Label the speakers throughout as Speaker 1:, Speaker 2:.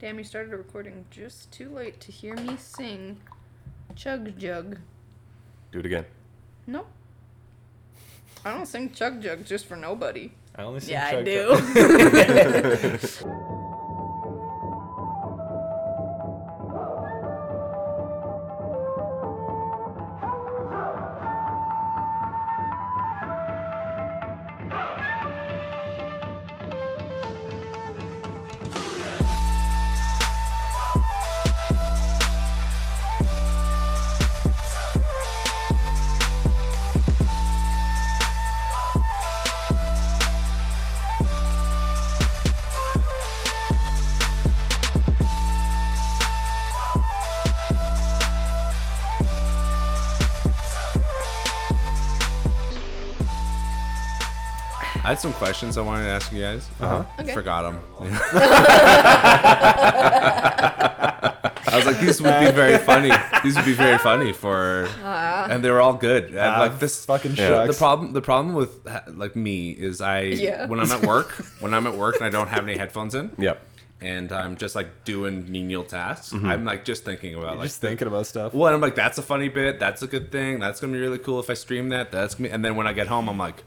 Speaker 1: Damn, you started recording just too late to hear me sing Chug Jug.
Speaker 2: Do it again.
Speaker 1: No. I don't sing Chug Jug just for nobody.
Speaker 2: I only sing
Speaker 1: Yeah, I
Speaker 2: chug
Speaker 1: do.
Speaker 3: I had some questions I wanted to ask you guys. Uh-huh.
Speaker 1: Okay.
Speaker 3: Forgot them. I was like, these would be very funny. These would be very funny for, and they were all good. And,
Speaker 4: Ah,
Speaker 3: like this
Speaker 4: fucking
Speaker 3: The- The
Speaker 4: shucks.
Speaker 3: problem, the problem with ha- like me is I
Speaker 1: Yeah.
Speaker 3: when I'm at work, when I'm at work and I don't have any headphones in,
Speaker 2: Yep.
Speaker 3: and I'm just like doing menial tasks. I'm like just thinking about like
Speaker 4: Mm-hmm. just thinking about stuff.
Speaker 3: well, and I'm like, that's a funny bit. That's a good thing. That's gonna be really cool if I stream that. That's gonna be, and then when I get home, I'm like,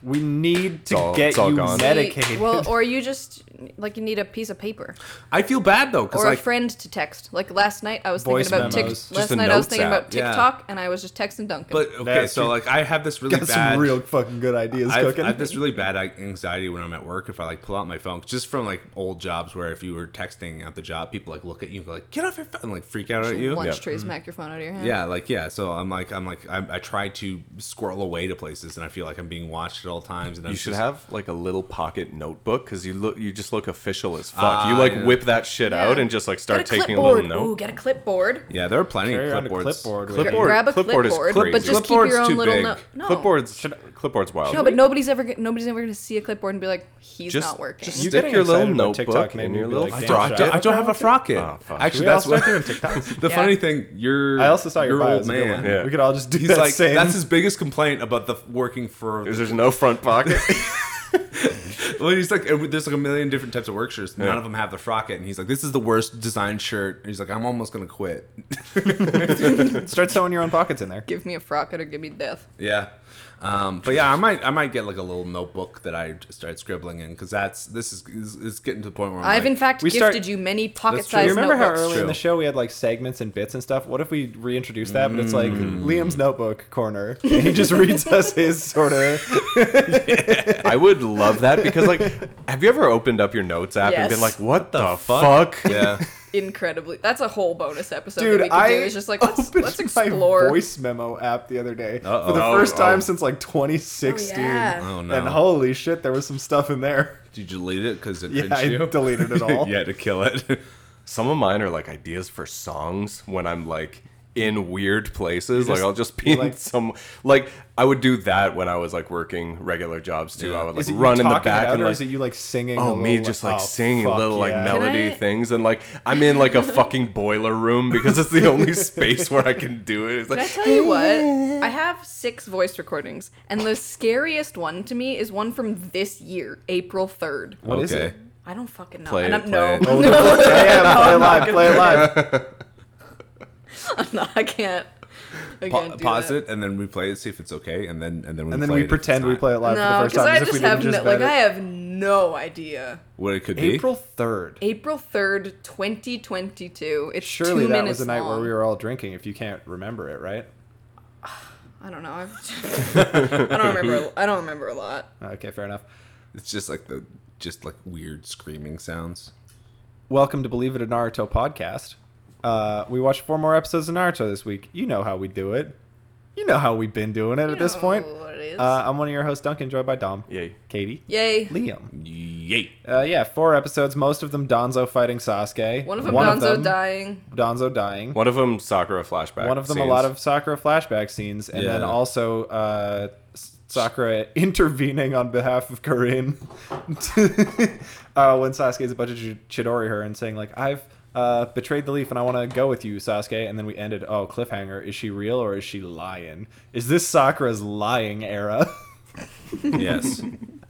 Speaker 4: We need to
Speaker 2: all-
Speaker 4: get
Speaker 2: it's all
Speaker 4: you
Speaker 2: gone.
Speaker 4: medicated.
Speaker 1: Well, or you just, like, you need a piece of paper
Speaker 3: I feel bad though because
Speaker 1: or
Speaker 3: like
Speaker 1: a friend to text. Like, last night I was thinking
Speaker 4: Voice
Speaker 1: about, tic-
Speaker 4: memos. Just
Speaker 1: last
Speaker 2: a
Speaker 1: night I was
Speaker 2: notes
Speaker 1: thinking
Speaker 2: app,
Speaker 1: about
Speaker 3: yeah.
Speaker 1: TikTok and I was just texting Duncan.
Speaker 3: But okay,
Speaker 4: That's
Speaker 3: so
Speaker 4: true.
Speaker 3: like I have this really
Speaker 4: got
Speaker 3: bad.
Speaker 4: some real fucking good ideas
Speaker 3: I've,
Speaker 4: cooking.
Speaker 3: I have this really bad like, anxiety when I'm at work if I like pull out my phone just from like old jobs where if you were texting at the job people like look at you and go like get off your phone and like freak out at you
Speaker 1: Lunch
Speaker 2: Yeah. Mm-hmm.
Speaker 1: tray smack your phone out of your hand.
Speaker 3: yeah like yeah so I'm like I'm like I, I try to squirrel away to places and I feel like I'm being watched at all times and I'm
Speaker 2: You should
Speaker 3: just-
Speaker 2: have like a little pocket notebook because you look you just look official as fuck. you
Speaker 3: Ah,
Speaker 2: like
Speaker 3: yeah.
Speaker 2: whip that shit
Speaker 1: Yeah.
Speaker 2: out and just like start
Speaker 1: Get a
Speaker 2: taking a
Speaker 1: clipboard.
Speaker 2: little note.
Speaker 1: Ooh, get a clipboard.
Speaker 3: yeah there are plenty
Speaker 4: Carry
Speaker 3: of
Speaker 4: around a
Speaker 3: clipboards
Speaker 4: clipboard with you.
Speaker 2: clipboard,
Speaker 1: Grab a
Speaker 2: clipboard is
Speaker 1: clipboard,
Speaker 2: crazy.
Speaker 1: but just keep
Speaker 3: Clipboard's
Speaker 1: your own
Speaker 3: too
Speaker 1: little
Speaker 3: big.
Speaker 1: note. No.
Speaker 2: Clipboard's clipboard's wild.
Speaker 1: No, but nobody's ever gonna- nobody's ever gonna see a clipboard and be like, he's
Speaker 2: Just-
Speaker 1: not working.
Speaker 2: just
Speaker 4: You
Speaker 2: stick
Speaker 4: getting
Speaker 2: your little
Speaker 4: excited about
Speaker 2: notebook
Speaker 4: TikTok made
Speaker 2: in
Speaker 4: me
Speaker 2: your
Speaker 4: be
Speaker 2: little
Speaker 4: like,
Speaker 3: I
Speaker 4: damn,
Speaker 3: don't, I
Speaker 4: should
Speaker 3: don't- I
Speaker 4: have
Speaker 3: don't
Speaker 4: a
Speaker 3: have a frock yet.
Speaker 2: Oh, fuck.
Speaker 3: Actually,
Speaker 4: Should we
Speaker 3: that's
Speaker 4: all
Speaker 3: what,
Speaker 4: start doing TikToks?
Speaker 3: the
Speaker 1: Yeah.
Speaker 3: funny thing. Your
Speaker 4: I also saw your, bio,
Speaker 3: old
Speaker 4: it's a good
Speaker 3: man.
Speaker 4: one.
Speaker 2: Yeah.
Speaker 4: We could all just do
Speaker 3: He's
Speaker 4: that
Speaker 3: like
Speaker 4: same.
Speaker 3: that's his biggest complaint about the working for
Speaker 2: Is there's no front pocket.
Speaker 3: Well, he's like, it- there's like a million different types of work shirts. None
Speaker 2: Yeah.
Speaker 3: of them have the frocket, and he's like, this is the worst design shirt. And he's like, I'm almost gonna quit.
Speaker 4: Start sewing your own pockets in there.
Speaker 1: give me a frock or give me death.
Speaker 3: yeah, um, but yeah, I might, I might get like a little notebook that I just start scribbling in because that's this is, is it's getting to the point where I'm
Speaker 1: I've in
Speaker 3: like,
Speaker 1: fact
Speaker 4: we
Speaker 1: gifted
Speaker 4: start-
Speaker 1: you many
Speaker 3: true.
Speaker 1: pocket-sized
Speaker 3: You
Speaker 4: You remember how
Speaker 1: notebooks.
Speaker 4: early in the
Speaker 3: True.
Speaker 4: show we had like segments and bits and stuff? What if we reintroduce that, but it's like
Speaker 3: Mm.
Speaker 4: Liam's notebook corner, and he just reads us his sort of.
Speaker 2: I would love that because like, have you ever opened up your notes app and
Speaker 1: Yes.
Speaker 2: been like, what the,
Speaker 3: fuck?
Speaker 2: fuck?
Speaker 3: yeah.
Speaker 1: Incredibly, that's a whole bonus episode that we
Speaker 4: Dude,
Speaker 1: could
Speaker 4: I
Speaker 1: do. It's just like let's,
Speaker 4: opened
Speaker 1: let's
Speaker 4: my
Speaker 1: explore.
Speaker 4: voice memo app the other day for the
Speaker 3: Uh-oh.
Speaker 4: first
Speaker 2: Oh,
Speaker 4: time
Speaker 2: oh.
Speaker 4: since like 2016.
Speaker 1: Oh, yeah.
Speaker 3: Oh
Speaker 4: And
Speaker 3: no!
Speaker 4: holy shit, there was some stuff in there.
Speaker 3: Did you delete it because it
Speaker 4: Yeah,
Speaker 3: cringed
Speaker 4: I
Speaker 3: you?
Speaker 4: deleted it all.
Speaker 3: yeah, to kill it.
Speaker 2: Some of mine are like ideas for songs when I'm like in weird places. like
Speaker 4: just-
Speaker 2: I'll just be in
Speaker 4: like-
Speaker 2: some like I would do that when I was like working regular jobs too.
Speaker 3: Yeah.
Speaker 2: I would like
Speaker 4: Is it you
Speaker 2: run in the
Speaker 4: talking it
Speaker 2: back
Speaker 4: out,
Speaker 2: and
Speaker 4: or
Speaker 2: like
Speaker 4: is it you like singing? a
Speaker 2: Oh, me
Speaker 4: little,
Speaker 2: just like
Speaker 4: oh,
Speaker 2: singing
Speaker 4: fuck
Speaker 2: little like
Speaker 4: yeah.
Speaker 2: melody
Speaker 1: I-
Speaker 2: things, and like I'm in like a fucking boiler room because it's the only space where I can do it. It's
Speaker 1: Can I
Speaker 2: like
Speaker 1: tell you what? I have six voice recordings, and the scariest one to me is one from this year, April third.
Speaker 4: What is
Speaker 3: okay.
Speaker 4: it?
Speaker 1: I don't fucking know.
Speaker 2: Play
Speaker 1: and
Speaker 2: it,
Speaker 1: I'm
Speaker 2: play
Speaker 1: no,
Speaker 2: it.
Speaker 4: Oh, yeah, play it live, play it live.
Speaker 1: no, I can't. I
Speaker 3: Pa-
Speaker 1: can't do
Speaker 3: pause
Speaker 1: that.
Speaker 3: it and then replay it, see if it's okay, and then and then we
Speaker 4: And then
Speaker 3: play
Speaker 4: we
Speaker 3: it if
Speaker 4: pretend
Speaker 3: it's
Speaker 4: we
Speaker 3: not.
Speaker 4: play it live for
Speaker 1: No,
Speaker 4: the first
Speaker 1: because
Speaker 4: time.
Speaker 1: I
Speaker 4: as if
Speaker 1: just
Speaker 4: we didn't
Speaker 1: have no, like
Speaker 4: bet it.
Speaker 1: I have no idea.
Speaker 3: what it could
Speaker 4: April third.
Speaker 1: April third, twenty twenty two. It's
Speaker 4: Surely
Speaker 1: two
Speaker 4: that
Speaker 1: minutes
Speaker 4: was the night where
Speaker 1: long.
Speaker 4: we were all drinking. If you can't remember it, right?
Speaker 1: I don't know. I've, I don't remember. I don't remember a lot.
Speaker 4: Okay, fair enough.
Speaker 3: be. It's just like the just like weird screaming sounds.
Speaker 4: Welcome to Believe It or Naruto podcast. Uh, we watched four more episodes of Naruto this week. You know how we do it. You know how we've been doing it at this
Speaker 1: know
Speaker 4: point.
Speaker 1: what it is.
Speaker 4: Uh, I'm one of your hosts, Duncan, joined by Dom,
Speaker 2: Yay.
Speaker 4: Katie,
Speaker 1: Yay!
Speaker 4: Liam.
Speaker 3: Yay!
Speaker 4: Uh, yeah, four episodes. Most of them Donzo fighting Sasuke.
Speaker 1: One of them,
Speaker 4: One
Speaker 1: Donzo
Speaker 4: of them,
Speaker 1: dying.
Speaker 4: Donzo dying.
Speaker 2: one of them Sakura flashback.
Speaker 4: One of them
Speaker 2: scenes.
Speaker 4: a lot of Sakura flashback scenes, and then
Speaker 3: Yeah.
Speaker 4: also uh, S- Sakura intervening on behalf of Karin to- uh, when Sasuke's about to ch- Chidori her and saying like, "I've uh, betrayed the leaf and I want to go with you, Sasuke." And then we ended. Oh, cliffhanger. Is she real or is she lying? Is this Sakura's lying era?
Speaker 3: Yes.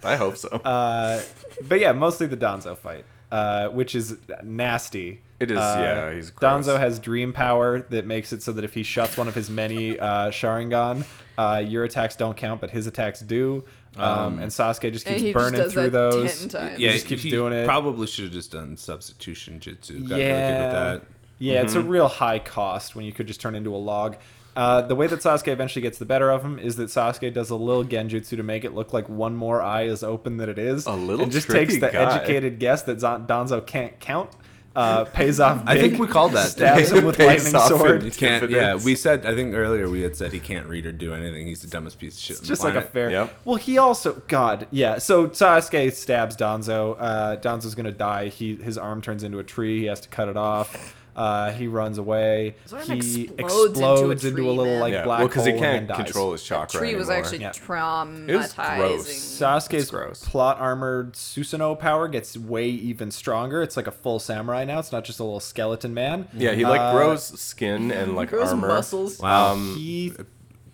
Speaker 2: I hope so.
Speaker 4: Uh, but yeah, mostly the Donzo fight. uh, which is nasty.
Speaker 2: It is,
Speaker 4: Uh,
Speaker 2: yeah, he's gross.
Speaker 4: Donzo has dream power that makes it so that if he shuts one of his many uh, Sharingan, uh, your attacks don't count, but his attacks do. Um, and Sasuke just
Speaker 1: And
Speaker 4: keeps
Speaker 1: he just
Speaker 4: burning
Speaker 1: does
Speaker 4: through
Speaker 1: that
Speaker 4: those.
Speaker 1: 10 times.
Speaker 4: Yeah, he just keeps doing it.
Speaker 3: Probably should have just done substitution jutsu. Got
Speaker 4: yeah,
Speaker 3: really good with that. Mm-hmm.
Speaker 4: yeah, it's a real high cost when you could just turn into a log. Uh, the way that Sasuke eventually gets the better of him is that Sasuke does a little genjutsu to make it look like one more eye is open than it is.
Speaker 2: A little
Speaker 4: and just
Speaker 2: tricky
Speaker 4: takes the
Speaker 2: guy.
Speaker 4: educated guess that Zon- Donzo can't count. Uh, pays off.
Speaker 3: I think
Speaker 4: big,
Speaker 3: we called that.
Speaker 4: Stabs him with
Speaker 2: Pays
Speaker 4: lightning
Speaker 2: off in
Speaker 4: sword.
Speaker 3: He can't.
Speaker 2: If it
Speaker 3: Yeah,
Speaker 2: is.
Speaker 3: we said. I think earlier we had said he can't read or do anything. He's the dumbest piece of shit. on
Speaker 4: It's
Speaker 3: the
Speaker 4: just like a
Speaker 3: planet.
Speaker 4: fair.
Speaker 2: Yep.
Speaker 4: Well, he also God, yeah. So Sasuke stabs Donzo. Uh, Donzo's gonna die. He his arm turns into a tree. He has to cut it off. Uh, he runs away.
Speaker 1: His arm
Speaker 4: he
Speaker 1: explodes into a tree,
Speaker 4: little
Speaker 1: man.
Speaker 4: like
Speaker 2: yeah,
Speaker 4: black
Speaker 2: well,
Speaker 4: hole
Speaker 2: because he
Speaker 4: and then
Speaker 2: can't
Speaker 4: dies.
Speaker 2: control his chakra.
Speaker 1: Tree was
Speaker 2: anymore.
Speaker 1: actually
Speaker 4: Yeah.
Speaker 1: traumatizing.
Speaker 4: Sasuke's
Speaker 2: It's gross.
Speaker 4: plot armored Susanoo power gets way even stronger. It's like a full samurai now. It's not just a little skeleton man.
Speaker 2: Yeah, he like
Speaker 4: Uh,
Speaker 2: grows skin and like
Speaker 1: Grows
Speaker 2: armor. Um,
Speaker 1: muscles.
Speaker 3: Wow.
Speaker 4: he
Speaker 2: Mm,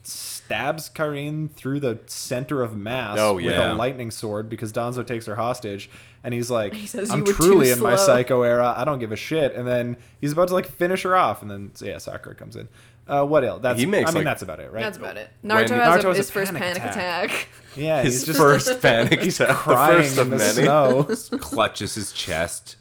Speaker 4: stabs Karin through the center of mass
Speaker 2: Oh,
Speaker 4: with
Speaker 2: yeah.
Speaker 4: a lightning sword because Donzo takes her hostage and he's like
Speaker 1: He says,
Speaker 4: I'm
Speaker 1: "You were
Speaker 4: truly
Speaker 1: too
Speaker 4: in my
Speaker 1: slow."
Speaker 4: psycho era. I don't give a shit. And then he's about to like finish her off and then yeah, Sakura comes in. Uh, what else? That's
Speaker 2: He makes,
Speaker 4: I mean
Speaker 2: like-
Speaker 4: that's about it, right?
Speaker 1: That's about it.
Speaker 2: When-
Speaker 1: Naruto has
Speaker 4: Naruto
Speaker 1: a,
Speaker 4: has a
Speaker 1: his first
Speaker 4: panic
Speaker 1: panic
Speaker 4: attack.
Speaker 1: attack.
Speaker 4: Yeah,
Speaker 2: His
Speaker 4: he's just
Speaker 2: first panic attack,
Speaker 4: crying
Speaker 2: the first of
Speaker 4: in the
Speaker 2: many.
Speaker 4: snow.
Speaker 3: clutches his chest.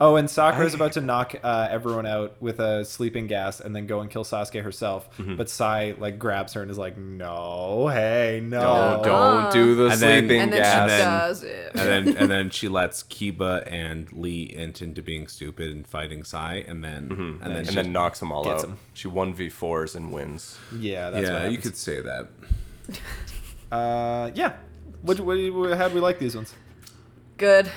Speaker 4: Oh, and Sakura's about to knock uh, everyone out with a sleeping gas and then go and kill Sasuke herself.
Speaker 2: Mm-hmm.
Speaker 4: But Sai like grabs her and is like, "No, hey, no,
Speaker 2: Oh, don't do the
Speaker 3: And then-
Speaker 2: sleeping
Speaker 1: and then
Speaker 2: gas.
Speaker 1: she
Speaker 3: then-
Speaker 1: does it.
Speaker 3: And then and then she lets Kiba and Lee int into being stupid and fighting Sai, and then
Speaker 4: Mm-hmm.
Speaker 3: and then
Speaker 2: and
Speaker 3: she,
Speaker 2: then knocks them all
Speaker 4: Gets
Speaker 2: out.
Speaker 4: him.
Speaker 2: She one v fours and wins.
Speaker 4: Yeah, that's
Speaker 3: yeah,
Speaker 4: what
Speaker 3: you
Speaker 4: happens.
Speaker 3: could say that.
Speaker 4: Uh, yeah. What, what, what, how do we like these ones?
Speaker 1: Good.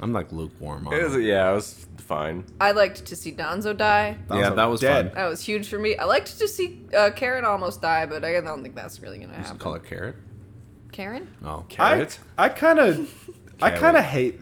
Speaker 3: I'm like lukewarm on
Speaker 2: It was-
Speaker 3: it.
Speaker 2: yeah, it was fine.
Speaker 1: I liked to see Donzo die.
Speaker 3: Yeah,
Speaker 4: Donzo
Speaker 3: that was
Speaker 4: dead.
Speaker 3: fun.
Speaker 1: That was huge for me. I liked to see uh, Karen almost die, but I don't think that's really gonna happen.
Speaker 3: Call it carrot.
Speaker 1: Karen?
Speaker 3: Oh,
Speaker 4: I
Speaker 2: Carrot?
Speaker 4: I kind of I
Speaker 3: Carrot.
Speaker 4: kind of hate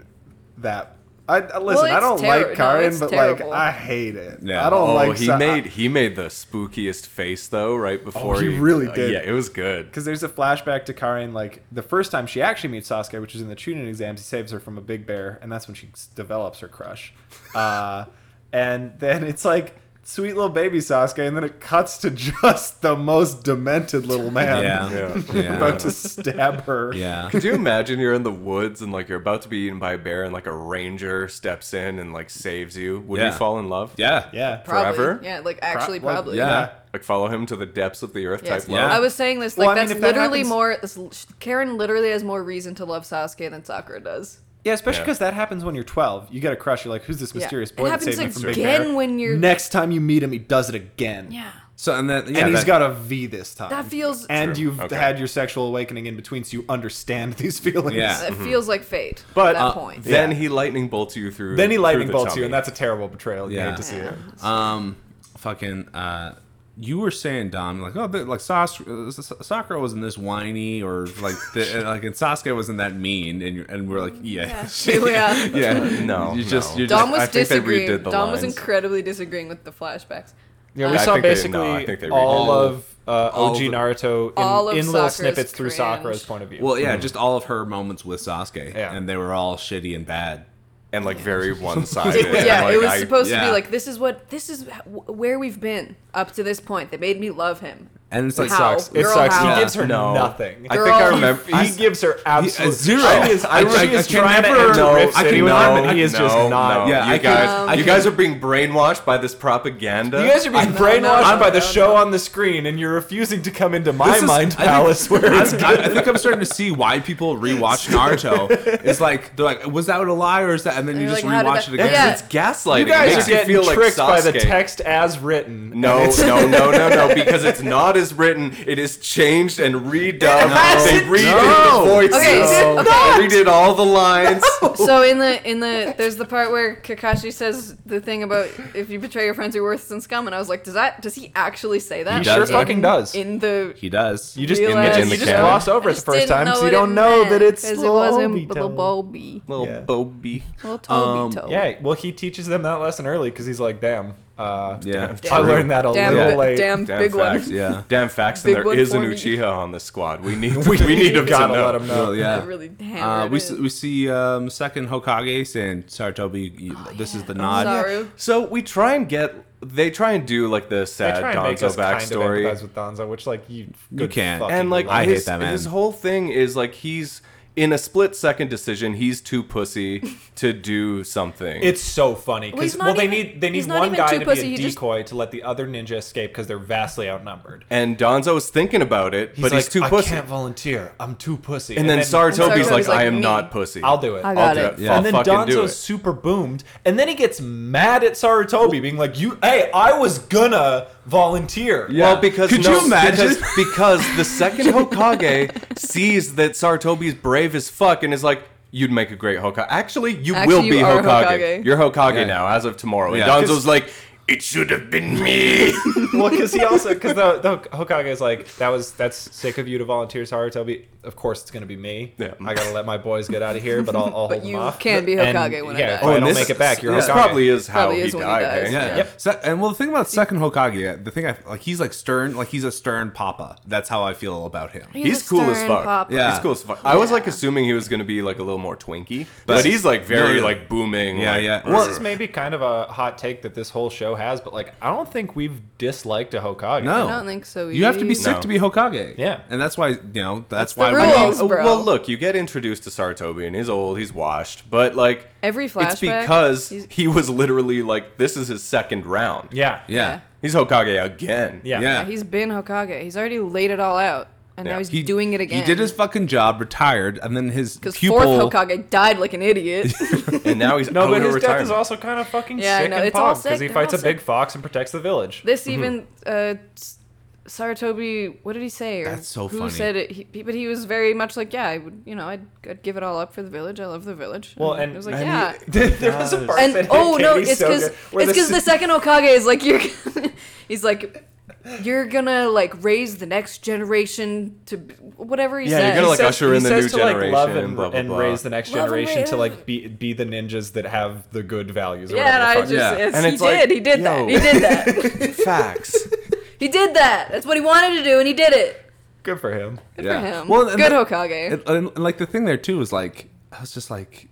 Speaker 4: that. I uh, listen. I
Speaker 1: it's
Speaker 4: don't
Speaker 1: terri- no,
Speaker 4: like Karin,
Speaker 1: it's
Speaker 4: but
Speaker 1: terrible.
Speaker 4: like I hate it.
Speaker 3: Yeah.
Speaker 4: I don't
Speaker 2: oh,
Speaker 4: like.
Speaker 2: he
Speaker 4: Sa-
Speaker 2: made he made the spookiest face though right before
Speaker 4: he really
Speaker 2: uh,
Speaker 4: did.
Speaker 2: yeah, it was good.
Speaker 4: because there's a flashback to Karin, like the first time she actually meets Sasuke, which is in the Chunin exams. He saves her from a big bear, and that's when she s- develops her crush. Uh, and then it's like sweet little baby Sasuke, and then it cuts to just the most demented little man
Speaker 3: Yeah. Yeah.
Speaker 4: about to stab her.
Speaker 3: yeah.
Speaker 2: Could you imagine you're in the woods and like you're about to be eaten by a bear and like a ranger steps in and like saves you? Would you
Speaker 3: Yeah.
Speaker 2: fall in love?
Speaker 3: Yeah.
Speaker 4: Yeah.
Speaker 1: Probably.
Speaker 2: Forever?
Speaker 1: Yeah, like actually
Speaker 4: Pro- well,
Speaker 1: probably.
Speaker 3: yeah.
Speaker 2: Like follow him to the depths of the earth
Speaker 1: Yes.
Speaker 2: type love.
Speaker 1: I was saying this like
Speaker 4: Well, I mean,
Speaker 1: that's
Speaker 4: if that
Speaker 1: literally
Speaker 4: happens-
Speaker 1: more this, Karen literally has more reason to love Sasuke than Sakura does.
Speaker 4: Yeah, especially
Speaker 2: Yeah.
Speaker 4: because that happens when you're 12. You get a crush. You're like, who's this
Speaker 1: Yeah.
Speaker 4: mysterious
Speaker 1: It
Speaker 4: boy that
Speaker 1: happens
Speaker 4: saved me from Big
Speaker 1: again
Speaker 4: Bear?
Speaker 1: when you're-
Speaker 4: Next time you meet him, he does it again.
Speaker 1: Yeah.
Speaker 3: So and then yeah,
Speaker 4: And he's
Speaker 3: that-
Speaker 4: got a V this time.
Speaker 1: That feels
Speaker 4: And
Speaker 2: True.
Speaker 4: you've
Speaker 2: Okay.
Speaker 4: had your sexual awakening in between, so you understand these feelings.
Speaker 3: Yeah.
Speaker 1: that feels like fate
Speaker 4: But,
Speaker 1: at that
Speaker 4: uh,
Speaker 1: point.
Speaker 2: Then he lightning bolts you through.
Speaker 4: Then he
Speaker 2: through
Speaker 4: lightning
Speaker 2: the
Speaker 4: bolts you,
Speaker 2: tummy.
Speaker 4: and that's a terrible betrayal. You
Speaker 3: Yeah.
Speaker 4: hate to see
Speaker 1: Yeah.
Speaker 4: it.
Speaker 3: Um, fucking. Uh, you were saying Dom, like oh, but, like Sas- uh, S- Sakura wasn't this whiny, or like the, like and Sasuke wasn't that mean, and you're, and we're like yeah,
Speaker 1: Mm, Yeah.
Speaker 3: yeah.
Speaker 2: No,
Speaker 3: you just
Speaker 2: no.
Speaker 3: you're
Speaker 1: Dom
Speaker 3: just,
Speaker 1: was
Speaker 2: I think they
Speaker 1: disagreeing.
Speaker 2: redid the
Speaker 1: Dom was
Speaker 2: lines.
Speaker 1: incredibly disagreeing with the flashbacks. Uh,
Speaker 4: Yeah, we
Speaker 2: I
Speaker 4: saw
Speaker 2: think they- no,
Speaker 4: basically
Speaker 2: I think they
Speaker 4: all
Speaker 2: redid it.
Speaker 4: of uh,
Speaker 3: All
Speaker 4: OG
Speaker 3: the-
Speaker 4: Naruto in,
Speaker 1: all of
Speaker 4: in little
Speaker 1: Sakura's
Speaker 4: snippets through
Speaker 1: cringe.
Speaker 4: Sakura's point of view.
Speaker 3: well, yeah, just all of her moments with Sasuke,
Speaker 4: Yeah.
Speaker 3: and they were all shitty and bad.
Speaker 2: and like very one sided.
Speaker 1: It was, yeah, it was supposed to
Speaker 3: yeah.
Speaker 1: be like this is what this is wh- where we've been up to this point. They made me love him.
Speaker 3: And it's like
Speaker 1: How?
Speaker 3: sucks.
Speaker 4: it
Speaker 1: Girl,
Speaker 4: sucks.
Speaker 1: how-
Speaker 4: He gives her
Speaker 2: No.
Speaker 4: nothing.
Speaker 2: I think I
Speaker 1: Girl.
Speaker 2: remember.
Speaker 4: He,
Speaker 2: I-
Speaker 4: he gives her absolute
Speaker 3: zero.
Speaker 4: She is, I,
Speaker 3: I- I-
Speaker 4: she is
Speaker 3: I can
Speaker 4: trying
Speaker 3: never-
Speaker 4: to
Speaker 3: No,
Speaker 4: enter riffs
Speaker 3: I
Speaker 4: anyone,
Speaker 3: cannot-
Speaker 4: but he is just
Speaker 2: no,
Speaker 4: not.
Speaker 2: No.
Speaker 3: Yeah,
Speaker 2: you
Speaker 3: I
Speaker 2: guys,
Speaker 1: can-
Speaker 2: you
Speaker 3: I
Speaker 2: guys are
Speaker 3: can-
Speaker 2: being brainwashed by this propaganda.
Speaker 4: You guys are being
Speaker 1: No,
Speaker 4: brainwashed
Speaker 1: no, no,
Speaker 4: by the
Speaker 1: no,
Speaker 4: show
Speaker 1: no.
Speaker 4: on the screen, and you're refusing to come into my
Speaker 3: This is-
Speaker 4: mind
Speaker 3: I think-
Speaker 4: palace where
Speaker 3: I,
Speaker 4: it's
Speaker 3: I- I think I'm starting to see why people rewatch Naruto. It's like they're like, was that a lie or is that? And then you
Speaker 1: You're
Speaker 3: just
Speaker 1: like, how did
Speaker 3: rewatch
Speaker 1: that-
Speaker 3: it again.
Speaker 1: Yeah.
Speaker 2: It's gaslighting.
Speaker 4: You
Speaker 2: It
Speaker 4: guys
Speaker 2: makes
Speaker 4: are getting
Speaker 2: feel like
Speaker 4: tricked by the
Speaker 2: Sasuke.
Speaker 4: text as written.
Speaker 2: No,
Speaker 4: And it's-
Speaker 2: no, no, no, no, because it's not as written. It is changed and redone. They redid
Speaker 3: No.
Speaker 2: the voices.
Speaker 1: Okay, it's
Speaker 2: They
Speaker 1: not.
Speaker 2: redid all the lines.
Speaker 1: So in the in the there's the part where Kakashi says the thing about if you betray your friends, you're worse than scum, and I was like, does that does he actually say that?
Speaker 4: He sure
Speaker 3: does.
Speaker 4: fucking does.
Speaker 1: In the
Speaker 3: He does.
Speaker 4: you just
Speaker 1: Realize-
Speaker 4: image
Speaker 2: in
Speaker 4: you
Speaker 2: the
Speaker 4: just
Speaker 2: canon.
Speaker 4: gloss over
Speaker 1: I
Speaker 4: it the
Speaker 1: just
Speaker 4: first
Speaker 1: didn't
Speaker 4: time, so
Speaker 1: what
Speaker 4: you
Speaker 1: it
Speaker 4: don't know
Speaker 1: meant,
Speaker 4: that it's
Speaker 1: 'cause it wasn't
Speaker 4: Obito.
Speaker 1: little Bulby,
Speaker 2: Little
Speaker 4: Yeah.
Speaker 2: Bobby.
Speaker 1: little Tobito.
Speaker 4: Yeah, well, he teaches them that lesson early because he's like, "Damn, Uh,
Speaker 3: Yeah.
Speaker 4: I learned that a
Speaker 1: Damn,
Speaker 4: little
Speaker 1: bi-
Speaker 4: late.
Speaker 1: damn,
Speaker 2: Damn
Speaker 1: big
Speaker 2: facts.
Speaker 1: one.
Speaker 3: Yeah.
Speaker 2: Damn facts,
Speaker 1: Big
Speaker 2: and there
Speaker 1: one
Speaker 2: is an
Speaker 1: for me.
Speaker 2: Uchiha on the squad. We need we, need him to
Speaker 4: gotta
Speaker 2: know.
Speaker 4: let him know.
Speaker 3: Well, yeah.
Speaker 1: That really
Speaker 3: Uh,
Speaker 1: hammered
Speaker 3: we,
Speaker 1: it.
Speaker 3: s- we see um, second Hokage saying, "Sorry, Toby, you, this is the nod."
Speaker 1: Oh, Sorry.
Speaker 2: So we try and get. They try and do like the
Speaker 4: They
Speaker 2: sad
Speaker 4: try and make
Speaker 2: Donzo
Speaker 4: us kind of
Speaker 2: backstory.
Speaker 4: empathize with Donzo, which like you, good
Speaker 3: can't.
Speaker 4: fucking
Speaker 2: and like
Speaker 4: lord.
Speaker 3: I hate
Speaker 2: his,
Speaker 3: that man.
Speaker 2: his whole thing is like he's in a split second decision. He's too pussy to do something.
Speaker 4: It's so funny
Speaker 1: Well, he's not
Speaker 4: because well, they
Speaker 1: even-
Speaker 4: need they need
Speaker 1: he's not
Speaker 4: one
Speaker 1: even
Speaker 4: guy
Speaker 1: too
Speaker 4: to
Speaker 1: pussy,
Speaker 4: be a
Speaker 1: he just-
Speaker 4: decoy to let the other ninja escape because they're vastly outnumbered.
Speaker 2: and Donzo is thinking about it, but he's too pussy.
Speaker 4: I can't volunteer. I'm too pussy.
Speaker 2: and then Sarutobi's
Speaker 1: Sarutobi's
Speaker 2: like,
Speaker 1: like,
Speaker 2: I am
Speaker 1: me.
Speaker 2: not pussy.
Speaker 4: I'll do it.
Speaker 1: I
Speaker 2: I'll
Speaker 1: got
Speaker 2: do
Speaker 1: it.
Speaker 2: it.
Speaker 3: Yeah.
Speaker 2: I'll
Speaker 4: and then
Speaker 2: fucking do
Speaker 4: Donzo's
Speaker 2: it.
Speaker 4: super boomed, and then he gets mad at Sarutobi, being like, "You, hey, I was gonna volunteer."
Speaker 3: Yeah.
Speaker 2: Well, because
Speaker 3: Could
Speaker 2: no,
Speaker 3: you imagine?
Speaker 2: Because, because the second Hokage sees that Sarutobi's brave as fuck and is like, "You'd make a great Hokage. Actually, you
Speaker 1: Actually,
Speaker 2: will be
Speaker 1: you are
Speaker 2: Hokage.
Speaker 1: Hokage.
Speaker 2: You're Hokage
Speaker 3: Yeah.
Speaker 2: now, as of tomorrow." And
Speaker 3: Yeah.
Speaker 2: Donzo's like, "It should have been me."
Speaker 4: well, because he also because the, the Hokage is like, "That was that's sick of you to volunteer, Sarutobi." Of course, it's gonna be me.
Speaker 2: Yeah.
Speaker 4: I gotta let my boys get out of here, but I'll, I'll hold
Speaker 1: But
Speaker 4: them
Speaker 1: you
Speaker 4: off.
Speaker 1: can be
Speaker 4: And,
Speaker 1: Hokage when I
Speaker 4: yeah,
Speaker 1: die.
Speaker 4: if
Speaker 1: Oh,
Speaker 4: I
Speaker 2: and
Speaker 4: don't
Speaker 2: this-
Speaker 4: make it back. You're
Speaker 2: this
Speaker 4: Hokage.
Speaker 2: probably is how
Speaker 1: Probably
Speaker 2: he
Speaker 1: is when he
Speaker 2: died.
Speaker 1: dies.
Speaker 2: hey?
Speaker 3: Yeah. Se- and well, the thing about second Hokage, the thing I like, he's like stern, like he's a stern papa. That's how I feel about him.
Speaker 2: He's, cool as fuck.
Speaker 3: Yeah.
Speaker 2: He's cool as fuck. I was like assuming he was gonna be like a little more twinky, but, he's like very
Speaker 3: No, no.
Speaker 2: like booming.
Speaker 3: Yeah,
Speaker 2: like,
Speaker 3: yeah.
Speaker 2: "Brr."
Speaker 4: This is maybe kind of a hot take that this whole show has, but like, I don't think we've disliked a Hokage.
Speaker 3: No,
Speaker 1: I don't think so
Speaker 3: You have to be
Speaker 1: either.
Speaker 3: sick
Speaker 2: No.
Speaker 3: to be Hokage.
Speaker 4: Yeah.
Speaker 3: and that's why you know that's,
Speaker 1: the
Speaker 3: why
Speaker 1: rule.
Speaker 3: we-
Speaker 2: Oh,
Speaker 1: bro.
Speaker 2: Well, look, you get introduced to Sartobi, and he's old, he's washed, but like
Speaker 1: Every
Speaker 2: it's
Speaker 1: flashback,
Speaker 2: because
Speaker 1: he's-
Speaker 2: he was literally like, this is his second round.
Speaker 4: Yeah.
Speaker 3: yeah,
Speaker 2: he's Hokage again.
Speaker 4: Yeah.
Speaker 3: Yeah.
Speaker 1: Yeah, he's been Hokage. He's already laid it all out, and now
Speaker 2: Yeah.
Speaker 1: he's doing it again.
Speaker 3: He did his fucking job, retired, and then his
Speaker 1: because
Speaker 3: pupil.
Speaker 1: fourth Hokage died like an idiot.
Speaker 2: and now he's
Speaker 4: No,
Speaker 2: out
Speaker 4: but
Speaker 2: of
Speaker 4: his death
Speaker 2: retirement.
Speaker 4: is also kind of fucking
Speaker 1: Yeah, I
Speaker 4: sick
Speaker 1: know,
Speaker 4: and
Speaker 1: it's all
Speaker 4: pog because he
Speaker 1: sick, they're
Speaker 4: fights a
Speaker 1: all
Speaker 4: big
Speaker 1: sick.
Speaker 4: fox and protects the village.
Speaker 1: this even uh, S- Sarutobi, what did he say? Or
Speaker 3: That's so
Speaker 1: who
Speaker 3: funny.
Speaker 1: said it? He, he- but he was very much like, yeah, I would, you know, I'd, I'd give it all up for the village. I love the village.
Speaker 4: Well, and-
Speaker 1: it was like,
Speaker 2: and
Speaker 1: yeah.
Speaker 2: he-
Speaker 4: there was a part
Speaker 1: and
Speaker 4: that
Speaker 1: oh no,
Speaker 4: Katie's
Speaker 1: it's
Speaker 4: so
Speaker 1: because
Speaker 4: good,
Speaker 1: it's
Speaker 4: where the
Speaker 1: because the second Okage is like you're. gonna- he's like, you're gonna like raise the next generation to b- whatever he
Speaker 2: Yeah,
Speaker 1: says.
Speaker 2: you're gonna like
Speaker 4: says-
Speaker 2: usher
Speaker 4: he
Speaker 2: in the
Speaker 4: says
Speaker 2: new
Speaker 4: to, like,
Speaker 2: generation.
Speaker 4: love and,
Speaker 2: blah, blah,
Speaker 4: and
Speaker 2: blah.
Speaker 4: raise the next
Speaker 1: Love and
Speaker 4: generation to
Speaker 1: raise-
Speaker 4: like be be the ninjas that have the good values. Or
Speaker 1: yeah, and I
Speaker 4: whatever
Speaker 1: just
Speaker 4: the fuck.
Speaker 3: Yeah.
Speaker 1: yes,
Speaker 2: And
Speaker 1: he
Speaker 2: it's
Speaker 1: did.
Speaker 2: like,
Speaker 1: he did
Speaker 2: yo.
Speaker 1: that. He did that.
Speaker 2: facts.
Speaker 1: he did that. That's what he wanted to do, and he did it.
Speaker 4: good for him.
Speaker 1: for him.
Speaker 3: and
Speaker 1: Good
Speaker 3: the-
Speaker 1: Hokage.
Speaker 3: And, and, and, like the thing there too is like I was just like,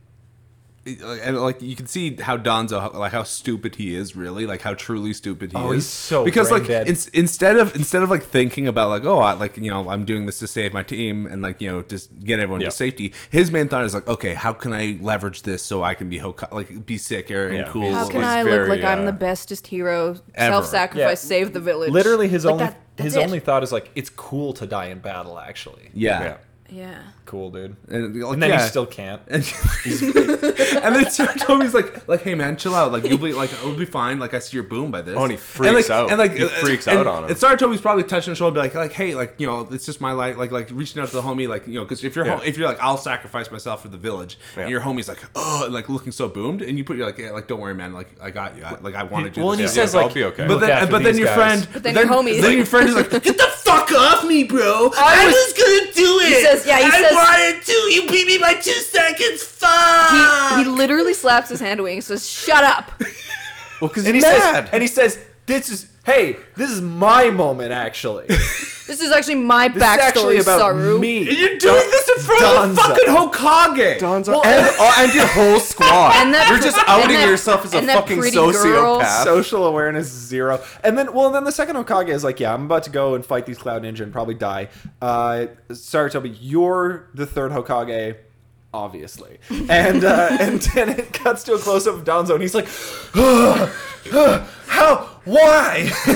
Speaker 3: and like you can see how Donzo how- like how stupid he is really like how truly stupid he
Speaker 4: Oh,
Speaker 3: is.
Speaker 4: he's so
Speaker 3: because
Speaker 4: brain
Speaker 3: like
Speaker 4: dead.
Speaker 3: ins- instead of instead of like thinking about like oh I like you know I'm doing this to save my team and like you know just get everyone
Speaker 2: Yeah.
Speaker 3: to safety. His main thought is like okay how can I leverage this so I can be Hokage like be sicker and
Speaker 2: Yeah,
Speaker 3: cool.
Speaker 1: How
Speaker 2: He's-
Speaker 1: can
Speaker 2: he's
Speaker 1: I look
Speaker 2: very,
Speaker 1: like
Speaker 2: uh,
Speaker 1: I'm the bestest hero?
Speaker 3: ever.
Speaker 1: Self-sacrifice,
Speaker 4: Yeah.
Speaker 1: save the village.
Speaker 4: Literally, his
Speaker 1: Like,
Speaker 4: only
Speaker 1: that- that's
Speaker 4: his
Speaker 1: it.
Speaker 4: only thought is like, it's cool to die in battle. Actually,
Speaker 3: yeah.
Speaker 2: Yeah.
Speaker 1: Yeah.
Speaker 4: cool, dude.
Speaker 3: And, like,
Speaker 4: And then
Speaker 3: yeah.
Speaker 4: he still can't.
Speaker 3: And, and then Sir Toby's like, like, hey man, chill out. Like you'll be like, it'll be fine. Like I see your boom by this.
Speaker 2: Oh, and he
Speaker 3: and,
Speaker 2: freaks
Speaker 3: like,
Speaker 2: out.
Speaker 3: And like
Speaker 2: He
Speaker 3: uh,
Speaker 2: freaks
Speaker 3: and-
Speaker 2: out on him.
Speaker 3: And Sir Toby's probably touching his shoulder, be like, like, hey, like you know, it's just my life. Like like reaching out to the homie, like you know, because if you're
Speaker 2: Yeah.
Speaker 3: home, if you're like, I'll sacrifice myself for the village, and your homie's like, oh, and, like looking so boomed, and you put you're like, yeah, like don't worry, man. Like I got you. I, like I want to do.
Speaker 4: Well, and
Speaker 3: this
Speaker 4: he
Speaker 3: with you."
Speaker 4: says
Speaker 2: I'll
Speaker 4: like,
Speaker 2: be okay.
Speaker 3: But
Speaker 4: "Look
Speaker 3: then,
Speaker 4: after
Speaker 3: but then
Speaker 4: these
Speaker 3: your
Speaker 4: guys."
Speaker 3: friend,
Speaker 1: But then your homie's
Speaker 3: then
Speaker 1: like-
Speaker 3: your friend is like, "Get the fuck off me, bro! I,
Speaker 1: I
Speaker 3: was,
Speaker 1: was-
Speaker 3: gonna do it.
Speaker 1: says- yeah, he
Speaker 3: I
Speaker 1: says-
Speaker 3: wanted to. You beat me by two seconds. Fuck."
Speaker 1: He, he literally slaps his hand away and says, "Shut up."
Speaker 2: Well, because
Speaker 4: and he
Speaker 2: he's
Speaker 4: says,
Speaker 2: mad.
Speaker 4: and he says, this is hey, this is my moment. Actually, this
Speaker 1: This is actually my
Speaker 4: is actually
Speaker 1: backstory,
Speaker 4: about
Speaker 1: Saru.
Speaker 4: me.
Speaker 3: You're doing this in front of the
Speaker 4: Donzo.
Speaker 3: fucking Hokage.
Speaker 2: Donzo and, oh, and your whole squad.
Speaker 1: And that
Speaker 2: You're
Speaker 1: pre-
Speaker 2: just outing
Speaker 1: and that-
Speaker 2: yourself as a
Speaker 1: and that
Speaker 2: fucking
Speaker 1: pretty girl.
Speaker 2: sociopath.
Speaker 4: social awareness is zero. And then, well, then the second Okage is like, yeah, I'm about to go and fight these Cloud Ninja and probably die. Uh, Sarutobi, you're the third Hokage, obviously. And uh, and then it cuts to a close up of Donzo, and he's like, "Ugh, ugh, how? Why?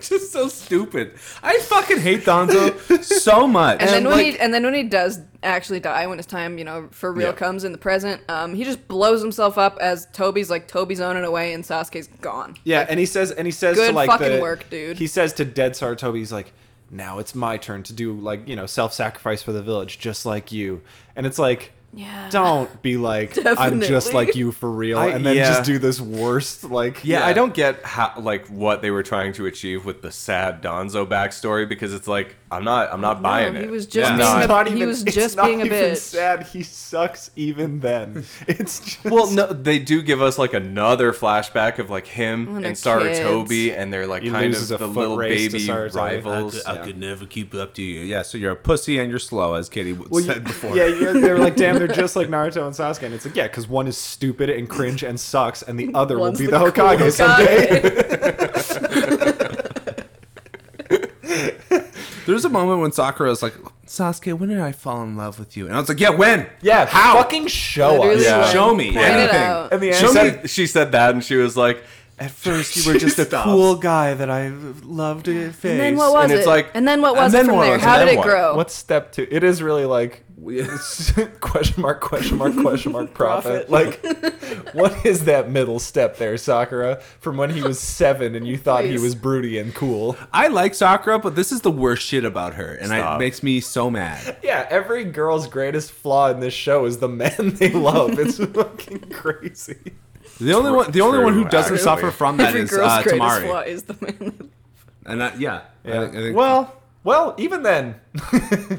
Speaker 3: just so stupid. I fucking hate Donzo so much.
Speaker 1: And, then when
Speaker 3: like,
Speaker 1: he and then when he does actually die, when it's time, you know, for real
Speaker 3: Yeah.
Speaker 1: comes in the present, um, he just blows himself up as Toby's like Toby's on it away and Sasuke's gone.
Speaker 4: Yeah, and he says, and he says to
Speaker 1: Good
Speaker 4: like
Speaker 1: fucking
Speaker 4: the-
Speaker 1: work, dude.
Speaker 4: He says to Dead Sarutobi, he's like, now it's my turn to do like you know self sacrifice for the village, just like you. And it's like,
Speaker 1: Yeah.
Speaker 4: don't be like I'm just
Speaker 1: Definitely.
Speaker 4: like you for real,
Speaker 2: I-
Speaker 4: and then
Speaker 2: yeah.
Speaker 4: just do this worst like.
Speaker 2: Yeah, I don't get how like what they were trying to achieve with the sad Donzo backstory because it's like I'm not. I'm not buying
Speaker 1: no,
Speaker 2: it.
Speaker 1: he was just
Speaker 3: Yeah.
Speaker 1: being
Speaker 2: Not-
Speaker 1: a,
Speaker 4: Not
Speaker 1: he
Speaker 4: even-
Speaker 1: was
Speaker 4: it's
Speaker 1: just
Speaker 4: not
Speaker 1: being a
Speaker 4: even
Speaker 1: bitch.
Speaker 4: sad. He sucks even then. It's just
Speaker 2: Well, no, they do give us like another flashback of like him
Speaker 1: When
Speaker 2: and
Speaker 1: they're kids.
Speaker 2: Saratobi, and they're like
Speaker 4: He
Speaker 2: kind of
Speaker 4: loses a
Speaker 2: the
Speaker 4: foot
Speaker 2: little
Speaker 4: race to
Speaker 2: baby
Speaker 4: Saratobi.
Speaker 2: rivals.
Speaker 3: I could never keep up to you. Yeah, so you're a pussy and you're slow, as Kitty w-
Speaker 4: Well,
Speaker 3: said
Speaker 4: you-
Speaker 3: before.
Speaker 4: Yeah, you they were like, damn, they're just like Naruto and Sasuke. And it's like, yeah, because one is stupid and cringe and sucks, and the other will
Speaker 1: One's
Speaker 4: be
Speaker 1: the
Speaker 4: the, Hokage
Speaker 1: cool
Speaker 4: someday.
Speaker 3: There's a moment when Sakura is like, Sasuke, when did I fall in love with you? And I was like, Yeah, when?
Speaker 4: yeah,
Speaker 3: how?
Speaker 4: Fucking Oh, show us.
Speaker 1: Literally,
Speaker 2: Yeah.
Speaker 1: like,
Speaker 3: Show me.
Speaker 1: point
Speaker 2: Yeah.
Speaker 1: it
Speaker 3: Anything.
Speaker 1: out.
Speaker 4: And the
Speaker 2: She
Speaker 4: anime,
Speaker 2: said, she said that, and she was like, "At first, you were just a
Speaker 3: Stop.
Speaker 2: cool guy that I loved to face."
Speaker 1: And then what was
Speaker 2: and
Speaker 1: it?
Speaker 2: It's like,
Speaker 1: and then what
Speaker 2: "And
Speaker 1: was
Speaker 2: then
Speaker 1: it from
Speaker 2: what
Speaker 1: there?
Speaker 2: was
Speaker 1: How
Speaker 2: And
Speaker 1: did
Speaker 2: then
Speaker 1: it
Speaker 2: what?"
Speaker 1: grow?
Speaker 4: what's step two? It is really like question mark, question mark, question mark, profit. like, what is that middle step there, Sakura? From when he was seven and you thought he
Speaker 1: Please.
Speaker 4: was broody and cool.
Speaker 3: I like Sakura, but this is the worst shit about her, and I, it
Speaker 2: Stop.
Speaker 3: makes me so mad.
Speaker 4: Yeah, every girl's greatest flaw in this show is the man they love. It's fucking crazy.
Speaker 3: The only one, the only
Speaker 2: true,
Speaker 3: one who doesn't
Speaker 2: actually.
Speaker 3: suffer from that
Speaker 1: Every
Speaker 3: is
Speaker 1: girl's
Speaker 3: uh,
Speaker 1: greatest
Speaker 3: Tamari.
Speaker 1: flaw is the man.
Speaker 3: And I, yeah, I think- I think-
Speaker 4: well, well, even then,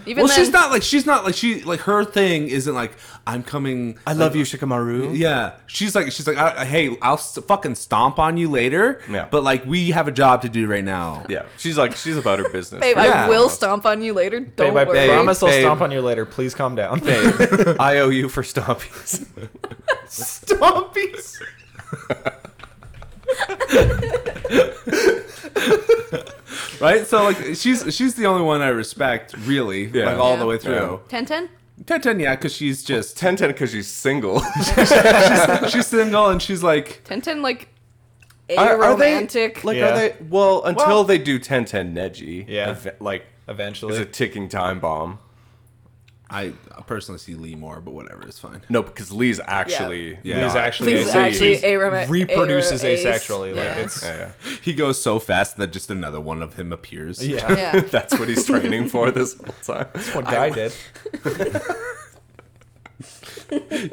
Speaker 1: Even
Speaker 3: well,
Speaker 1: then,
Speaker 3: she's not like she's not like she like her thing isn't like I'm coming.
Speaker 2: I love you, Shikamaru.
Speaker 3: Yeah, she's like she's like I, I- hey, I'll s fucking stomp on you later.
Speaker 2: Yeah.
Speaker 3: but like we have a job to do right now.
Speaker 2: yeah. She's like, she's about her business.
Speaker 1: Babe,
Speaker 3: Yeah.
Speaker 1: I will stomp on you later. Don't
Speaker 4: babe, I
Speaker 1: worry.
Speaker 4: promise I'll
Speaker 2: Babe.
Speaker 4: stomp on you later. Please calm down.
Speaker 2: Babe, I owe you for stompies.
Speaker 4: Stompies.
Speaker 3: Right. So like she's she's the only one I respect really,
Speaker 2: Yeah.
Speaker 3: like all
Speaker 1: Yeah.
Speaker 3: the way through.
Speaker 1: Ten ten.
Speaker 3: Ten ten, yeah, because she's just
Speaker 2: Ten ten because she's single.
Speaker 3: she's single and she's like
Speaker 1: Ten ten. Like
Speaker 2: Are- are they-
Speaker 1: aromantic.
Speaker 2: Like,
Speaker 4: Yeah.
Speaker 2: are they? Well, until
Speaker 4: Well-
Speaker 2: they do ten ten Neji.
Speaker 4: Yeah.
Speaker 2: ev- like, it's a
Speaker 4: Eventually.
Speaker 2: ticking time bomb.
Speaker 3: I personally see Lee more, but whatever, it's fine.
Speaker 2: No, because Lee's actually.
Speaker 3: Yeah.
Speaker 4: Lee's
Speaker 3: no,
Speaker 4: actually,
Speaker 1: Please,
Speaker 2: Please,
Speaker 4: asexual.
Speaker 1: actually,
Speaker 2: she's-
Speaker 1: aroma-
Speaker 4: reproduces
Speaker 1: aromas.
Speaker 4: asexually. Like
Speaker 1: Yeah.
Speaker 4: it's
Speaker 2: Yeah, yeah.
Speaker 3: He goes so fast that just another one of him appears.
Speaker 4: yeah,
Speaker 1: Yeah.
Speaker 2: That's what he's training for this whole time.
Speaker 4: that's what guy did.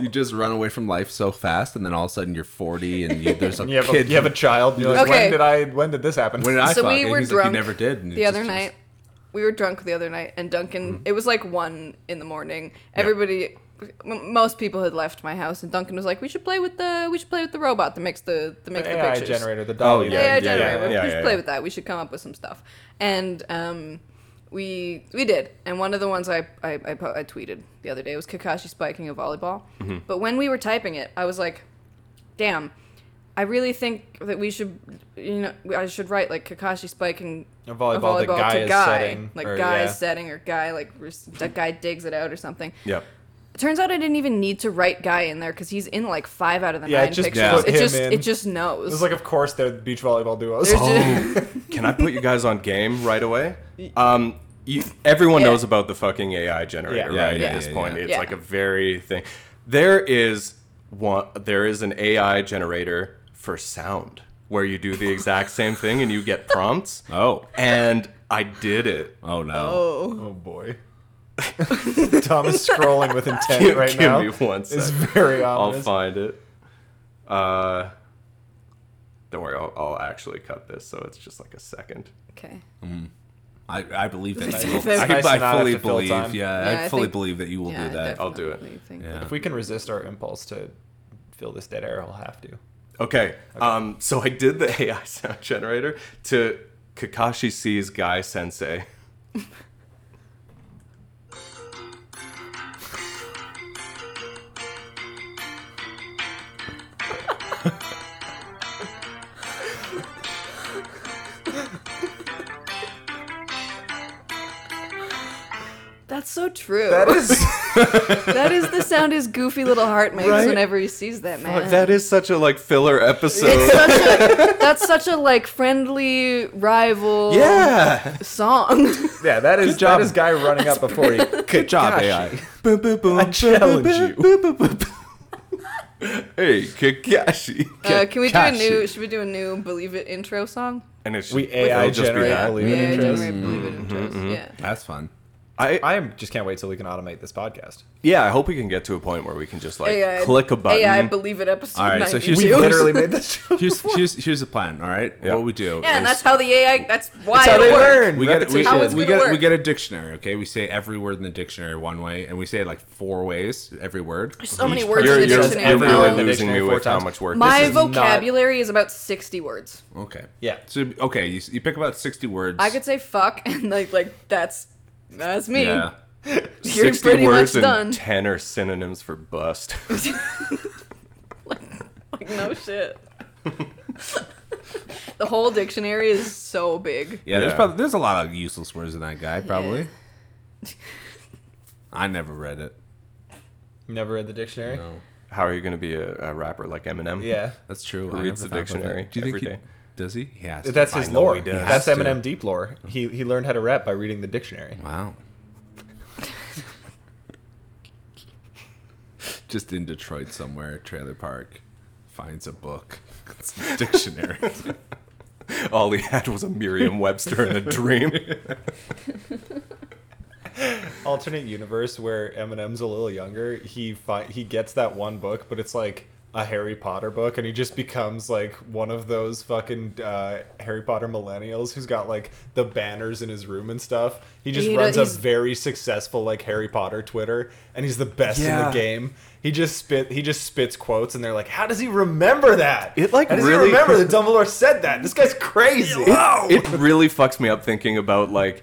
Speaker 3: you just run away from life so fast, and then all of a sudden you're 40, and you, there's a
Speaker 4: You have a,
Speaker 3: kid.
Speaker 4: you have a child. You're like,
Speaker 1: Okay.
Speaker 4: when did I? When did this happen?
Speaker 3: when did I
Speaker 1: so
Speaker 3: fuck?
Speaker 1: we
Speaker 3: And
Speaker 1: were
Speaker 3: he's
Speaker 1: drunk
Speaker 3: Like, you never did. and
Speaker 1: the
Speaker 3: it's
Speaker 1: other
Speaker 3: just- Mm-hmm.
Speaker 1: night. We were drunk the other night, and Duncan. It was like one in the morning. Everybody, m- most people had left my house, and Duncan was like, "We should play with the we should play with the robot that makes the that makes
Speaker 4: the
Speaker 1: the
Speaker 4: AI
Speaker 1: pictures."
Speaker 4: generator, the dolly.
Speaker 2: yeah,
Speaker 1: Yeah, yeah,
Speaker 4: thing.
Speaker 2: yeah,
Speaker 1: generator.
Speaker 2: yeah,
Speaker 1: we
Speaker 2: yeah,
Speaker 1: should
Speaker 2: yeah.
Speaker 1: play with that. We should come up with some stuff. And um, we we did. And one of the ones I I, I, po- I tweeted the other day was Kakashi spiking a volleyball.
Speaker 4: Mm-hmm.
Speaker 1: But when we were typing it, I was like, "Damn, I really think that we should, you know, I should write like Kakashi spiking
Speaker 4: A volleyball that guy is setting,
Speaker 1: like
Speaker 4: or-
Speaker 1: guy
Speaker 4: yeah.
Speaker 1: is setting or guy like res- that guy digs it out or something."
Speaker 2: Yep.
Speaker 1: Turns out I didn't even need to write guy in there because he's in like five out of the
Speaker 4: Yeah, it
Speaker 1: nine
Speaker 4: just
Speaker 1: pictures.
Speaker 4: put
Speaker 1: It
Speaker 4: him
Speaker 1: just
Speaker 4: in.
Speaker 1: it just knows.
Speaker 4: It was like, of course, they're the beach volleyball duos.
Speaker 1: There's just-
Speaker 4: Oh.
Speaker 2: Can I put you guys on game right away? Um, you, everyone
Speaker 1: Yeah.
Speaker 2: knows about the fucking AI generator,
Speaker 4: Yeah. Yeah,
Speaker 2: right?
Speaker 3: yeah,
Speaker 2: At this
Speaker 3: yeah,
Speaker 2: point,
Speaker 3: yeah.
Speaker 2: it's
Speaker 1: Yeah.
Speaker 2: like a very thing. There is one. There is an AI generator for sound where you do the exact same thing and you get prompts.
Speaker 3: Oh.
Speaker 2: And I did it.
Speaker 3: Oh, no.
Speaker 4: Oh boy. Tom is scrolling with intent right
Speaker 2: Give
Speaker 4: now.
Speaker 2: me one
Speaker 4: It's
Speaker 2: sec.
Speaker 4: very
Speaker 2: I'll
Speaker 4: ominous.
Speaker 2: find it. Uh, don't worry, I'll, I'll actually cut this, so it's just like a second.
Speaker 1: okay.
Speaker 3: I, I believe that
Speaker 1: Nice.
Speaker 3: you will.
Speaker 1: It's
Speaker 3: I,
Speaker 4: nice
Speaker 3: I
Speaker 4: to not have
Speaker 3: fully
Speaker 4: to fill
Speaker 3: believe. Yeah,
Speaker 4: time.
Speaker 1: Yeah,
Speaker 3: I
Speaker 1: I
Speaker 3: fully
Speaker 1: think-
Speaker 3: believe that you will do that.
Speaker 2: I'll do it.
Speaker 1: definitely think-
Speaker 3: Yeah.
Speaker 4: If we can resist our impulse to fill this dead air, we'll have to.
Speaker 2: Okay. Um, so I did the AI sound generator to Kakashi sees Guy Sensei.
Speaker 1: That's so true.
Speaker 4: That is
Speaker 1: that is the sound his goofy little heart makes
Speaker 2: Right?
Speaker 1: whenever he sees that man.
Speaker 2: That is such a like filler
Speaker 1: it's
Speaker 2: episode.
Speaker 1: such a, that's such a like friendly rival
Speaker 2: yeah.
Speaker 1: song.
Speaker 4: yeah. That is
Speaker 3: job.
Speaker 4: that is guy running up before you.
Speaker 3: Good job,
Speaker 4: Gosh.
Speaker 3: AI.
Speaker 2: Boom, boom, boom,
Speaker 4: I
Speaker 2: boom,
Speaker 4: challenge
Speaker 2: boom,
Speaker 4: you.
Speaker 2: boom, boom, boom, boom. hey, Kakashi.
Speaker 1: Uh, can we do a
Speaker 3: Kakashi.
Speaker 1: new? Should we do a new "Believe It" intro song?
Speaker 2: and it should,
Speaker 4: We
Speaker 2: it'll
Speaker 4: AI
Speaker 2: just be
Speaker 4: generate
Speaker 2: that.
Speaker 4: believe
Speaker 1: Yeah,
Speaker 4: it intros.
Speaker 3: mm-hmm.
Speaker 1: generate "Believe It" intros. Yeah.
Speaker 3: That's fun.
Speaker 2: I,
Speaker 4: I am just can't wait till we can automate this podcast.
Speaker 2: yeah, I hope we can get to a point where we can just like
Speaker 1: AI,
Speaker 2: click a button.
Speaker 1: AI believe it episode.
Speaker 3: All right, so here's-
Speaker 4: We
Speaker 1: 92.
Speaker 4: literally made this. show.
Speaker 3: Here's here's here's the plan. All right,
Speaker 2: Yeah.
Speaker 3: what we do?
Speaker 1: Yeah,
Speaker 3: is
Speaker 1: and that's how the AI. That's why
Speaker 4: how
Speaker 1: it
Speaker 4: they
Speaker 1: works.
Speaker 4: learn.
Speaker 3: we get we,
Speaker 4: Repetition.
Speaker 1: How it's
Speaker 3: we
Speaker 1: gonna
Speaker 3: get we
Speaker 1: work.
Speaker 3: get a dictionary. Okay, we say every word in the dictionary one way, and we say it like four ways every word.
Speaker 1: So many
Speaker 3: Each
Speaker 1: words
Speaker 2: you're
Speaker 1: in the
Speaker 2: you're,
Speaker 1: dictionary.
Speaker 2: you're
Speaker 4: now.
Speaker 2: really
Speaker 1: Um,
Speaker 2: losing me
Speaker 4: Dictionary four
Speaker 2: with how
Speaker 4: times.
Speaker 2: much work.
Speaker 1: My
Speaker 2: this is.
Speaker 1: vocabulary is about sixty words.
Speaker 3: Okay.
Speaker 4: Yeah.
Speaker 3: So okay, you, you pick about sixty words.
Speaker 1: I could say fuck, and like like that's that's me.
Speaker 3: Yeah.
Speaker 1: You're
Speaker 2: 60
Speaker 1: pretty
Speaker 2: words
Speaker 1: much done.
Speaker 2: and ten are synonyms for bust.
Speaker 1: like, like no shit. the whole dictionary is so big.
Speaker 3: Yeah, there's
Speaker 2: Yeah.
Speaker 3: probably there's a lot of useless words in that guy. Probably. I never read it.
Speaker 4: Never read the dictionary.
Speaker 3: No,
Speaker 2: how are you going to be a, a rapper like Eminem?
Speaker 4: Yeah,
Speaker 3: that's true.
Speaker 2: Who
Speaker 3: I
Speaker 2: reads
Speaker 3: never
Speaker 2: the
Speaker 3: thought about
Speaker 2: dictionary
Speaker 3: that. Do you think
Speaker 2: every
Speaker 3: he,
Speaker 2: day?
Speaker 3: does he? He has. to.
Speaker 4: that's his
Speaker 3: I know
Speaker 4: lore.
Speaker 3: he does.
Speaker 4: That's
Speaker 3: Has to.
Speaker 4: Eminem deep lore. He he learned how to rap by reading the dictionary.
Speaker 3: Wow. Just in Detroit somewhere, trailer park, finds a book, it's a dictionary.
Speaker 2: All he had was a Merriam-Webster and a dream.
Speaker 4: alternate universe where Eminem's a little younger, he fi- he gets that one book, but it's like a Harry Potter book, and he just becomes like one of those fucking uh, Harry Potter millennials who's got like the banners in his room and stuff. He just
Speaker 1: He
Speaker 4: runs a
Speaker 1: does- he's-
Speaker 4: very successful like Harry Potter Twitter, and he's the best in
Speaker 2: Yeah.
Speaker 4: the game. He just spit he just spits quotes, and they're like, "How does he remember that?
Speaker 2: It, like,
Speaker 4: How does
Speaker 2: really-
Speaker 4: he remember that Dumbledore said that? This guy's crazy."
Speaker 2: It really fucks me up thinking about like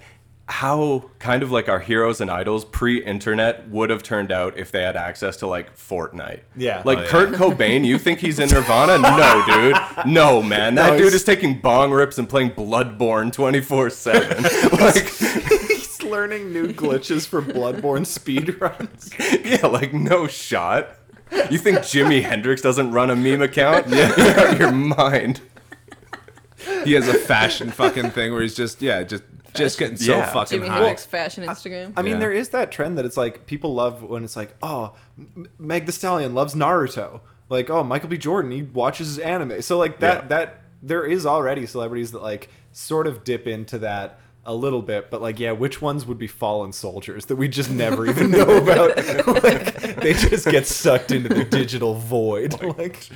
Speaker 2: how kind of like our heroes and idols pre-internet would have turned out if they had access to like Fortnite.
Speaker 4: Yeah.
Speaker 2: Like
Speaker 4: Oh, yeah.
Speaker 2: Kurt Cobain, you think he's in Nirvana? No, dude. No, man. That
Speaker 4: No,
Speaker 2: dude
Speaker 4: he's-
Speaker 2: is taking bong rips and playing Bloodborne 24/7. like
Speaker 4: He's learning new glitches for Bloodborne speedruns.
Speaker 2: yeah, like no shot. You think Jimi Hendrix doesn't run a meme account? Yeah. You're out of your mind.
Speaker 3: he has a fashion fucking thing where he's just yeah, just just getting so
Speaker 2: Yeah.
Speaker 3: fucking
Speaker 1: Jimi
Speaker 3: high.
Speaker 1: Hendrix fashion Instagram.
Speaker 4: I mean,
Speaker 3: Yeah.
Speaker 4: there is that trend that it's like people love when it's like, oh, M- Meg The Stallion loves Naruto. Like, oh, Michael B. Jordan he watches anime. So like that
Speaker 2: Yeah.
Speaker 4: that there is already celebrities that like sort of dip into that a little bit, but like, yeah, which ones would be fallen soldiers that we just never even know about? like, they just get sucked into the digital void. Like,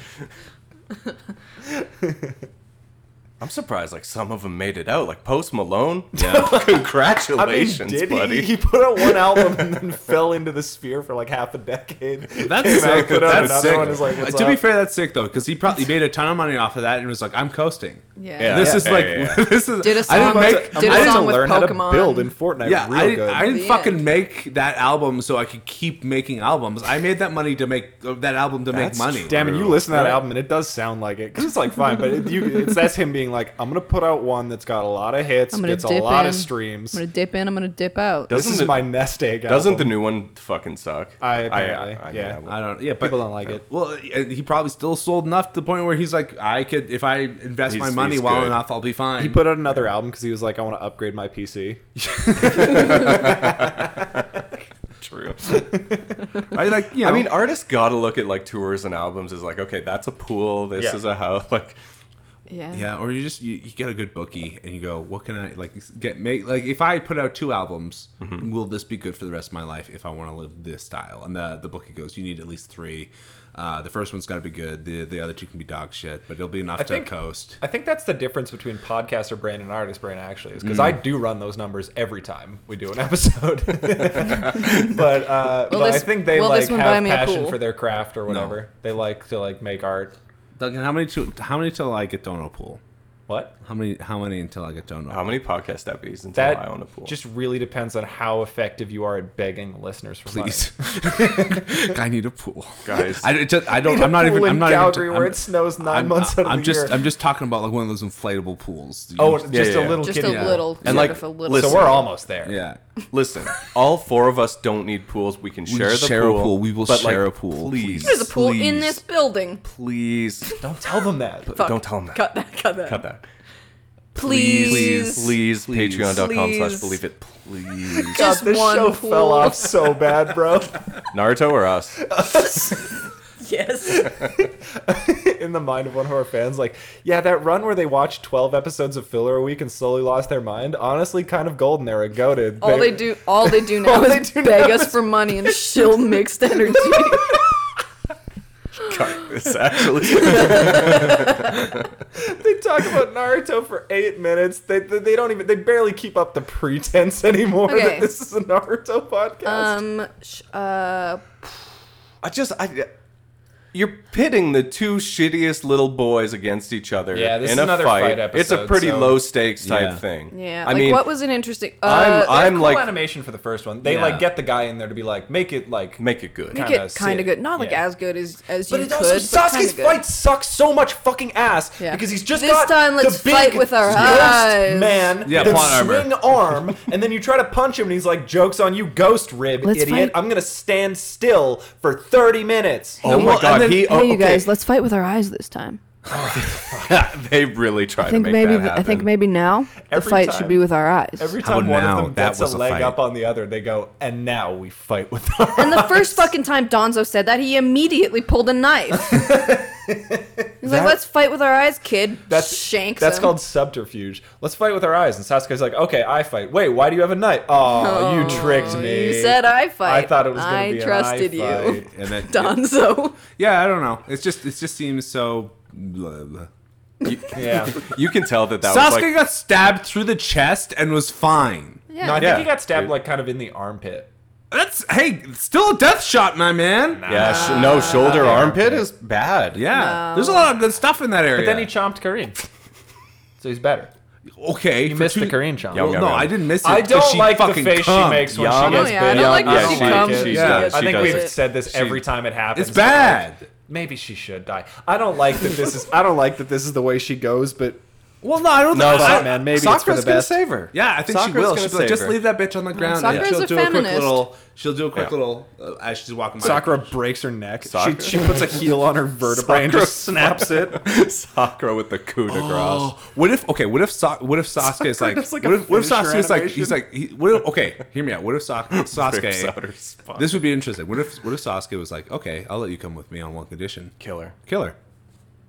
Speaker 2: I'm surprised like some of them made it out. Like Post Malone.
Speaker 3: Yeah.
Speaker 4: I mean,
Speaker 2: Congratulations,
Speaker 4: did
Speaker 2: buddy.
Speaker 4: he? He put out one album and then fell into the sphere for like half a decade. Came
Speaker 3: That's
Speaker 4: out,
Speaker 3: sick.
Speaker 4: put out
Speaker 3: That's
Speaker 4: another
Speaker 3: sick. Uh,
Speaker 4: one, is like, "What's
Speaker 3: to be
Speaker 4: up?"
Speaker 3: fair, that's sick though, because he probably made a ton of money off of that and was like, "I'm coasting."
Speaker 1: yeah.
Speaker 2: Yeah.
Speaker 3: this is like
Speaker 2: yeah, yeah.
Speaker 3: this is.
Speaker 1: Did a
Speaker 3: I
Speaker 1: song
Speaker 3: didn't
Speaker 1: with-
Speaker 3: make.
Speaker 1: did a
Speaker 3: I didn't
Speaker 1: song with Pokemon.
Speaker 4: build in Fortnite
Speaker 3: Yeah,
Speaker 4: real
Speaker 3: I didn't,
Speaker 4: good.
Speaker 3: I didn't
Speaker 1: The
Speaker 3: fucking
Speaker 1: end.
Speaker 3: make that album so I could keep making albums. I made that money to make uh, that album to
Speaker 2: That's
Speaker 3: make money.
Speaker 4: Damn it! You listen to that
Speaker 2: Right.
Speaker 4: album and it does sound like it because it's like fine, but it, you, it's that's him being like, I'm gonna put out one that's got a lot of hits,
Speaker 1: I'm gonna
Speaker 4: gets a
Speaker 1: dip
Speaker 4: lot
Speaker 1: in.
Speaker 4: of streams.
Speaker 1: I'm gonna dip in. I'm gonna dip out.
Speaker 2: Does-
Speaker 4: This
Speaker 2: Doesn't
Speaker 4: is
Speaker 2: the-
Speaker 4: my nest egg.
Speaker 2: Doesn't the
Speaker 4: album.
Speaker 2: new one fucking suck?
Speaker 4: I- apparently, yeah.
Speaker 2: mean,
Speaker 3: I don't. Yeah, but
Speaker 4: people don't like it?
Speaker 3: Well, and he probably still sold enough to the point where he's like, I could if I invest my
Speaker 2: He's-
Speaker 3: money
Speaker 2: he's
Speaker 3: well
Speaker 2: good.
Speaker 3: enough, I'll be fine.
Speaker 4: He put out another album because he was like, I want to upgrade my PC.
Speaker 2: True.
Speaker 3: I like. You know,
Speaker 2: I mean, artists gotta look at like tours and albums as like, okay, that's a pool. This
Speaker 4: Yeah.
Speaker 2: is a house. Like,
Speaker 1: yeah.
Speaker 3: yeah. Or you just you, you get a good bookie and you go, what can I like get make like if I put out two albums,
Speaker 4: Mm-hmm.
Speaker 3: will this be good for the rest of my life if I want to live this style? And the the bookie goes, you need at least three. Uh, the first one's got to be good. The the other two can be dog shit, but it'll be enough to
Speaker 4: think-
Speaker 3: coast.
Speaker 4: I think that's the difference between podcaster brain and artist brain, actually, is because I do run those numbers every time we do an episode. but uh,
Speaker 1: Will
Speaker 4: but I
Speaker 1: this-
Speaker 4: think they
Speaker 1: will
Speaker 4: like
Speaker 1: this one buy
Speaker 4: have
Speaker 1: me a
Speaker 4: passion
Speaker 1: pool?
Speaker 4: for their craft or whatever. They like to like make art.
Speaker 3: Duncan, how many to, how many till I get Dono pool?
Speaker 4: What?
Speaker 3: How many how many until I get Dono?
Speaker 2: how many podcast episodes until
Speaker 4: That
Speaker 2: I own a pool?
Speaker 4: just really depends on how effective you are at begging listeners for money.
Speaker 3: please. I need a pool,
Speaker 2: Guys.
Speaker 3: I, it just, I don't. I'm not even.
Speaker 4: Pool in
Speaker 3: I'm not
Speaker 4: Calgary
Speaker 3: even.
Speaker 4: where
Speaker 3: I'm-
Speaker 4: it snows 9
Speaker 3: I'm,
Speaker 4: months out of
Speaker 3: I'm
Speaker 4: the
Speaker 3: just.
Speaker 4: year.
Speaker 3: I'm just talking about like one of those inflatable pools.
Speaker 4: oh,
Speaker 3: You-
Speaker 4: just
Speaker 2: yeah, yeah.
Speaker 4: a little
Speaker 1: Just
Speaker 4: kiddie.
Speaker 1: a little.
Speaker 2: And,
Speaker 1: sort
Speaker 2: like,
Speaker 1: of a little.
Speaker 2: listen-
Speaker 4: So we're almost there.
Speaker 3: yeah.
Speaker 2: Listen, all four of us don't need pools. We can share the
Speaker 3: share a
Speaker 2: pool.
Speaker 3: pool. We will
Speaker 2: but,
Speaker 3: share
Speaker 2: like,
Speaker 3: a pool,
Speaker 2: Please,
Speaker 1: There's a pool in
Speaker 2: please,
Speaker 1: this building.
Speaker 2: Please,
Speaker 4: Don't tell them that.
Speaker 1: Fuck.
Speaker 2: don't tell 'em that.
Speaker 1: Cut that. Cut that.
Speaker 2: cut that.
Speaker 1: Please.
Speaker 2: please,
Speaker 3: Please.
Speaker 2: Patreon.com slash
Speaker 1: Please.
Speaker 2: believe it. Please,
Speaker 4: God,
Speaker 1: Just
Speaker 4: this
Speaker 1: one
Speaker 4: show
Speaker 1: pool.
Speaker 4: fell off so bad, bro.
Speaker 2: Naruto or us?
Speaker 5: yes.
Speaker 4: in the mind of one of our fans, like, yeah, that run where they watched 12 episodes of filler a week and slowly lost their mind, honestly, kind of golden era, goaded.
Speaker 1: All they do, all they do now
Speaker 4: All they
Speaker 1: is
Speaker 4: do
Speaker 1: beg
Speaker 4: now
Speaker 1: us for money and shill mixed energy.
Speaker 2: Cut this, actually.
Speaker 4: They talk about Naruto for eight minutes. They, they, they don't even, they barely keep up the pretense anymore
Speaker 1: Okay.
Speaker 4: that this is a Naruto podcast.
Speaker 1: um, sh- uh,
Speaker 2: I just, I, you're pitting the two shittiest little boys against each other.
Speaker 4: Yeah, this
Speaker 2: in
Speaker 4: is
Speaker 2: a
Speaker 4: another
Speaker 2: fight.
Speaker 4: fight
Speaker 2: It's a
Speaker 4: episode,
Speaker 2: pretty
Speaker 4: so-
Speaker 2: low stakes type
Speaker 3: Yeah.
Speaker 2: thing.
Speaker 1: yeah.
Speaker 2: I
Speaker 1: like,
Speaker 2: mean,
Speaker 1: what was an interesting?
Speaker 2: I'm,
Speaker 1: Uh,
Speaker 2: I'm
Speaker 4: cool
Speaker 2: like,
Speaker 4: animation for the first one. They
Speaker 3: Yeah.
Speaker 4: like get the guy in there to be like, make it like
Speaker 2: make it good.
Speaker 1: make
Speaker 4: kinda
Speaker 1: it kind
Speaker 4: silly.
Speaker 1: of good, not like
Speaker 4: Yeah.
Speaker 1: as good as as
Speaker 4: But
Speaker 1: you
Speaker 4: it
Speaker 1: could.
Speaker 4: also
Speaker 1: but kinda
Speaker 4: Sasuke's
Speaker 1: good.
Speaker 4: fight sucks so much fucking ass
Speaker 1: Yeah.
Speaker 4: because he's just
Speaker 1: This
Speaker 4: got
Speaker 1: time, let's
Speaker 4: the big
Speaker 1: fight with our
Speaker 4: ghost
Speaker 1: eyes.
Speaker 4: man,
Speaker 3: Yeah,
Speaker 4: the
Speaker 3: pawn armor.
Speaker 4: swing arm, and then you try to punch him, and he's like, "Jokes on you, ghost rib,
Speaker 1: Let's fight.
Speaker 4: idiot! I'm gonna stand still for thirty minutes."
Speaker 2: Oh my
Speaker 3: Well,
Speaker 2: god,
Speaker 3: and then-
Speaker 2: he.
Speaker 3: Hey,
Speaker 2: Oh,
Speaker 1: Hey, you
Speaker 2: okay.
Speaker 1: guys, let's fight with our eyes this time.
Speaker 2: they really try
Speaker 1: I think
Speaker 2: to make
Speaker 1: maybe
Speaker 2: that happen.
Speaker 1: I think maybe now the
Speaker 4: Every
Speaker 1: fight
Speaker 4: time-
Speaker 1: should be with our eyes.
Speaker 4: Every
Speaker 3: How
Speaker 4: time one
Speaker 3: now?
Speaker 4: of them
Speaker 3: That
Speaker 4: gets
Speaker 3: was
Speaker 4: a
Speaker 3: a
Speaker 4: leg
Speaker 3: fight.
Speaker 4: up on the other, they go, "And now we fight with our."
Speaker 1: and the first fucking time Donzo said that, he immediately pulled a knife. He's like,
Speaker 4: That-
Speaker 1: "Let's fight with our eyes, kid."
Speaker 4: That's
Speaker 1: shanks.
Speaker 4: That's
Speaker 1: him.
Speaker 4: called subterfuge. Let's fight with our eyes. And Sasuke's like, okay, I fight. Wait, why do you have a knife? Oh, you tricked
Speaker 1: Oh,
Speaker 4: me.
Speaker 1: You said I fight.
Speaker 4: I thought it was gonna
Speaker 1: I
Speaker 4: be an
Speaker 1: trusted
Speaker 4: eye
Speaker 1: you,
Speaker 4: fight.
Speaker 3: And then,
Speaker 1: Donzo.
Speaker 3: yeah, I don't know. It's just it just seems so. Blah, blah.
Speaker 4: Yeah.
Speaker 2: you can tell that that was
Speaker 3: Sasuke
Speaker 2: like
Speaker 3: got stabbed through the chest and was fine.
Speaker 1: Yeah.
Speaker 4: No, I think
Speaker 2: Yeah.
Speaker 4: he got stabbed like kind of in the armpit.
Speaker 3: That's hey, still a death shot, my man.
Speaker 2: Yeah, sh- no
Speaker 1: Ah.
Speaker 2: shoulder armpit is bad.
Speaker 3: Yeah, there's a lot of good stuff in that
Speaker 4: But
Speaker 3: area.
Speaker 4: then he chomped Kareem. so he's better.
Speaker 3: okay,
Speaker 4: He
Speaker 3: for
Speaker 4: missed
Speaker 3: two-
Speaker 4: the Korean chomp.
Speaker 2: Yeah,
Speaker 3: Well,
Speaker 2: yeah.
Speaker 3: no, I didn't miss it.
Speaker 4: I
Speaker 3: 'cause
Speaker 4: don't
Speaker 3: she
Speaker 4: like the
Speaker 3: fucking
Speaker 4: face
Speaker 3: cum.
Speaker 4: she makes when
Speaker 2: Yum.
Speaker 4: she gets
Speaker 1: Oh, yeah, I
Speaker 4: bit.
Speaker 1: don't like
Speaker 4: I
Speaker 1: when
Speaker 4: don't
Speaker 1: she
Speaker 4: like
Speaker 1: comes.
Speaker 4: it.
Speaker 1: She
Speaker 3: Yeah. does,
Speaker 4: I
Speaker 2: she
Speaker 4: think
Speaker 2: does
Speaker 4: we've
Speaker 2: it.
Speaker 4: said this every time it happens.
Speaker 3: It's bad.
Speaker 4: Maybe she should die. I don't like that this is. I don't like that this is the way she goes. But
Speaker 3: Well, no, I don't.
Speaker 2: No,
Speaker 3: I-
Speaker 2: Sa-
Speaker 3: I-
Speaker 4: man, maybe it's for
Speaker 2: Sakura's
Speaker 4: the
Speaker 2: gonna
Speaker 4: best.
Speaker 2: save her.
Speaker 3: Yeah, I think she
Speaker 2: Sakura's
Speaker 3: will.
Speaker 2: gonna
Speaker 3: She'll be like,
Speaker 2: save
Speaker 3: just
Speaker 2: her."
Speaker 3: leave that bitch on the ground. and
Speaker 1: Sakura's
Speaker 3: she'll
Speaker 1: a
Speaker 3: do a
Speaker 1: feminist.
Speaker 3: quick little. She'll do a quick
Speaker 2: Yeah.
Speaker 3: little uh, as she's walking by.
Speaker 4: Sakura breaks her neck. She,
Speaker 2: Sakura.
Speaker 4: she puts a heel on her vertebrae and just snaps it.
Speaker 2: Sakura with the coup de grace.
Speaker 3: Oh, what if okay? What if Sa- what if Sasuke is like?
Speaker 4: does, like,
Speaker 3: what
Speaker 4: a
Speaker 3: if, what if
Speaker 4: finisher
Speaker 3: Sasuke is like?
Speaker 4: animation.
Speaker 3: He's like. He, what if, okay, hear me out. What if Sa-
Speaker 2: Rips out her
Speaker 3: Sasuke?
Speaker 2: spine.
Speaker 3: This would be interesting. What if what if Sasuke was like, okay, I'll let you come with me on one condition.
Speaker 2: Kill her.
Speaker 3: Kill her.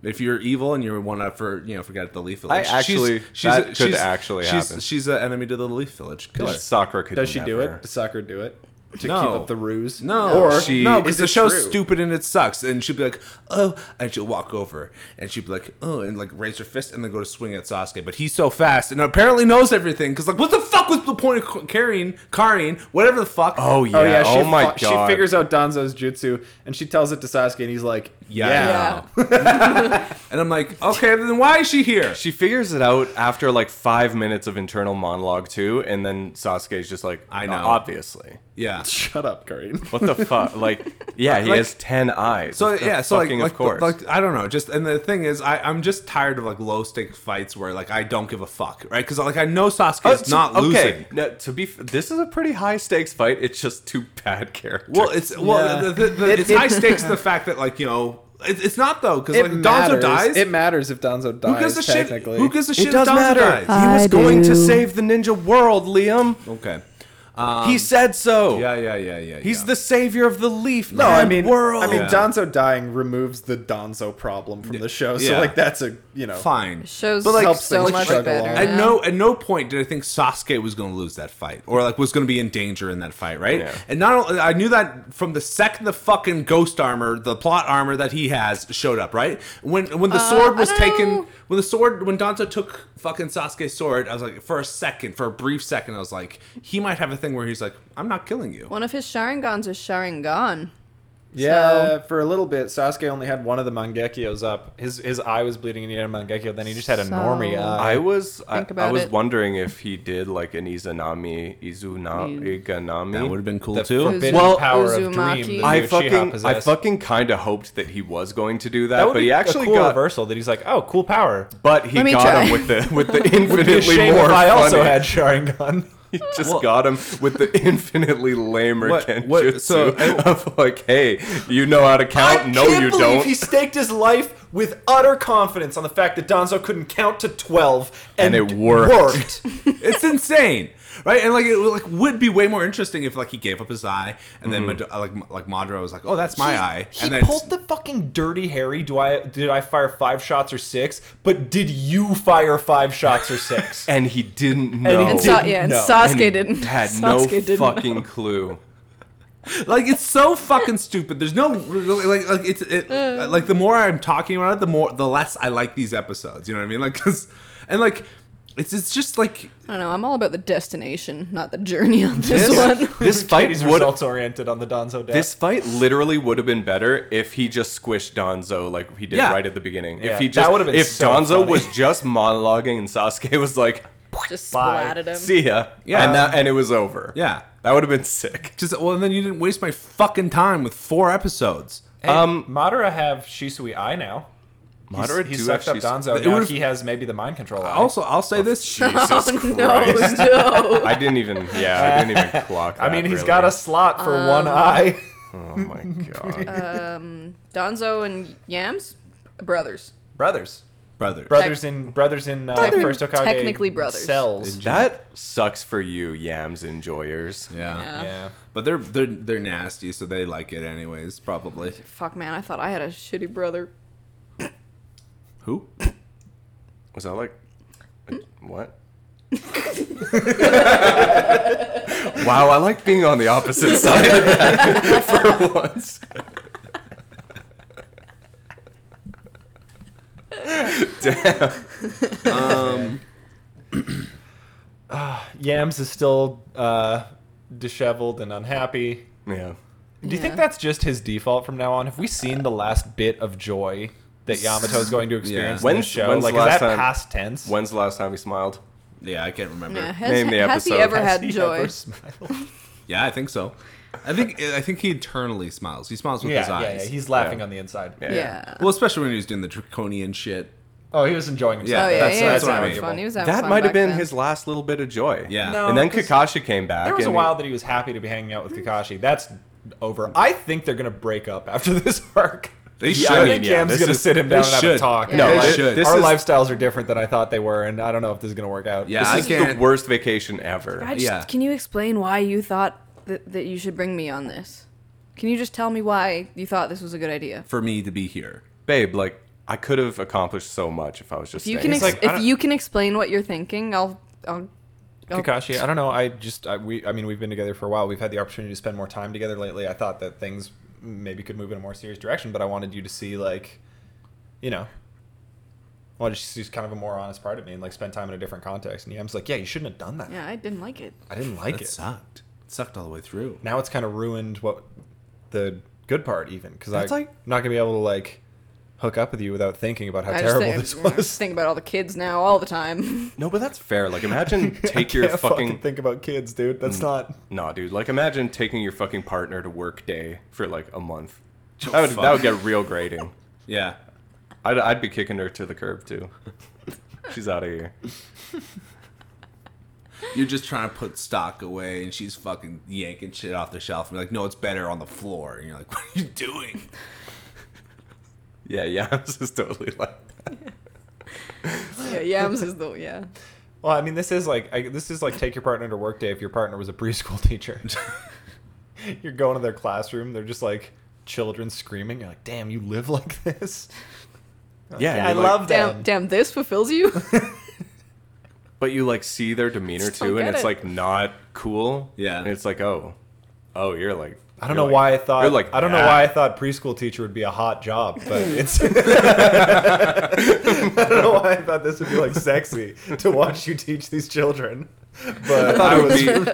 Speaker 3: If you're evil and you want to for you know forget the Leaf Village,
Speaker 2: I actually- that could actually
Speaker 3: she's,
Speaker 2: happen.
Speaker 3: She's an enemy to the Leaf Village. Kill her.
Speaker 2: Sakura could
Speaker 4: Does she do
Speaker 2: never.
Speaker 4: it? Does Sakura do it to
Speaker 3: No.
Speaker 4: keep up the ruse?
Speaker 3: No,
Speaker 4: Or
Speaker 3: she,
Speaker 4: no,
Speaker 3: no,
Speaker 4: 'cause
Speaker 3: because the
Speaker 4: it's
Speaker 3: show's
Speaker 4: true.
Speaker 3: stupid and it sucks. And she'd be like, oh, and she'll walk over and she'd be like, oh, and like raise her fist and then go to swing at Sasuke. But he's so fast and apparently knows everything because like, what the fuck was the point of carrying, carrying, whatever the fuck?
Speaker 2: Oh yeah.
Speaker 4: Oh yeah, she
Speaker 2: oh my
Speaker 4: fu-
Speaker 2: god.
Speaker 4: She figures out Danzo's jutsu and she tells it to Sasuke, and he's like,
Speaker 3: yeah.
Speaker 1: Yeah.
Speaker 3: and I'm like, okay, then why is she here?
Speaker 2: She figures it out after like five minutes of internal monologue too, and then Sasuke's just like, "Uh,
Speaker 3: I know.
Speaker 2: obviously.
Speaker 3: Yeah.
Speaker 4: "Shut up, Karin."
Speaker 2: What the fuck? Like, yeah, he
Speaker 3: Like-
Speaker 2: has ten eyes.
Speaker 3: So
Speaker 2: The
Speaker 3: yeah, so like,
Speaker 2: fucking
Speaker 3: like,
Speaker 2: of course.
Speaker 3: like I don't know, just and the thing is, I I'm just tired of like low stake fights where like I don't give a fuck, right? Because like I know Sasuke
Speaker 2: Oh,
Speaker 3: is
Speaker 2: to-
Speaker 3: not losing.
Speaker 2: Okay, no, to be, f- this is a pretty high stakes fight. It's just two bad characters.
Speaker 3: Well, it's well,
Speaker 4: Yeah.
Speaker 3: the, the, the,
Speaker 4: It-
Speaker 3: it's
Speaker 4: it-
Speaker 3: high stakes. The fact that like you know, it, it's not though because like Donzo dies.
Speaker 4: It matters if Donzo dies.
Speaker 3: who gives a shit?
Speaker 4: technically.
Speaker 3: Who gives a shit?
Speaker 2: it does
Speaker 3: if Donzo
Speaker 2: matter.
Speaker 3: dies?
Speaker 2: He was
Speaker 1: I
Speaker 2: going to
Speaker 1: do.
Speaker 2: save the ninja world, Liam.
Speaker 3: Okay.
Speaker 2: he said so.
Speaker 3: Um, Yeah, yeah, yeah, yeah.
Speaker 2: He's
Speaker 3: yeah.
Speaker 2: the savior of the leaf
Speaker 4: No, I
Speaker 2: man
Speaker 4: mean,
Speaker 2: world.
Speaker 4: I mean,
Speaker 3: Yeah.
Speaker 4: Donzo dying removes the Donzo problem from the show. So
Speaker 3: Yeah.
Speaker 4: like, that's a you know.
Speaker 3: fine.
Speaker 1: Shows
Speaker 4: like, helps
Speaker 1: so
Speaker 4: things
Speaker 1: much
Speaker 4: chug
Speaker 1: better.
Speaker 4: along.
Speaker 3: At
Speaker 1: now.
Speaker 3: no at no point did I think Sasuke was going to lose that fight or like was going to be in danger in that fight, right?
Speaker 2: Yeah.
Speaker 3: And not only I knew that from the second the fucking ghost armor, the plot armor that he has showed up, right? When when the sword
Speaker 1: I
Speaker 3: was
Speaker 1: don't
Speaker 3: taken,
Speaker 1: know.
Speaker 3: when the sword when Danzo took fucking Sasuke's sword, I was like for a second, for a brief second, I was like he might have a thing where he's like I'm not killing you.
Speaker 1: One of his Sharingans is Sharingan.
Speaker 4: Yeah, for a little bit, Sasuke only had one of the Mangekyos up. His his eye was bleeding, and he had a Mangekyo. Then he just had a
Speaker 1: So-
Speaker 4: normie eye.
Speaker 2: I was I,
Speaker 1: Think
Speaker 2: I
Speaker 1: about
Speaker 2: was
Speaker 1: it.
Speaker 2: wondering if he did like an Izanami Izuna Iganami.
Speaker 3: That would have been cool
Speaker 4: The
Speaker 3: too.
Speaker 4: forbidden
Speaker 2: Well,
Speaker 4: power
Speaker 1: Uzumaki.
Speaker 4: of dream. that
Speaker 2: I
Speaker 4: Uchiha
Speaker 2: fucking I
Speaker 4: possessed.
Speaker 2: fucking kind of hoped that he was going to do that,
Speaker 4: That would
Speaker 2: but
Speaker 4: be
Speaker 2: he actually
Speaker 4: a cool
Speaker 2: got
Speaker 4: reversal that he's like, oh, cool power.
Speaker 2: but he
Speaker 1: Let me
Speaker 2: got
Speaker 1: try.
Speaker 2: him with the with the
Speaker 4: Be a
Speaker 2: infinitely
Speaker 4: shame
Speaker 2: more
Speaker 4: if I also
Speaker 2: funny-
Speaker 4: had Sharingan.
Speaker 2: he just got him with the infinitely lamer
Speaker 3: What-
Speaker 2: Kenjutsu
Speaker 3: what- so-
Speaker 2: of like, hey, you know how to count? no, you don't.
Speaker 4: He staked his life with utter confidence on the fact that Donzo couldn't count to 12 and,
Speaker 2: And it worked.
Speaker 4: worked.
Speaker 3: it's insane, right? And like it like would be way more interesting if like he gave up his eye, and then Mad- like like Madra was like, "Oh, that's my
Speaker 4: he,
Speaker 3: eye,"
Speaker 4: he
Speaker 3: and then
Speaker 4: pulled the fucking dirty Harry. Do I did I fire five shots or six? But did you fire five shots or six?
Speaker 2: and he didn't know.
Speaker 4: he
Speaker 1: And
Speaker 4: didn't
Speaker 1: Sa- yeah, and
Speaker 4: know.
Speaker 2: And
Speaker 1: Sasuke
Speaker 2: he
Speaker 1: didn't.
Speaker 2: Had no
Speaker 1: Sasuke didn't know.
Speaker 2: fucking clue.
Speaker 3: like it's so fucking stupid. There's no like like it's it, like the more I'm talking about it, the more the less I like these episodes. You know what I mean? Like because and like it's it's just like
Speaker 1: I don't know. I'm all about the destination, not the journey on this
Speaker 2: This-
Speaker 1: one.
Speaker 2: This fight
Speaker 4: Katie's
Speaker 2: would
Speaker 4: results oriented on the Donzo death.
Speaker 2: This fight literally would have been better if he just squished Donzo like he did
Speaker 3: Yeah.
Speaker 2: right at the beginning.
Speaker 4: Yeah,
Speaker 2: if he
Speaker 4: that
Speaker 2: just
Speaker 4: would have been
Speaker 2: if
Speaker 4: so
Speaker 2: Donzo
Speaker 4: funny.
Speaker 2: was just monologuing and Sasuke was like,
Speaker 1: Just
Speaker 4: Bye.
Speaker 1: splatted him.
Speaker 2: "See ya,"
Speaker 3: Yeah.
Speaker 2: and that, and it was over.
Speaker 3: yeah,
Speaker 2: that would have been sick.
Speaker 3: just well, and then you didn't waste my fucking time with four episodes.
Speaker 4: um, Madara have Shisui Eye now.
Speaker 2: Moderate
Speaker 4: He
Speaker 2: do
Speaker 4: sucked up
Speaker 2: actually-
Speaker 4: Donzo.
Speaker 3: it
Speaker 4: Now
Speaker 3: would've-
Speaker 4: he has maybe the mind control. Eye.
Speaker 3: Also, I'll
Speaker 4: Oh,
Speaker 3: say this:
Speaker 2: Jesus Christ.
Speaker 1: Oh, no, no.
Speaker 2: I didn't even. Yeah, I didn't even clock.
Speaker 4: I
Speaker 2: That,
Speaker 4: mean, he's
Speaker 2: really.
Speaker 4: got a slot
Speaker 1: Um,
Speaker 4: for one eye.
Speaker 2: Oh my god.
Speaker 1: Donzo and Yams, brothers.
Speaker 4: brothers,
Speaker 3: brother.
Speaker 4: brothers in brothers in uh,
Speaker 1: They're
Speaker 4: first Okage
Speaker 1: technically brothers.
Speaker 4: cells.
Speaker 2: that sucks for you, yams enjoyers.
Speaker 3: Uh, yeah.
Speaker 4: Yeah.
Speaker 3: But they're they're they're nasty, so they like it anyways, probably.
Speaker 1: Fuck, man. I thought I had a shitty brother.
Speaker 3: Who?
Speaker 2: Was that like, what? wow, I like being on the opposite side of that for once. Damn.
Speaker 3: Um,
Speaker 4: Yams is still uh, disheveled and unhappy.
Speaker 2: Yeah.
Speaker 4: Do you think
Speaker 1: Yeah.
Speaker 4: that's just his default from now on? Have we seen the last bit of joy that Yamato is going to experience in
Speaker 2: When's-
Speaker 4: this show?
Speaker 2: when's
Speaker 4: Like,
Speaker 2: the
Speaker 4: is that
Speaker 2: last time-
Speaker 4: past tense?
Speaker 2: When's the last time he smiled?
Speaker 3: yeah, I can't remember.
Speaker 1: Yeah,
Speaker 3: Yeah,
Speaker 1: has,
Speaker 2: Name the
Speaker 1: has he
Speaker 2: episode.
Speaker 1: ever
Speaker 4: Has
Speaker 1: had
Speaker 4: he
Speaker 1: joy?
Speaker 4: ever smiled?
Speaker 3: I think so. I think I think he internally smiles. He smiles with
Speaker 4: yeah,
Speaker 3: his
Speaker 4: yeah,
Speaker 3: eyes.
Speaker 4: yeah, he's laughing
Speaker 2: Yeah.
Speaker 4: on the inside.
Speaker 1: yeah.
Speaker 3: well, especially when he was doing the draconian shit.
Speaker 4: Oh, he was enjoying
Speaker 1: Oh
Speaker 4: himself.
Speaker 1: yeah,
Speaker 3: That's-
Speaker 1: he was
Speaker 3: that's what I
Speaker 1: having
Speaker 3: mean.
Speaker 1: fun. He was having
Speaker 2: That
Speaker 1: fun
Speaker 2: might have
Speaker 1: back
Speaker 2: been
Speaker 1: then.
Speaker 2: his last little bit of joy.
Speaker 3: Yeah.
Speaker 4: No,
Speaker 2: and then
Speaker 4: 'cause
Speaker 2: Kakashi came back.
Speaker 4: There was a
Speaker 2: and
Speaker 4: while that he was happy to be hanging out with Kakashi. That's over. I think they're gonna break up after this arc.
Speaker 3: They
Speaker 2: Yeah,
Speaker 3: should.
Speaker 2: I
Speaker 4: I
Speaker 2: mean,
Speaker 4: think Cam's
Speaker 2: this
Speaker 4: gonna
Speaker 2: is-
Speaker 4: sit him
Speaker 3: they
Speaker 4: down and have a
Speaker 3: should.
Speaker 4: talk.
Speaker 1: Yeah. No,
Speaker 4: Like,
Speaker 2: I-
Speaker 3: should.
Speaker 2: this
Speaker 4: our
Speaker 2: is-
Speaker 4: lifestyles are different than I thought they were, and I don't know if this is gonna work out.
Speaker 3: Yeah,
Speaker 4: This
Speaker 3: I
Speaker 2: This is the
Speaker 3: can't.
Speaker 2: worst vacation ever.
Speaker 1: I just,
Speaker 3: Yeah.
Speaker 1: Can you explain why you thought that, that you should bring me on this? Can you just tell me why you thought this was a good idea?
Speaker 3: for me to be here.
Speaker 2: Babe, like, I could have accomplished so much if I was just
Speaker 1: If you can,
Speaker 2: staying.
Speaker 1: ex-
Speaker 4: like, I
Speaker 1: if
Speaker 4: don't-
Speaker 1: you can explain what you're thinking, I'll, I'll, I'll
Speaker 4: Kakashi, I don't know. I just I, we I mean we've been together for a while. We've had the opportunity to spend more time together lately. I thought that things maybe could move in a more serious direction, but I wanted you to see like, you know, I wanted you to see kind of a more honest part of me and like spend time in a different context. And Yam's like, yeah, you shouldn't have done that.
Speaker 1: Yeah, I didn't like it.
Speaker 4: I didn't like
Speaker 3: That
Speaker 4: it.
Speaker 3: sucked. It sucked all the way through.
Speaker 4: Now it's kind of ruined what the good part even because I'm
Speaker 2: That's like-
Speaker 4: not gonna be able to like hook up with you without thinking about how
Speaker 1: I
Speaker 4: terrible
Speaker 1: just
Speaker 4: this
Speaker 1: think, I just
Speaker 4: was.
Speaker 1: think about all the kids now all the time.
Speaker 2: No, but that's fair. Like, imagine
Speaker 4: I
Speaker 2: take your
Speaker 4: can't
Speaker 2: fucking. Mm.
Speaker 4: think about kids, dude. That's not.
Speaker 2: Nah, dude. Like, imagine taking your fucking partner to work day for like a month.
Speaker 3: Oh,
Speaker 2: That would,
Speaker 3: fuck.
Speaker 2: that would get real grating.
Speaker 3: Yeah.
Speaker 2: I'd, I'd be kicking her to the curb too. She's out of here.
Speaker 3: You're just trying to put stock away, and she's fucking yanking shit off the shelf. And you're like, no, it's better on the floor. And you're like, what are you doing?
Speaker 2: Yeah, yeah. This is totally like.
Speaker 1: yeah, Yams is the yeah.
Speaker 4: Well, I mean, this is like I, this is like take your partner to work day if your partner was a preschool teacher. You're going to their classroom. They're just like children screaming. You're like, damn, you live like this.
Speaker 2: Yeah,
Speaker 4: I love
Speaker 1: Damn,
Speaker 4: them.
Speaker 1: damn, this fulfills you.
Speaker 2: But you like see their demeanor
Speaker 1: Still
Speaker 2: too, and
Speaker 1: get
Speaker 2: it's
Speaker 1: it.
Speaker 2: like not cool.
Speaker 3: Yeah.
Speaker 2: And it's like, oh, oh, you're like.
Speaker 4: I don't
Speaker 2: you're like-
Speaker 4: know why I thought.
Speaker 2: you're like
Speaker 4: I don't know
Speaker 2: that.
Speaker 4: why I thought preschool teacher would be a hot job, but it's. I don't know why I thought this would be like sexy to watch you teach these children, but
Speaker 3: thought
Speaker 4: I,
Speaker 3: it would
Speaker 4: was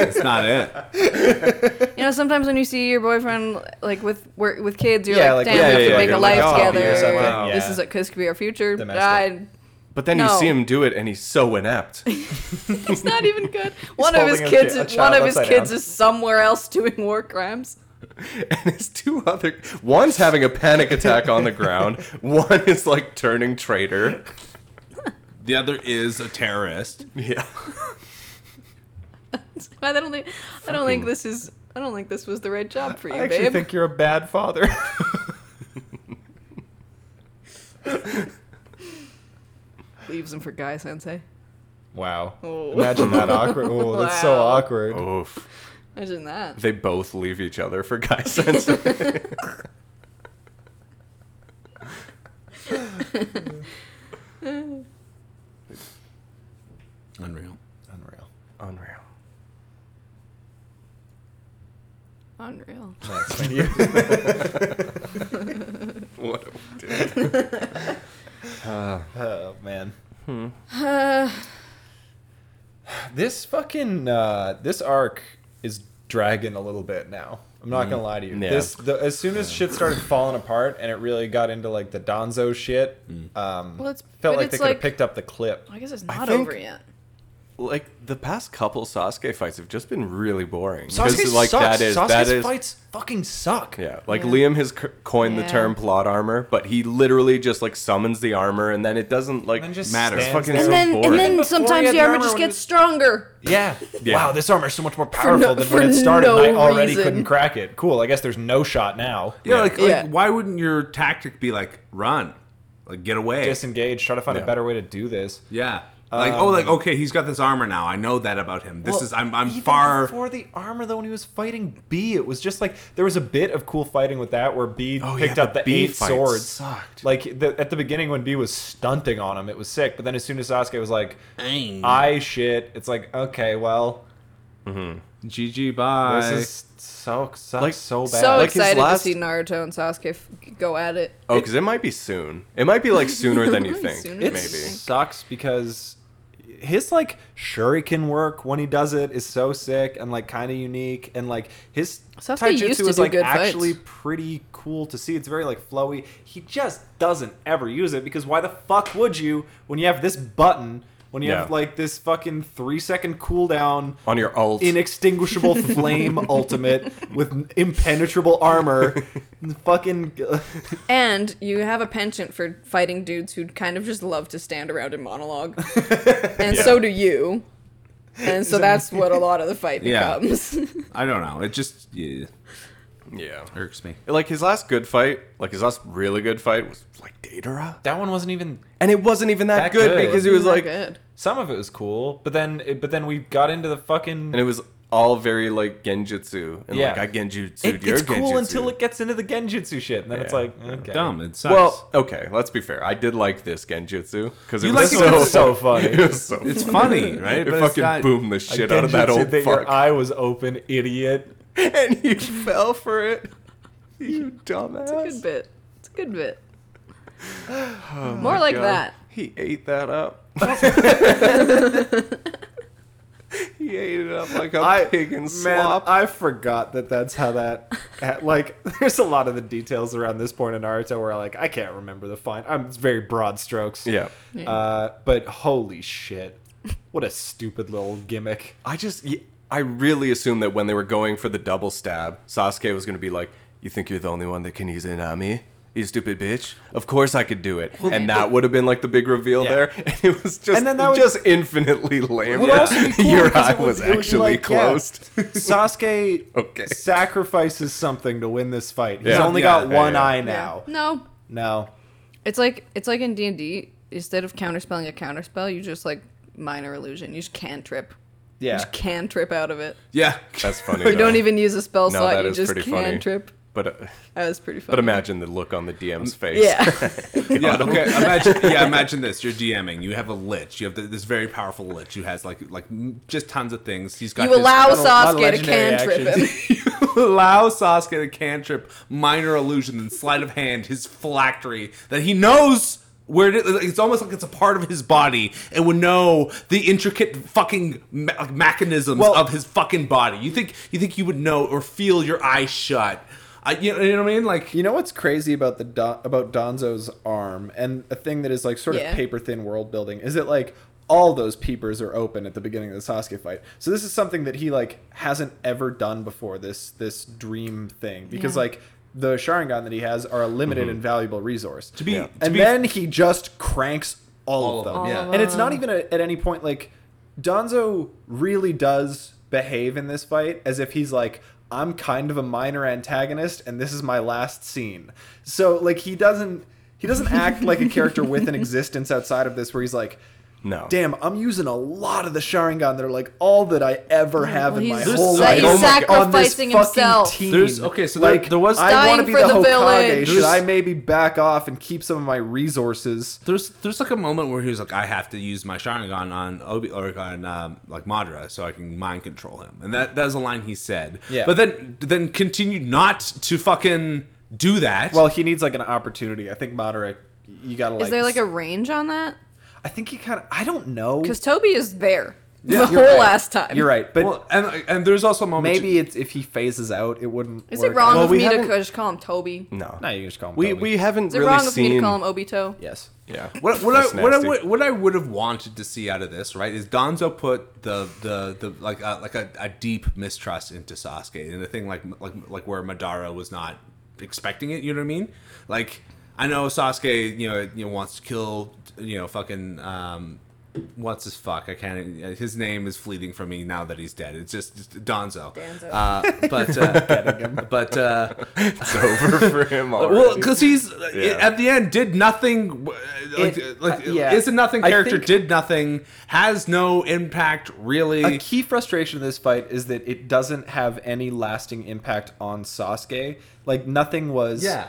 Speaker 3: It's not it.
Speaker 1: you know, sometimes when you see your boyfriend like with work with kids, you're
Speaker 4: Yeah,
Speaker 1: like, damn,
Speaker 4: like,
Speaker 2: yeah,
Speaker 1: we have
Speaker 2: yeah,
Speaker 1: to make
Speaker 2: yeah,
Speaker 1: a
Speaker 2: like,
Speaker 1: life
Speaker 2: oh,
Speaker 1: together.
Speaker 2: yeah,
Speaker 4: wow.
Speaker 1: This
Speaker 4: Yeah.
Speaker 1: is what this could be our future.
Speaker 4: They
Speaker 1: But
Speaker 4: messed up.
Speaker 1: I,
Speaker 2: But then you
Speaker 1: No.
Speaker 2: see him do it, and he's so inept.
Speaker 1: it's not even good. one of his
Speaker 4: holding a
Speaker 1: kids,
Speaker 4: chi- a
Speaker 1: is, one of
Speaker 4: child
Speaker 1: his
Speaker 4: upside
Speaker 1: kids
Speaker 4: down.
Speaker 1: is somewhere else doing war crimes.
Speaker 2: and his two other one's having a panic attack on the ground one is like turning traitor
Speaker 3: The other is a terrorist.
Speaker 2: yeah
Speaker 1: I don't think I don't think this is I don't think this was the right job for you,
Speaker 4: I actually
Speaker 1: babe.
Speaker 4: think you're a bad father.
Speaker 1: Leaves him for Guy Sensei.
Speaker 4: Wow.
Speaker 1: Oh.
Speaker 4: Imagine that awkward. Oh, that's so
Speaker 1: Wow.
Speaker 4: awkward.
Speaker 2: Oh. Oof.
Speaker 1: Imagine that.
Speaker 2: They both leave each other for guy sensei.
Speaker 3: Unreal.
Speaker 4: Unreal.
Speaker 2: Unreal.
Speaker 1: Unreal.
Speaker 4: Nice. Thank you.
Speaker 2: What are we doing?
Speaker 4: oh man.
Speaker 1: Uh,
Speaker 4: This fucking uh, this arc is dragging a little bit now. I'm not gonna lie to you.
Speaker 2: Yeah.
Speaker 4: This the, as soon as shit started falling apart and it really got into like the Donzo shit. Um,
Speaker 1: Well, it's-
Speaker 4: felt
Speaker 1: but it's
Speaker 4: like they could have
Speaker 1: like-
Speaker 4: picked up the clip.
Speaker 1: I guess it's
Speaker 2: I
Speaker 1: not
Speaker 2: think-
Speaker 1: over yet.
Speaker 2: Like the past couple Sasuke fights have just been really boring.
Speaker 4: Sasuke
Speaker 2: Because, like
Speaker 4: sucks.
Speaker 2: that is
Speaker 4: Sasuke's
Speaker 2: that is
Speaker 4: fights fucking suck.
Speaker 2: yeah. Like
Speaker 1: Yeah.
Speaker 2: Liam has c- coined the
Speaker 1: Yeah.
Speaker 2: term plot armor, but he literally just like summons the armor and then it doesn't like
Speaker 4: And just
Speaker 3: Matters.
Speaker 4: stands
Speaker 2: Fucking
Speaker 4: there.
Speaker 2: It's so
Speaker 1: And then,
Speaker 2: boring.
Speaker 1: and then
Speaker 4: Before he
Speaker 1: sometimes
Speaker 4: had
Speaker 1: the armor
Speaker 4: armor
Speaker 1: just
Speaker 4: when he
Speaker 1: gets
Speaker 4: was-
Speaker 1: stronger.
Speaker 4: Yeah.
Speaker 2: Yeah.
Speaker 4: Wow, this armor is so much more powerful
Speaker 1: no-
Speaker 4: than
Speaker 1: for
Speaker 4: when it started.
Speaker 1: no
Speaker 4: and I already
Speaker 1: reason.
Speaker 4: couldn't crack it. Cool. I guess there's no shot now.
Speaker 3: Yeah, Like, like
Speaker 1: Yeah.
Speaker 3: why wouldn't your tactic be like run, like get away?
Speaker 4: Disengage. Try to find
Speaker 2: Yeah.
Speaker 4: a better way to do this.
Speaker 3: yeah. Like oh, like okay, he's got this armor now. I know that about him. This
Speaker 4: Um, Well,
Speaker 3: is I'm I'm
Speaker 4: even
Speaker 3: far.
Speaker 4: before the armor though. When he was fighting B, it was just like there was a bit of cool fighting with that where B
Speaker 2: Oh,
Speaker 4: picked
Speaker 2: yeah,
Speaker 4: up
Speaker 2: the
Speaker 4: the
Speaker 2: B
Speaker 4: eight
Speaker 2: fight
Speaker 4: swords.
Speaker 2: sucked.
Speaker 4: Like the, at the beginning when B was stunting on him, it was sick. But then as soon as Sasuke was like,
Speaker 3: Aim.
Speaker 4: "I shit," it's like okay, well,
Speaker 3: GG bye.
Speaker 4: this is so sucks
Speaker 2: Like-
Speaker 4: so bad.
Speaker 1: So
Speaker 2: Like his
Speaker 1: excited
Speaker 2: last-
Speaker 1: to see Naruto and Sasuke f- go at it.
Speaker 2: Oh, because it might be soon. It might be like sooner than you think.
Speaker 1: Sooner
Speaker 2: Maybe.
Speaker 1: than
Speaker 4: it sucks because his like shuriken work when he does it is so sick and like kind of unique and like his
Speaker 1: Sasuke used to
Speaker 4: taijutsu is
Speaker 1: do
Speaker 4: like
Speaker 1: good fights.
Speaker 4: actually pretty cool to see. It's very like flowy. He just doesn't ever use it because why the fuck would you when you have this button when you have
Speaker 2: Yeah.
Speaker 4: like this fucking three second cooldown
Speaker 2: On your alt.
Speaker 4: inextinguishable flame ultimate with impenetrable armor fucking
Speaker 1: And you have a penchant for fighting dudes who kind of just love to stand around and monologue. and
Speaker 2: Yeah.
Speaker 1: so do you. And so that's what a lot of the fight
Speaker 3: Yeah.
Speaker 1: becomes.
Speaker 3: I don't know. It just yeah,
Speaker 2: yeah.
Speaker 3: irks me.
Speaker 2: Like his last good fight, like his last really good fight was like Datara.
Speaker 4: that one wasn't even
Speaker 2: And it wasn't even that,
Speaker 4: That
Speaker 2: good,
Speaker 4: good.
Speaker 2: because it was
Speaker 1: Not
Speaker 2: like
Speaker 1: good.
Speaker 4: some of it was cool, but then it, but then we got into the fucking.
Speaker 2: and it was all very like genjutsu and
Speaker 4: Yeah.
Speaker 2: like I genjutsu.
Speaker 4: it
Speaker 2: you're
Speaker 4: gets cool
Speaker 2: genjutsu.
Speaker 4: until it gets into the genjutsu shit, and then it's
Speaker 2: Yeah.
Speaker 4: like okay.
Speaker 3: Dumb. It sucks.
Speaker 2: Well, okay, let's be fair. I did like this genjutsu because it
Speaker 3: You
Speaker 2: was
Speaker 3: liked it
Speaker 2: so,
Speaker 3: 'cause
Speaker 4: it's so funny.
Speaker 2: it was so
Speaker 3: it's funny, right?
Speaker 2: it
Speaker 3: But it's
Speaker 2: fucking
Speaker 3: not-
Speaker 2: boomed the
Speaker 4: A
Speaker 2: shit out of that
Speaker 4: genjutsu
Speaker 2: old
Speaker 4: that
Speaker 2: fuck,
Speaker 4: Your eye was open, idiot.
Speaker 2: and you fell for it. You
Speaker 1: It's a good
Speaker 2: dumbass.
Speaker 1: bit. It's a good bit. More like
Speaker 2: Oh God,
Speaker 1: that.
Speaker 2: He ate that up. he ate it up like a pig in slop.
Speaker 4: I forgot that that's how that. Like, there's a lot of the details around this point in Naruto where like I can't remember the fine. I'm it's very broad strokes.
Speaker 2: yeah.
Speaker 4: Uh, but holy shit, what a stupid little gimmick.
Speaker 2: I just, y- I really assumed that when they were going for the double stab, Sasuke was going to be like, You think you're the only one that can use Inami? You stupid bitch. Of course I could do it. And that would have been like the big reveal
Speaker 4: Yeah.
Speaker 2: there. And it was just,
Speaker 4: And then that would-
Speaker 2: just infinitely lame.
Speaker 4: would also be cool
Speaker 2: Your
Speaker 4: because
Speaker 2: eye
Speaker 4: it would-
Speaker 2: was
Speaker 4: it would be
Speaker 2: actually
Speaker 4: like, yeah.
Speaker 2: closed.
Speaker 4: Sasuke
Speaker 2: Okay.
Speaker 4: sacrifices something to win this fight. He's
Speaker 2: Yeah.
Speaker 4: only
Speaker 3: Yeah,
Speaker 4: got
Speaker 2: yeah,
Speaker 4: one
Speaker 2: yeah.
Speaker 4: eye now.
Speaker 1: No.
Speaker 4: No.
Speaker 1: It's like it's like in D and D. Instead of counterspelling a counterspell, you just like minor illusion. You just cantrip. You
Speaker 4: Yeah.
Speaker 1: just cantrip out of it.
Speaker 3: yeah.
Speaker 2: That's funny.
Speaker 1: You don't even use a spell
Speaker 2: No,
Speaker 1: slot.
Speaker 2: that
Speaker 1: You
Speaker 2: is
Speaker 1: just
Speaker 2: pretty funny.
Speaker 1: cantrip.
Speaker 2: But, uh,
Speaker 1: That was pretty funny.
Speaker 2: but imagine the look on the DM's face.
Speaker 1: Yeah.
Speaker 3: Yeah, okay. Imagine, yeah, imagine this. You're DMing. You have a lich. You have th- this very powerful lich who has like like m- just tons of things. He's got
Speaker 1: you allow
Speaker 4: lot of- lot
Speaker 1: Sasuke
Speaker 4: of
Speaker 1: to
Speaker 4: legendary
Speaker 1: cantrip him.
Speaker 4: actions.
Speaker 3: his, you allow Sasuke to cantrip minor illusion and sleight of hand his phylactery that he knows where it is. Like, It's almost like it's a part of his body and would know the intricate fucking me- like, mechanisms
Speaker 4: Well-
Speaker 3: of his fucking body. You think you think you would know or feel your eyes shut? I, you, know, you know what I mean? Like
Speaker 4: You know what's crazy about the Don, about Donzo's arm and a thing that is like sort
Speaker 1: Yeah.
Speaker 4: of paper thin world building is that like all those peepers are open at the beginning of the Sasuke fight. So this is something that he like hasn't ever done before this this dream thing because
Speaker 1: Yeah.
Speaker 4: like the Sharingan that he has are a limited and valuable resource.
Speaker 3: Mm-hmm. to be
Speaker 2: Yeah.
Speaker 3: to
Speaker 4: and
Speaker 3: be
Speaker 4: then he just cranks all,
Speaker 3: All
Speaker 4: of
Speaker 3: of
Speaker 4: them.
Speaker 3: them, yeah. All of
Speaker 4: And it's
Speaker 1: Uh.
Speaker 4: not even at at any point like Donzo really does behave in this fight as if he's like I'm kind of a minor antagonist and this is my last scene. So like he doesn't He doesn't act like a character with an existence outside of this, where he's like,
Speaker 2: No.
Speaker 4: "Damn, I'm using a lot of the Sharingan that are like all that I ever have in my
Speaker 1: Mm, he's-
Speaker 4: whole
Speaker 3: There's-
Speaker 4: life."
Speaker 3: he's
Speaker 4: on this
Speaker 1: sacrificing
Speaker 4: fucking
Speaker 1: himself.
Speaker 4: team.
Speaker 3: There's- okay, so there- there was-
Speaker 4: I
Speaker 1: Dying
Speaker 4: want to be
Speaker 1: for
Speaker 4: the,
Speaker 1: the
Speaker 4: Hokage.
Speaker 1: village.
Speaker 4: Should
Speaker 3: There's-
Speaker 4: I maybe back off and keep some of my resources?
Speaker 3: There's there's like a moment where he was like, I have to use my Sharingan on Obi or on um, like Madara so I can mind control him, and that that's a line he said.
Speaker 4: Yeah.
Speaker 3: But then then continued not to fucking do that.
Speaker 4: Well, he needs like an opportunity. I think Madara, you gotta like.
Speaker 1: Is there like a range on that?
Speaker 4: I think he kind of. I don't know.
Speaker 1: Because Toby is there the
Speaker 4: You're
Speaker 1: whole
Speaker 4: right.
Speaker 1: last time.
Speaker 4: You're right, but
Speaker 3: Well, and and there's also a moment
Speaker 4: maybe it's if he phases out, it wouldn't.
Speaker 1: Is
Speaker 4: work.
Speaker 1: it wrong
Speaker 2: Well,
Speaker 1: of
Speaker 2: we
Speaker 1: me to
Speaker 2: haven't-
Speaker 1: co- just call him Toby?
Speaker 2: no.
Speaker 4: No, you can just call him.
Speaker 2: we
Speaker 4: Toby.
Speaker 2: we haven't
Speaker 1: Is it
Speaker 2: really
Speaker 1: wrong of
Speaker 2: seen.
Speaker 1: me to call him Obito?
Speaker 4: yes.
Speaker 2: Yeah.
Speaker 3: What, what, I,
Speaker 2: That's
Speaker 3: what I
Speaker 2: nasty.
Speaker 3: would what I would have wanted to see out of this right is Gonzo put the the, the like uh, like a, a deep mistrust into Sasuke and the thing like like like where Madara was not expecting it you know what I mean like I know Sasuke you know you know, wants to kill you know fucking um what's his fuck I can't uh, his name is fleeting from me now that he's dead it's just, just Donzo
Speaker 1: Danzo.
Speaker 4: Ah,
Speaker 3: uh, but uh, but uh,
Speaker 2: It's over for him already.
Speaker 3: well, because he's uh,
Speaker 2: Yeah.
Speaker 3: at the end did nothing. uh, Like,
Speaker 4: It-
Speaker 3: like
Speaker 4: uh, yeah.
Speaker 3: is a nothing
Speaker 4: I
Speaker 3: character.
Speaker 4: think-
Speaker 3: did nothing. Has no impact really.
Speaker 4: A key frustration of this fight is that it doesn't have any lasting impact on Sasuke. Like nothing was
Speaker 3: Yeah.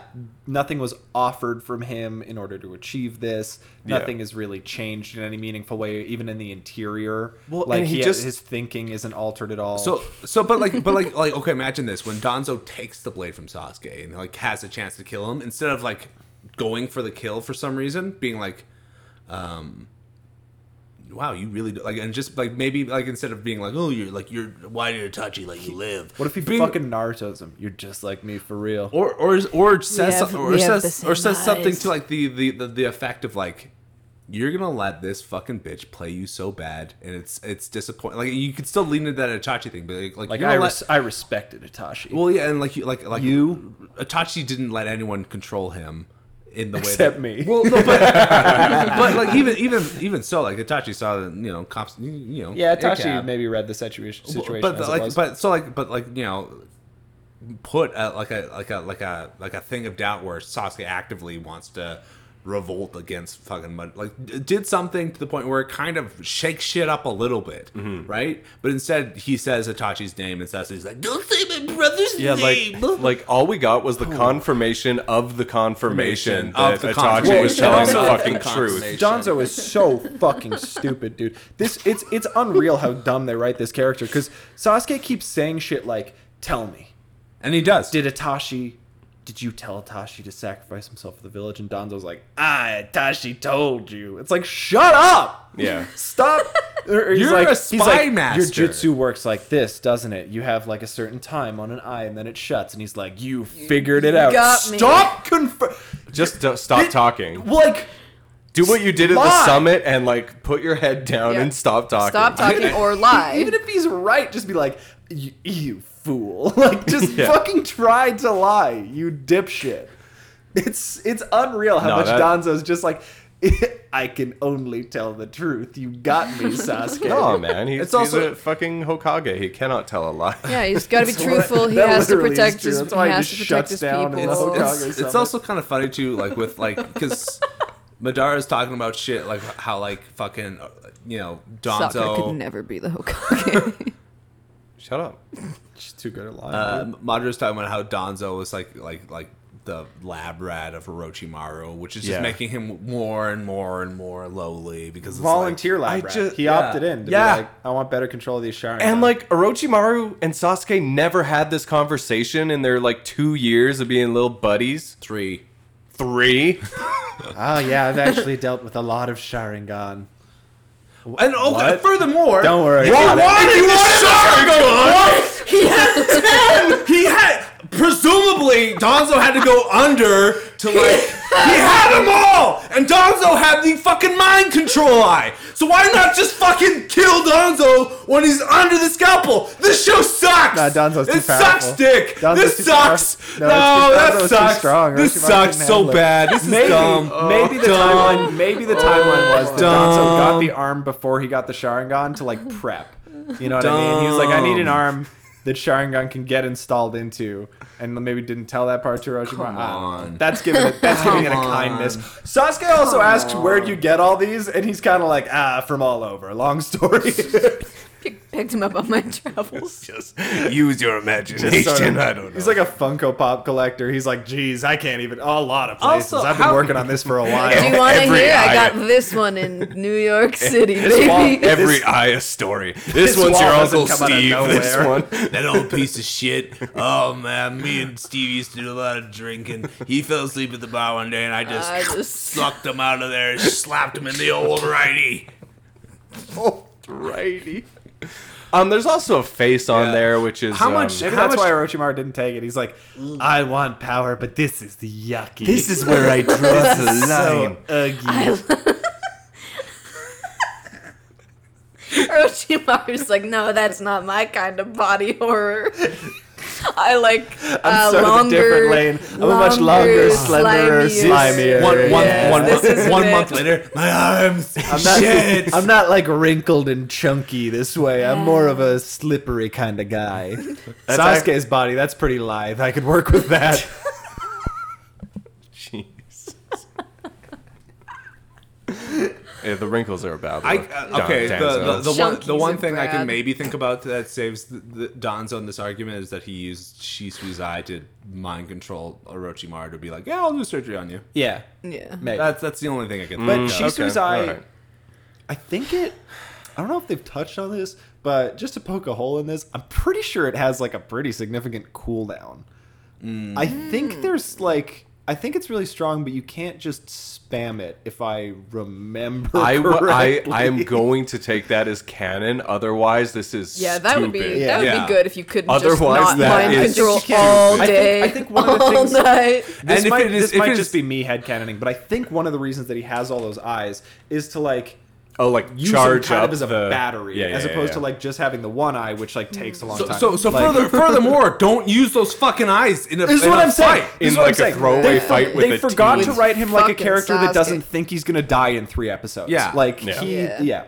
Speaker 4: nothing was offered from him in order to achieve this.
Speaker 2: Yeah.
Speaker 4: Nothing is really changed in any meaningful way, even in the interior.
Speaker 2: Well,
Speaker 4: like
Speaker 2: and he
Speaker 4: he
Speaker 2: just-
Speaker 4: his thinking isn't altered at all.
Speaker 3: so so, but like but like like okay. Imagine this when Donzo takes the blade from Sasuke and like has a chance to kill him instead of like going for the kill for some reason, being like, um. Wow, you really do, like and just like maybe like instead of being like oh you're like you're why you're touchy like you live.
Speaker 4: what if he
Speaker 3: Being-
Speaker 4: fucking Naruto's him? You're just like me for real.
Speaker 3: or or or says
Speaker 1: have-
Speaker 3: some- or
Speaker 1: we have
Speaker 3: says
Speaker 1: the
Speaker 3: or
Speaker 1: same
Speaker 3: says something
Speaker 1: eyes.
Speaker 3: to like the, the the the effect of like you're gonna let this fucking bitch play you so bad and it's it's disappointing like you could still lean into that Itachi thing but like, like,
Speaker 4: Like
Speaker 3: you're
Speaker 4: I,
Speaker 3: gonna
Speaker 4: res- I respected Itachi.
Speaker 3: well yeah and like you like like
Speaker 4: You?
Speaker 3: Itachi didn't let anyone control him in the
Speaker 4: Except
Speaker 3: way
Speaker 4: me.
Speaker 3: well no but but like even even even so like Itachi saw that you know cops you you know
Speaker 4: yeah, Itachi
Speaker 3: ACAB.
Speaker 4: maybe read the situation, situation
Speaker 3: But
Speaker 4: as it
Speaker 3: like,
Speaker 4: was.
Speaker 3: but so like, but like, you know, put a, like a like a like a like a thing of doubt where Sasuke actively wants to revolt against fucking mud. Like, d- did something to the point where it kind of shakes shit up a little bit,
Speaker 4: Mm-hmm.
Speaker 3: right? But instead, he says Itachi's name, and Sasuke's like, "Don't say my brother's
Speaker 2: Yeah,
Speaker 3: name."
Speaker 2: like like all we got was the confirmation of the confirmation that
Speaker 3: Of the
Speaker 2: Itachi
Speaker 3: confirmation.
Speaker 2: was telling the
Speaker 4: Well, it's
Speaker 2: fucking
Speaker 3: also-
Speaker 2: truth.
Speaker 4: Donzo is so fucking stupid, dude. This it's it's unreal how dumb they write this character because Sasuke keeps saying shit like, "Tell me,
Speaker 3: and he does.
Speaker 4: did Itachi, did you tell Itachi to sacrifice himself for the village?" And Donzo's like, "Ah, Itachi told you." It's like, shut up.
Speaker 2: Yeah.
Speaker 4: Stop. Or he's
Speaker 3: You're
Speaker 4: like-
Speaker 3: a
Speaker 4: he's
Speaker 3: spy
Speaker 4: like,
Speaker 3: master."
Speaker 4: Your jutsu works like this, doesn't it? You have like a certain time on an eye, and then it shuts. And he's like, "You figured it out."
Speaker 1: got me.
Speaker 4: Stop confirm.
Speaker 2: Just do- stop talking.
Speaker 4: Like.
Speaker 2: Do what you did at
Speaker 4: lie.
Speaker 2: the summit and like put your head down
Speaker 1: Yeah.
Speaker 2: and stop talking.
Speaker 1: Stop talking or
Speaker 4: E-
Speaker 1: lie.
Speaker 4: Even if he's right, just be like, you, you fool. Like, just
Speaker 2: Yeah.
Speaker 4: fucking try to lie, you dipshit. It's it's unreal how
Speaker 2: No,
Speaker 4: much
Speaker 2: that-
Speaker 4: Donzo's just like, I can only tell the truth. You got me, Sasuke.
Speaker 2: No, man. He's,
Speaker 4: It's
Speaker 2: it's also,
Speaker 4: also-
Speaker 2: a fucking Hokage. He cannot tell a lie.
Speaker 1: Yeah, he's got to be truthful. He
Speaker 4: that
Speaker 1: has to
Speaker 4: literally is
Speaker 1: protect
Speaker 4: true.
Speaker 1: his. He
Speaker 4: That's why he
Speaker 1: has
Speaker 4: just
Speaker 1: to protect his
Speaker 4: shuts down
Speaker 1: people.
Speaker 4: and that's what
Speaker 3: it's,
Speaker 4: Chicago
Speaker 3: it's
Speaker 4: Summit.
Speaker 3: also kind of funny too, like with like because Madara's talking about shit like how like fucking uh, you know Donzo.
Speaker 1: Sokka could never be the Hokage.
Speaker 2: Shut up.
Speaker 4: She's too good at lying.
Speaker 3: uh, Madara's talking about how Donzo was like like like the lab rat of Orochimaru, which is just
Speaker 2: Yeah.
Speaker 3: making him more and more and more lowly because it's
Speaker 4: Volunteer
Speaker 3: Like,
Speaker 4: lab
Speaker 2: I
Speaker 4: rat.
Speaker 2: just-
Speaker 4: he
Speaker 2: yeah.
Speaker 4: opted in. To
Speaker 2: Yeah.
Speaker 4: Be like, I want better control of these Sharingan.
Speaker 2: And like Orochimaru and Sasuke never had this conversation in their like two years of being little buddies.
Speaker 3: three.
Speaker 2: Three.
Speaker 4: oh yeah, I've actually dealt with a lot of Sharingan.
Speaker 3: And oh,
Speaker 4: What?
Speaker 3: furthermore,
Speaker 4: Don't worry. What?
Speaker 3: What? What?
Speaker 2: You wanted
Speaker 3: What? He had ten. He had presumably Donzo had to go under to like he had them all, and Donzo had the fucking mind control eye. So why not just fucking kill Donzo when he's under the scalpel? This show sucks.
Speaker 4: Nah, Donzo's too
Speaker 3: It
Speaker 4: powerful.
Speaker 3: sucks, dick.
Speaker 4: Donzo's too
Speaker 3: this sucks.
Speaker 4: powerful. No,
Speaker 3: No,
Speaker 4: it's-
Speaker 3: that
Speaker 4: Donzo's too
Speaker 3: sucks.
Speaker 4: strong.
Speaker 3: This
Speaker 4: Orochimaru
Speaker 3: sucks
Speaker 4: couldn't
Speaker 3: so
Speaker 4: handle it.
Speaker 3: bad. This
Speaker 4: Maybe, Oh.
Speaker 3: is dumb.
Speaker 4: maybe the timeline. Maybe the timeline was that Donzo got the arm before he got the Sharingan to like prep. You know what I mean? He was like, I need an arm. that Sharingan can get installed into, and maybe didn't tell that part to Orochimaru.
Speaker 3: Come
Speaker 4: Ah,
Speaker 3: on.
Speaker 4: that's giving it. That's giving it a
Speaker 3: Come
Speaker 4: kindness.
Speaker 3: on.
Speaker 4: Sasuke also asks, "Where'd you get all these?" And he's kind of like, "Ah, from all over." Long story.
Speaker 1: Pick, picked him up on my travels.
Speaker 2: Just use your imagination.
Speaker 4: Sort of-
Speaker 2: I don't know.
Speaker 4: He's like a Funko Pop collector. He's like, "Geez, I can't even." A lot of places.
Speaker 3: Also,
Speaker 4: I've been
Speaker 3: how-
Speaker 4: working on this for a while.
Speaker 1: Do you want to
Speaker 2: Every
Speaker 1: hear? I got
Speaker 2: item.
Speaker 1: this one in New York City,
Speaker 4: wall-
Speaker 1: baby.
Speaker 2: every eye a story. This,
Speaker 4: this
Speaker 2: one's your
Speaker 4: wall
Speaker 2: uncle
Speaker 4: doesn't come out
Speaker 2: Steve.
Speaker 4: of
Speaker 2: This
Speaker 4: nowhere.
Speaker 2: one.
Speaker 3: That old piece of shit. Oh man, me and Steve used to do a lot of drinking. He fell asleep at the bar one day, and I just,
Speaker 1: I just-
Speaker 3: sucked him out of there, slapped him in the old righty.
Speaker 2: Alrighty. Um, there's also a face on
Speaker 3: Yeah.
Speaker 2: there, which is
Speaker 3: How
Speaker 2: um,
Speaker 3: much-
Speaker 4: Maybe
Speaker 3: How
Speaker 4: that's
Speaker 3: much-
Speaker 4: why Orochimaru didn't take it. He's like, "I want power, but Mm. this is the yucky."
Speaker 2: is where I draw the
Speaker 4: so ugly.
Speaker 1: Orochimaru's like, no, that's not my kind of body horror. I like uh,
Speaker 4: I'm sort
Speaker 1: longer,
Speaker 4: of a different lane. I'm a much longer, slenderer,
Speaker 1: slimier.
Speaker 4: slimier.
Speaker 3: One, one,
Speaker 1: Yes,
Speaker 3: one,
Speaker 1: this is
Speaker 3: month, one
Speaker 1: it.
Speaker 3: month later, my arms.
Speaker 4: I'm not,
Speaker 3: shit.
Speaker 4: I'm not like wrinkled and chunky this way. I'm more of a slippery kind of guy.
Speaker 2: That's
Speaker 4: Sasuke's body, that's pretty lithe. I could work with that.
Speaker 2: Jeez. yeah, the wrinkles are about.
Speaker 3: I,
Speaker 2: the-
Speaker 3: uh, okay,
Speaker 2: Don-
Speaker 3: the, the,
Speaker 2: Danzo.
Speaker 3: the one the
Speaker 1: Junkies
Speaker 3: one
Speaker 1: of
Speaker 3: thing I can
Speaker 1: Brad.
Speaker 3: maybe think about that saves the, the Donzo in this argument is that he used Shisui's eye to mind control Orochimaru to be like, yeah, I'll do surgery on you.
Speaker 4: Yeah.
Speaker 1: Yeah.
Speaker 4: Maybe.
Speaker 3: That's that's the only thing I can.
Speaker 4: but
Speaker 3: think of.
Speaker 4: Shisui's
Speaker 2: okay,
Speaker 4: eye,
Speaker 2: alright.
Speaker 4: I think it. I don't know if they've touched on this, but just to poke a hole in this, I'm pretty sure it has like a pretty significant cooldown.
Speaker 3: Mm.
Speaker 4: I think there's like. I think it's really strong, but you can't just spam it. If I remember,
Speaker 2: I, w- I, I am
Speaker 4: correctly.
Speaker 2: going to take that as canon. Otherwise, this is
Speaker 1: Yeah, that would be
Speaker 2: stupid.
Speaker 1: that would
Speaker 3: Yeah.
Speaker 1: be good if you could just
Speaker 2: Otherwise,
Speaker 1: not
Speaker 2: that
Speaker 1: mind
Speaker 2: is
Speaker 1: control
Speaker 2: stupid.
Speaker 1: all
Speaker 4: I think-
Speaker 1: day,
Speaker 4: I think one of the
Speaker 1: all
Speaker 4: things-
Speaker 1: night.
Speaker 4: This
Speaker 3: And if
Speaker 4: might,
Speaker 3: it is-
Speaker 4: this
Speaker 3: if
Speaker 4: might
Speaker 3: it
Speaker 4: just
Speaker 3: is-
Speaker 4: be me headcanoning, but I think one of the reasons that he has all those eyes is to like
Speaker 2: Oh, like
Speaker 4: use
Speaker 2: charge
Speaker 4: them kind
Speaker 2: up
Speaker 4: of as a
Speaker 2: the-
Speaker 4: battery,
Speaker 2: Yeah,
Speaker 4: as
Speaker 2: yeah,
Speaker 4: opposed
Speaker 2: yeah.
Speaker 4: to like just having the one eye, which like takes a long
Speaker 3: So,
Speaker 4: time.
Speaker 3: so, so
Speaker 4: Like-
Speaker 3: further, furthermore, don't use those fucking eyes in a.
Speaker 4: This is
Speaker 3: in
Speaker 4: what
Speaker 3: a
Speaker 4: I'm saying. This
Speaker 3: fight.
Speaker 2: In
Speaker 4: is what
Speaker 2: like
Speaker 4: I'm
Speaker 2: a
Speaker 4: saying.
Speaker 2: throwaway
Speaker 4: They-
Speaker 2: fight with
Speaker 4: They
Speaker 2: a
Speaker 4: forgot
Speaker 2: team.
Speaker 4: to write him like a
Speaker 1: Fucking
Speaker 4: character that
Speaker 1: Sasuke.
Speaker 4: doesn't think he's gonna die in three episodes.
Speaker 3: Yeah.
Speaker 4: like
Speaker 2: Yeah.
Speaker 4: he,
Speaker 1: Yeah.
Speaker 4: yeah.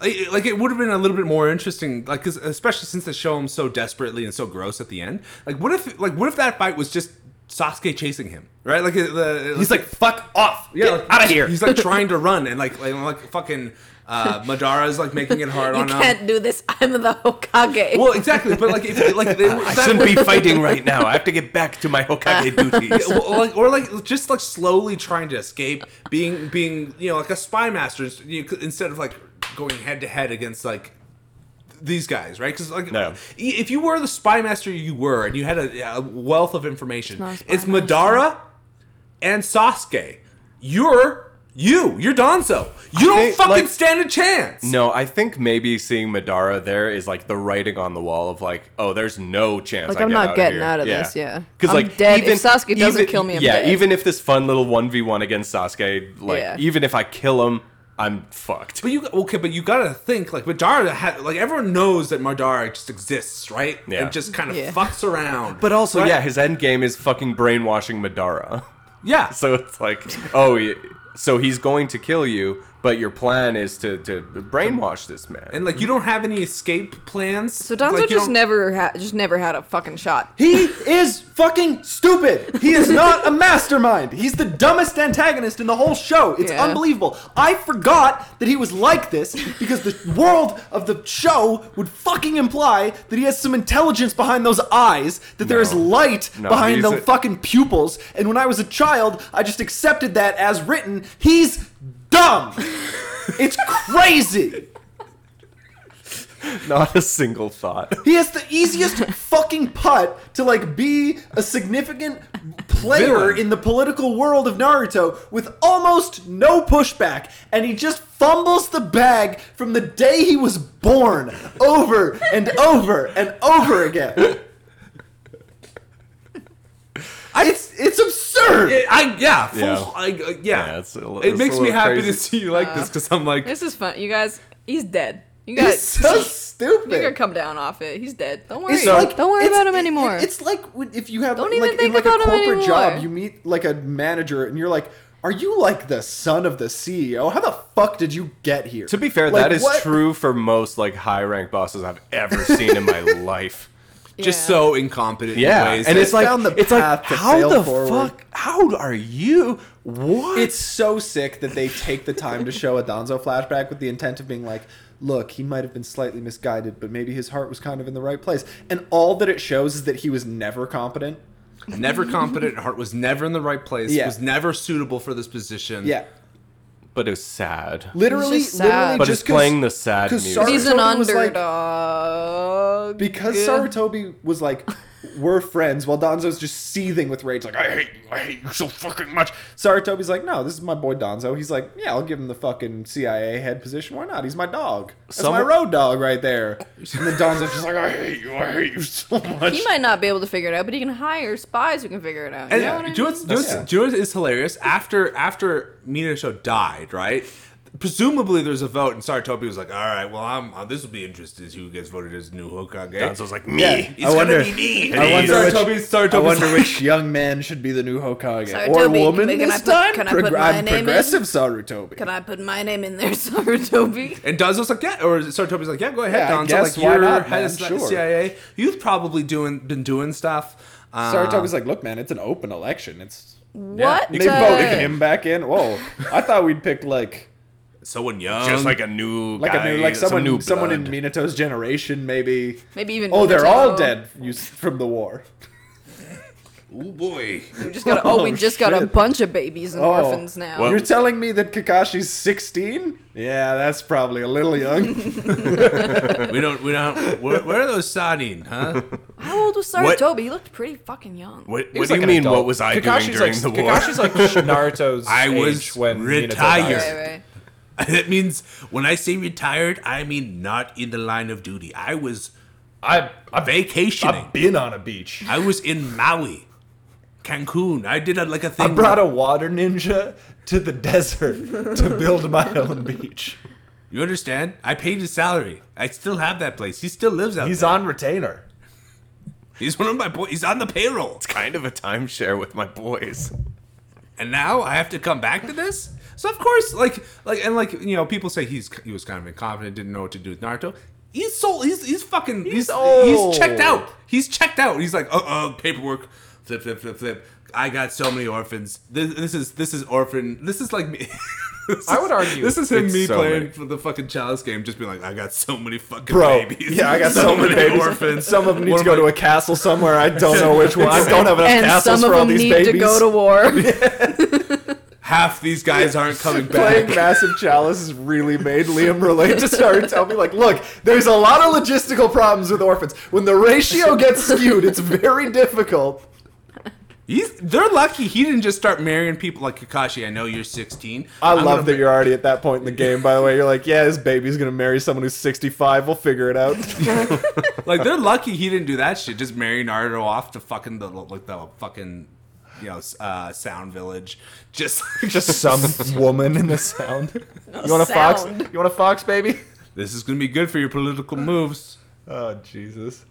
Speaker 3: I- like it would have been a little bit more interesting like 'cause- especially since they show him so desperately and so gross at the end like what if like what if that fight was just Sasuke chasing him right like uh, the,
Speaker 4: He's like, "Fuck off,
Speaker 3: yeah
Speaker 4: get
Speaker 3: like,
Speaker 4: out of here."
Speaker 3: he's like trying to run and like like, like fucking uh Madara's like making it hard
Speaker 1: You
Speaker 3: on him
Speaker 1: can't do this. I'm the Hokage.
Speaker 3: well exactly but like if like they
Speaker 2: I
Speaker 3: that-
Speaker 2: shouldn't be fighting right now. I have to get back to my Hokage duties.
Speaker 3: Yeah, well, like, or like just like slowly trying to escape being being you know like a spy master you could- instead of like going head to head against like these guys right because like
Speaker 2: No.
Speaker 3: i- if you were the spy master you were and you had a, a wealth of information
Speaker 1: not a
Speaker 3: it's,
Speaker 1: spy
Speaker 3: madara and sasuke you're you you're donzo you don't
Speaker 2: think,
Speaker 3: fucking
Speaker 2: like-
Speaker 3: stand a chance
Speaker 2: No, I think maybe seeing Madara there is like the writing on the wall of like, oh, there's no chance.
Speaker 1: Like,
Speaker 2: I
Speaker 1: I'm
Speaker 2: get
Speaker 1: not
Speaker 2: out
Speaker 1: getting
Speaker 2: of here.
Speaker 1: out of this, yeah.
Speaker 2: because
Speaker 1: I'm
Speaker 2: like
Speaker 1: dead. If
Speaker 2: Even,
Speaker 1: Sasuke doesn't
Speaker 2: even-
Speaker 1: kill me, I'm
Speaker 2: yeah.
Speaker 1: dead.
Speaker 2: Even if this fun little one v one against Sasuke, like
Speaker 1: Yeah.
Speaker 2: even if I kill him, I'm fucked.
Speaker 3: But you okay? But you gotta think like Madara. Ha- like everyone knows that Madara just exists, right?
Speaker 2: Yeah.
Speaker 3: And just kind of
Speaker 1: Yeah.
Speaker 3: fucks around.
Speaker 2: But uh, also,
Speaker 3: right?
Speaker 2: yeah, his end game is fucking brainwashing Madara.
Speaker 3: yeah.
Speaker 2: So it's like, oh, y- so he's going to kill you, but your plan is to to brainwash this man.
Speaker 3: and like you don't have any escape plans.
Speaker 1: so Donzo
Speaker 3: like, you
Speaker 1: just
Speaker 3: don't-
Speaker 1: never had just never had a fucking shot.
Speaker 4: He is fucking stupid. He is not a mastermind. He's the dumbest antagonist in the whole show. It's
Speaker 1: Yeah.
Speaker 4: unbelievable. I forgot that he was like this because the world of the show would fucking imply that he has some intelligence behind those eyes, that there is
Speaker 2: No.
Speaker 4: light
Speaker 2: No,
Speaker 4: behind
Speaker 2: he's
Speaker 4: the
Speaker 2: a-
Speaker 4: fucking pupils. And when I was a child, I just accepted that as written. He's dumb. it's crazy.
Speaker 2: Not a single thought.
Speaker 4: He has the easiest fucking putt to like be a significant player
Speaker 3: Villain.
Speaker 4: in the political world of Naruto with almost no pushback, and he just fumbles the bag from the day he was born over and over and over again. I- it's it's absurd.
Speaker 3: Yeah, I yeah. Full,
Speaker 2: Yeah.
Speaker 3: I, uh, yeah.
Speaker 2: Yeah, it's a little-
Speaker 3: it
Speaker 2: it's
Speaker 3: makes
Speaker 2: a
Speaker 3: me
Speaker 2: little
Speaker 3: happy
Speaker 2: crazy.
Speaker 3: to see you like
Speaker 1: Uh,
Speaker 3: this because I'm like
Speaker 1: This is fun, you guys. He's dead. You guys,
Speaker 4: It's so
Speaker 1: you gotta
Speaker 4: stupid.
Speaker 1: come down off it. He's dead. Don't worry.
Speaker 4: It's like
Speaker 1: Don't worry
Speaker 4: it's-
Speaker 1: about him
Speaker 4: it-
Speaker 1: anymore.
Speaker 4: it- it's like when- if you have
Speaker 1: Don't
Speaker 4: like,
Speaker 1: even
Speaker 4: in,
Speaker 1: think
Speaker 4: like,
Speaker 1: about
Speaker 4: a
Speaker 1: him
Speaker 4: corporate job,
Speaker 1: anymore.
Speaker 4: you meet like a manager and you're like, "Are you like the son of the CEO? How the fuck did you get here?"
Speaker 2: To be fair,
Speaker 4: Like,
Speaker 2: that is
Speaker 4: what-
Speaker 2: true for most like high rank bosses I've ever seen in my life.
Speaker 3: just
Speaker 1: Yeah.
Speaker 3: so incompetent.
Speaker 2: Yeah,
Speaker 3: in ways
Speaker 2: and
Speaker 3: that-
Speaker 2: it's like
Speaker 4: found the
Speaker 2: it's like
Speaker 4: path to
Speaker 2: how
Speaker 4: fail
Speaker 2: the
Speaker 4: forward.
Speaker 2: fuck? How are you? What?
Speaker 4: It's so sick that they take the time to show a Donzo flashback with the intent of being like, look, he might have been slightly misguided, but maybe his heart was kind of in the right place. And all that it shows is that he was never competent.
Speaker 3: never competent. Hart was never in the right place.
Speaker 4: Yeah.
Speaker 3: Was never suitable for this position.
Speaker 4: Yeah.
Speaker 2: but it's sad.
Speaker 4: Literally,
Speaker 1: just sad.
Speaker 4: literally
Speaker 2: But
Speaker 4: just
Speaker 2: it's
Speaker 4: 'cause-
Speaker 2: playing the sad
Speaker 4: 'cause
Speaker 2: music.
Speaker 4: Sar-
Speaker 1: He's an
Speaker 4: Saratobi was like-
Speaker 1: underdog.
Speaker 4: because
Speaker 1: Yeah.
Speaker 4: Sarutobi was like, "We're friends," while Donzo's just seething with rage, like, "I hate you, I hate you so fucking much." Sarutobi's like, "No, this is my boy Donzo." He's like, "Yeah, I'll give him the fucking CIA head position. Why not? He's my dog. That's my
Speaker 2: Some-
Speaker 4: road dog right there." And then Donzo's just like, "I hate you, I hate you so much."
Speaker 1: He might not be able to figure it out, but he can hire spies who can figure it out. You
Speaker 3: And
Speaker 1: know what I
Speaker 3: do you
Speaker 1: mean?
Speaker 3: know what's- do you know what's-
Speaker 4: That's-
Speaker 3: do you know what is hilarious? After after Minato died, right? Presumably there's a vote, and Saratobi was like, "All right, well, I'm uh, this will be interesting. Who gets voted as new Hokage?"
Speaker 2: Danzo's like me.
Speaker 4: Yeah.
Speaker 3: It's
Speaker 4: I
Speaker 3: gonna
Speaker 4: wonder-
Speaker 3: be me.
Speaker 4: I wonder
Speaker 3: Saratobi-
Speaker 4: which-
Speaker 3: Saratobi's
Speaker 4: I wonder
Speaker 3: like-
Speaker 4: which young man should be the new Hokage or
Speaker 1: Sarutobi,
Speaker 4: woman
Speaker 1: can I
Speaker 4: this
Speaker 1: put-
Speaker 4: time.
Speaker 1: can I put
Speaker 4: Progr-
Speaker 1: my
Speaker 4: I'm
Speaker 1: name in?
Speaker 4: progressive Sarutobi.
Speaker 1: Can I put my name in there, Sarutobi?
Speaker 3: And Donzo's like, yeah, or Saratobi's like, yeah, go ahead,
Speaker 4: Yeah, I
Speaker 3: Donzo.
Speaker 4: guess,
Speaker 3: like,
Speaker 4: why
Speaker 3: you're
Speaker 4: not,
Speaker 3: head of
Speaker 4: man? Sure.
Speaker 3: CIA. You've probably doing been doing stuff. Uh,
Speaker 1: Ah.
Speaker 4: Sarutobi's like, "Look, man, it's an open election. It's."
Speaker 1: What?
Speaker 4: They
Speaker 1: the-
Speaker 4: voted him back in. Whoa! I thought we'd pick like
Speaker 3: someone um, young,
Speaker 2: Just like a new,
Speaker 4: like
Speaker 2: guy,
Speaker 4: a new like
Speaker 2: some
Speaker 4: someone
Speaker 2: new
Speaker 4: someone in
Speaker 2: blood.
Speaker 4: Minato's generation maybe.
Speaker 1: Maybe even.
Speaker 4: Oh, they're
Speaker 1: Minato.
Speaker 4: all dead you- from the war.
Speaker 3: oh boy.
Speaker 1: We just got. Oh, we
Speaker 4: Oh,
Speaker 1: just got a
Speaker 4: shit.
Speaker 1: bunch of babies and
Speaker 4: Oh.
Speaker 1: orphans now.
Speaker 2: Well-
Speaker 4: You're telling me that Kakashi's 16? Yeah, that's probably a little young.
Speaker 3: we don't, we don't. Where, where are those sardine, huh?
Speaker 1: How old was
Speaker 2: What-
Speaker 1: Sarutobi? He looked pretty fucking young.
Speaker 2: What, what
Speaker 4: was
Speaker 2: do
Speaker 4: like
Speaker 2: you
Speaker 4: an
Speaker 2: mean?
Speaker 4: adult.
Speaker 2: What was I doing during
Speaker 4: Kakashi's
Speaker 2: the
Speaker 4: like,
Speaker 2: war?
Speaker 4: Kakashi's like Naruto's
Speaker 3: I was
Speaker 4: age when Minato
Speaker 3: retired.
Speaker 4: dies.
Speaker 1: Right, right.
Speaker 3: that means when I say retired, I mean not in the line of duty. I was
Speaker 4: I I've,
Speaker 3: vacationing.
Speaker 4: I've been on a beach.
Speaker 3: I was in Maui, Cancun. I did a, like a
Speaker 4: I
Speaker 3: thing.
Speaker 4: brought a water ninja to the desert to build my own beach.
Speaker 3: you understand? I paid his salary. I still have that place. He still lives out
Speaker 4: He's
Speaker 3: there.
Speaker 4: on retainer.
Speaker 3: He's one of my boys. He's on the payroll.
Speaker 2: kind of a timeshare with my boys.
Speaker 3: and now I have to come back to this. So of course, like, like, and like, you know, people say he's he was kind of incompetent, didn't know what to do with Naruto. He's so he's he's fucking he's he's,
Speaker 4: old.
Speaker 3: checked out. He's checked out. He's like, uh, uh, paperwork, flip, flip, flip, flip. I got so many orphans. This, this is this is orphan. This is like me. This
Speaker 4: I would
Speaker 3: is-
Speaker 4: argue
Speaker 3: this is him
Speaker 2: it's
Speaker 3: me
Speaker 2: so
Speaker 3: playing
Speaker 2: many.
Speaker 3: for the fucking chalice game, just being like, I got so many fucking
Speaker 4: Bro,
Speaker 3: babies.
Speaker 4: yeah, I got so, many babies.
Speaker 3: orphans.
Speaker 4: Some of them need
Speaker 3: One
Speaker 4: to go
Speaker 3: my-
Speaker 4: to a castle somewhere. I don't know which one. I don't have enough
Speaker 1: And
Speaker 4: castles
Speaker 1: some of
Speaker 4: for all
Speaker 1: them
Speaker 4: these
Speaker 1: need
Speaker 4: babies.
Speaker 1: to go to war.
Speaker 3: half these guys aren't coming back.
Speaker 4: Playing Massive Chalice has really made Liam relate to Star Tell me, like, look, there's a lot of logistical problems with orphans. When the ratio gets skewed, it's very difficult.
Speaker 3: He's, they're lucky he didn't just start marrying people like Kakashi. I know you're 16.
Speaker 4: I
Speaker 3: I'm
Speaker 4: love
Speaker 3: gonna
Speaker 4: that you're already at that point in the game, by the way. You're like, yeah, this baby's gonna marry someone who's 65. We'll figure it out.
Speaker 3: ma- like they're lucky he didn't do that shit. Just marry Naruto off to fucking the like the fucking you know s- uh, Sound Village. Just
Speaker 4: Just some woman in the sound. You want a fox?
Speaker 1: sound.
Speaker 4: You want a fox, baby?
Speaker 3: this is gonna be good for your political moves.
Speaker 4: Oh, Jesus.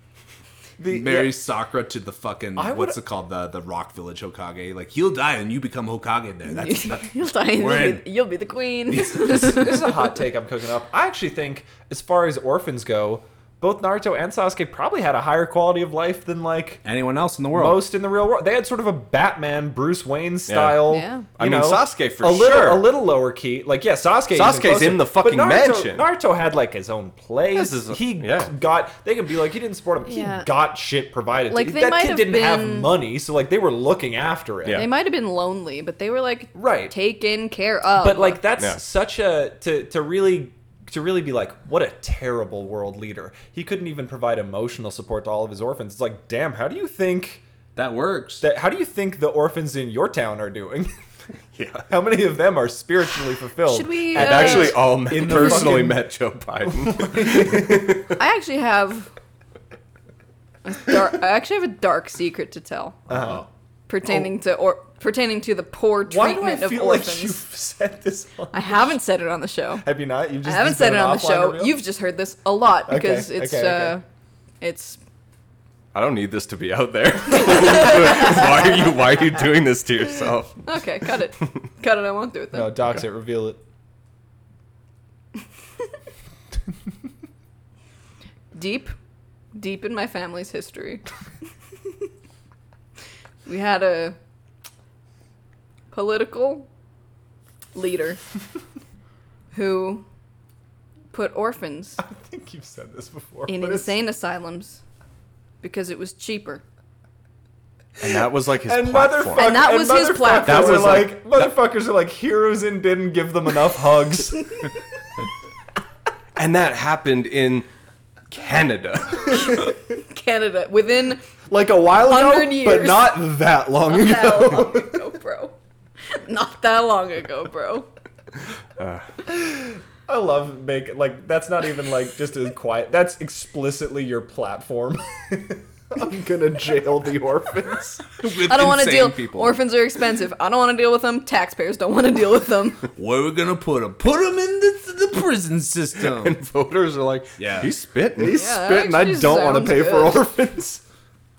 Speaker 4: The,
Speaker 3: Marry
Speaker 4: yeah,
Speaker 3: Sakura to the fucking
Speaker 4: I would-
Speaker 3: what's it called the the Rock Village Hokage. Like he'll die and you become Hokage there. That's, that's
Speaker 1: you'll, die and
Speaker 3: We're
Speaker 1: you'll
Speaker 3: in.
Speaker 1: be, you'll be the queen.
Speaker 4: this, this is a hot take I'm cooking up. I actually think, as far as orphans go, both Naruto and Sasuke probably had a higher quality of life than like
Speaker 3: anyone else in the world.
Speaker 4: most in the real world. They had sort of a Batman, Bruce Wayne style.
Speaker 1: Yeah.
Speaker 4: you
Speaker 2: I mean,
Speaker 4: know,
Speaker 2: Sasuke for
Speaker 4: a little,
Speaker 2: sure.
Speaker 4: A little lower key. Like yeah, Sasuke. even
Speaker 2: Sasuke's
Speaker 4: closer.
Speaker 2: in the
Speaker 4: But
Speaker 2: fucking
Speaker 4: Naruto,
Speaker 2: mansion.
Speaker 4: Naruto had like his own place.
Speaker 2: This is a-
Speaker 4: he
Speaker 2: yeah.
Speaker 4: got. They can be like he didn't support him. He
Speaker 1: Yeah.
Speaker 4: got shit provided. to
Speaker 1: Like,
Speaker 4: him.
Speaker 1: they
Speaker 4: that
Speaker 1: might
Speaker 4: kid
Speaker 1: have
Speaker 4: didn't have
Speaker 1: been-
Speaker 4: money, so like they were looking after it.
Speaker 2: Yeah.
Speaker 1: They might have been lonely, but they were like
Speaker 4: Right.
Speaker 1: taken care of.
Speaker 4: but like that's
Speaker 2: Yeah.
Speaker 4: such a to to really to really be like what a terrible world leader he couldn't even provide emotional support to all of his orphans it's like damn how do you think
Speaker 3: that works.
Speaker 4: that how do you think the orphans in your town are doing
Speaker 2: Yeah.
Speaker 4: how many of them are spiritually fulfilled
Speaker 1: Should we,
Speaker 4: at
Speaker 1: uh,
Speaker 4: that
Speaker 2: Actually,
Speaker 4: age?
Speaker 2: all met,
Speaker 4: In the
Speaker 2: personally
Speaker 4: fucking-
Speaker 2: met Joe Biden.
Speaker 1: I actually have a dark, I actually have a dark secret to tell
Speaker 4: Oh.
Speaker 1: pertaining to or pertaining to the poor
Speaker 4: Uh-huh. why do i
Speaker 1: treatment of
Speaker 4: feel like
Speaker 1: orphans.
Speaker 4: you've said this on-
Speaker 1: I haven't said it on the show.
Speaker 4: have you not you just
Speaker 1: I haven't
Speaker 4: this
Speaker 1: said
Speaker 4: been
Speaker 1: it
Speaker 4: an
Speaker 1: on the
Speaker 4: offline
Speaker 1: show.
Speaker 4: reveal?
Speaker 1: You've just heard this a lot because
Speaker 4: Okay,
Speaker 1: it's
Speaker 4: okay,
Speaker 1: uh,
Speaker 4: okay.
Speaker 1: it's
Speaker 2: I don't need this to be out there. why are you? Why are you doing this to yourself?
Speaker 1: okay. Cut it, cut it. I won't do it then.
Speaker 4: no docs it reveal it
Speaker 1: Deep, deep in my family's history. we had a political leader who put orphans
Speaker 4: I think you've said this before.
Speaker 1: in
Speaker 4: but it's-
Speaker 1: insane asylums because it was cheaper.
Speaker 2: And that was like his
Speaker 4: And
Speaker 2: platform.
Speaker 4: motherfuckers,
Speaker 1: And that was his platform.
Speaker 4: That
Speaker 2: That
Speaker 4: was
Speaker 2: was
Speaker 4: like,
Speaker 2: like-
Speaker 4: motherfuckers are like heroes and didn't give them enough hugs.
Speaker 2: and that happened in Canada.
Speaker 1: Canada within
Speaker 4: like a while ago,
Speaker 1: 100 years.
Speaker 4: but not that long ago.
Speaker 1: that long ago, bro. Not that long ago, bro.
Speaker 4: I love make like that's not even like just a quiet. That's explicitly your platform. I'm gonna jail the orphans.
Speaker 3: With
Speaker 1: I don't want to
Speaker 3: insane
Speaker 1: deal.
Speaker 3: people.
Speaker 1: Orphans are expensive. I don't want to deal with them. Taxpayers don't want to deal with them.
Speaker 3: Where are we gonna put them? Put them in the, the prison system.
Speaker 2: and voters are like,
Speaker 3: Yeah.
Speaker 2: yeah, he's spitting.
Speaker 4: He's
Speaker 1: Yeah, that
Speaker 4: spitting. I
Speaker 1: actually
Speaker 4: don't want to
Speaker 1: sounds
Speaker 4: pay
Speaker 1: good.
Speaker 4: for orphans.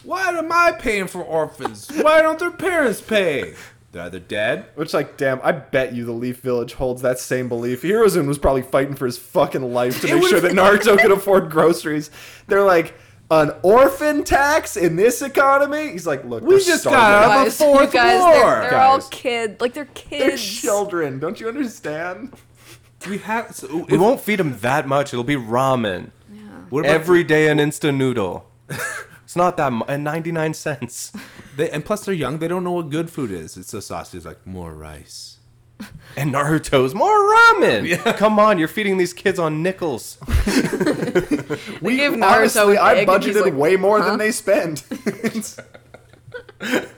Speaker 3: Why am I paying for orphans? Why don't their parents pay? They're either dead.
Speaker 4: Which, like, damn, I bet you the Leaf Village holds that same belief. Hirozun was probably fighting for his fucking life to
Speaker 3: It
Speaker 4: make
Speaker 3: was-
Speaker 4: sure that Naruto could afford groceries. They're like, an orphan tax in this economy? He's like, look,
Speaker 3: We
Speaker 4: they're
Speaker 3: just
Speaker 4: starving.
Speaker 3: got out-
Speaker 1: guys,
Speaker 3: the fourth
Speaker 1: you guys, they're-
Speaker 3: war,
Speaker 1: They're, all
Speaker 4: guys.
Speaker 1: kids. Like they're kids.
Speaker 4: They're children. Don't you understand?
Speaker 3: We have. So,
Speaker 2: We won't feed him that much. It'll be ramen.
Speaker 3: What about
Speaker 2: Every day an instant noodle. it's not that much. 99 cents.
Speaker 3: They, and plus, they're young. They don't know what good food is. It's so saucy. It's like more rice.
Speaker 2: And Naruto's more ramen. Come on, you're feeding these kids on nickels.
Speaker 4: We
Speaker 1: give Naruto
Speaker 4: honestly,
Speaker 1: an
Speaker 4: I
Speaker 1: egg and he's
Speaker 4: budgeted
Speaker 1: like,
Speaker 4: way more
Speaker 1: huh?
Speaker 4: than they spend.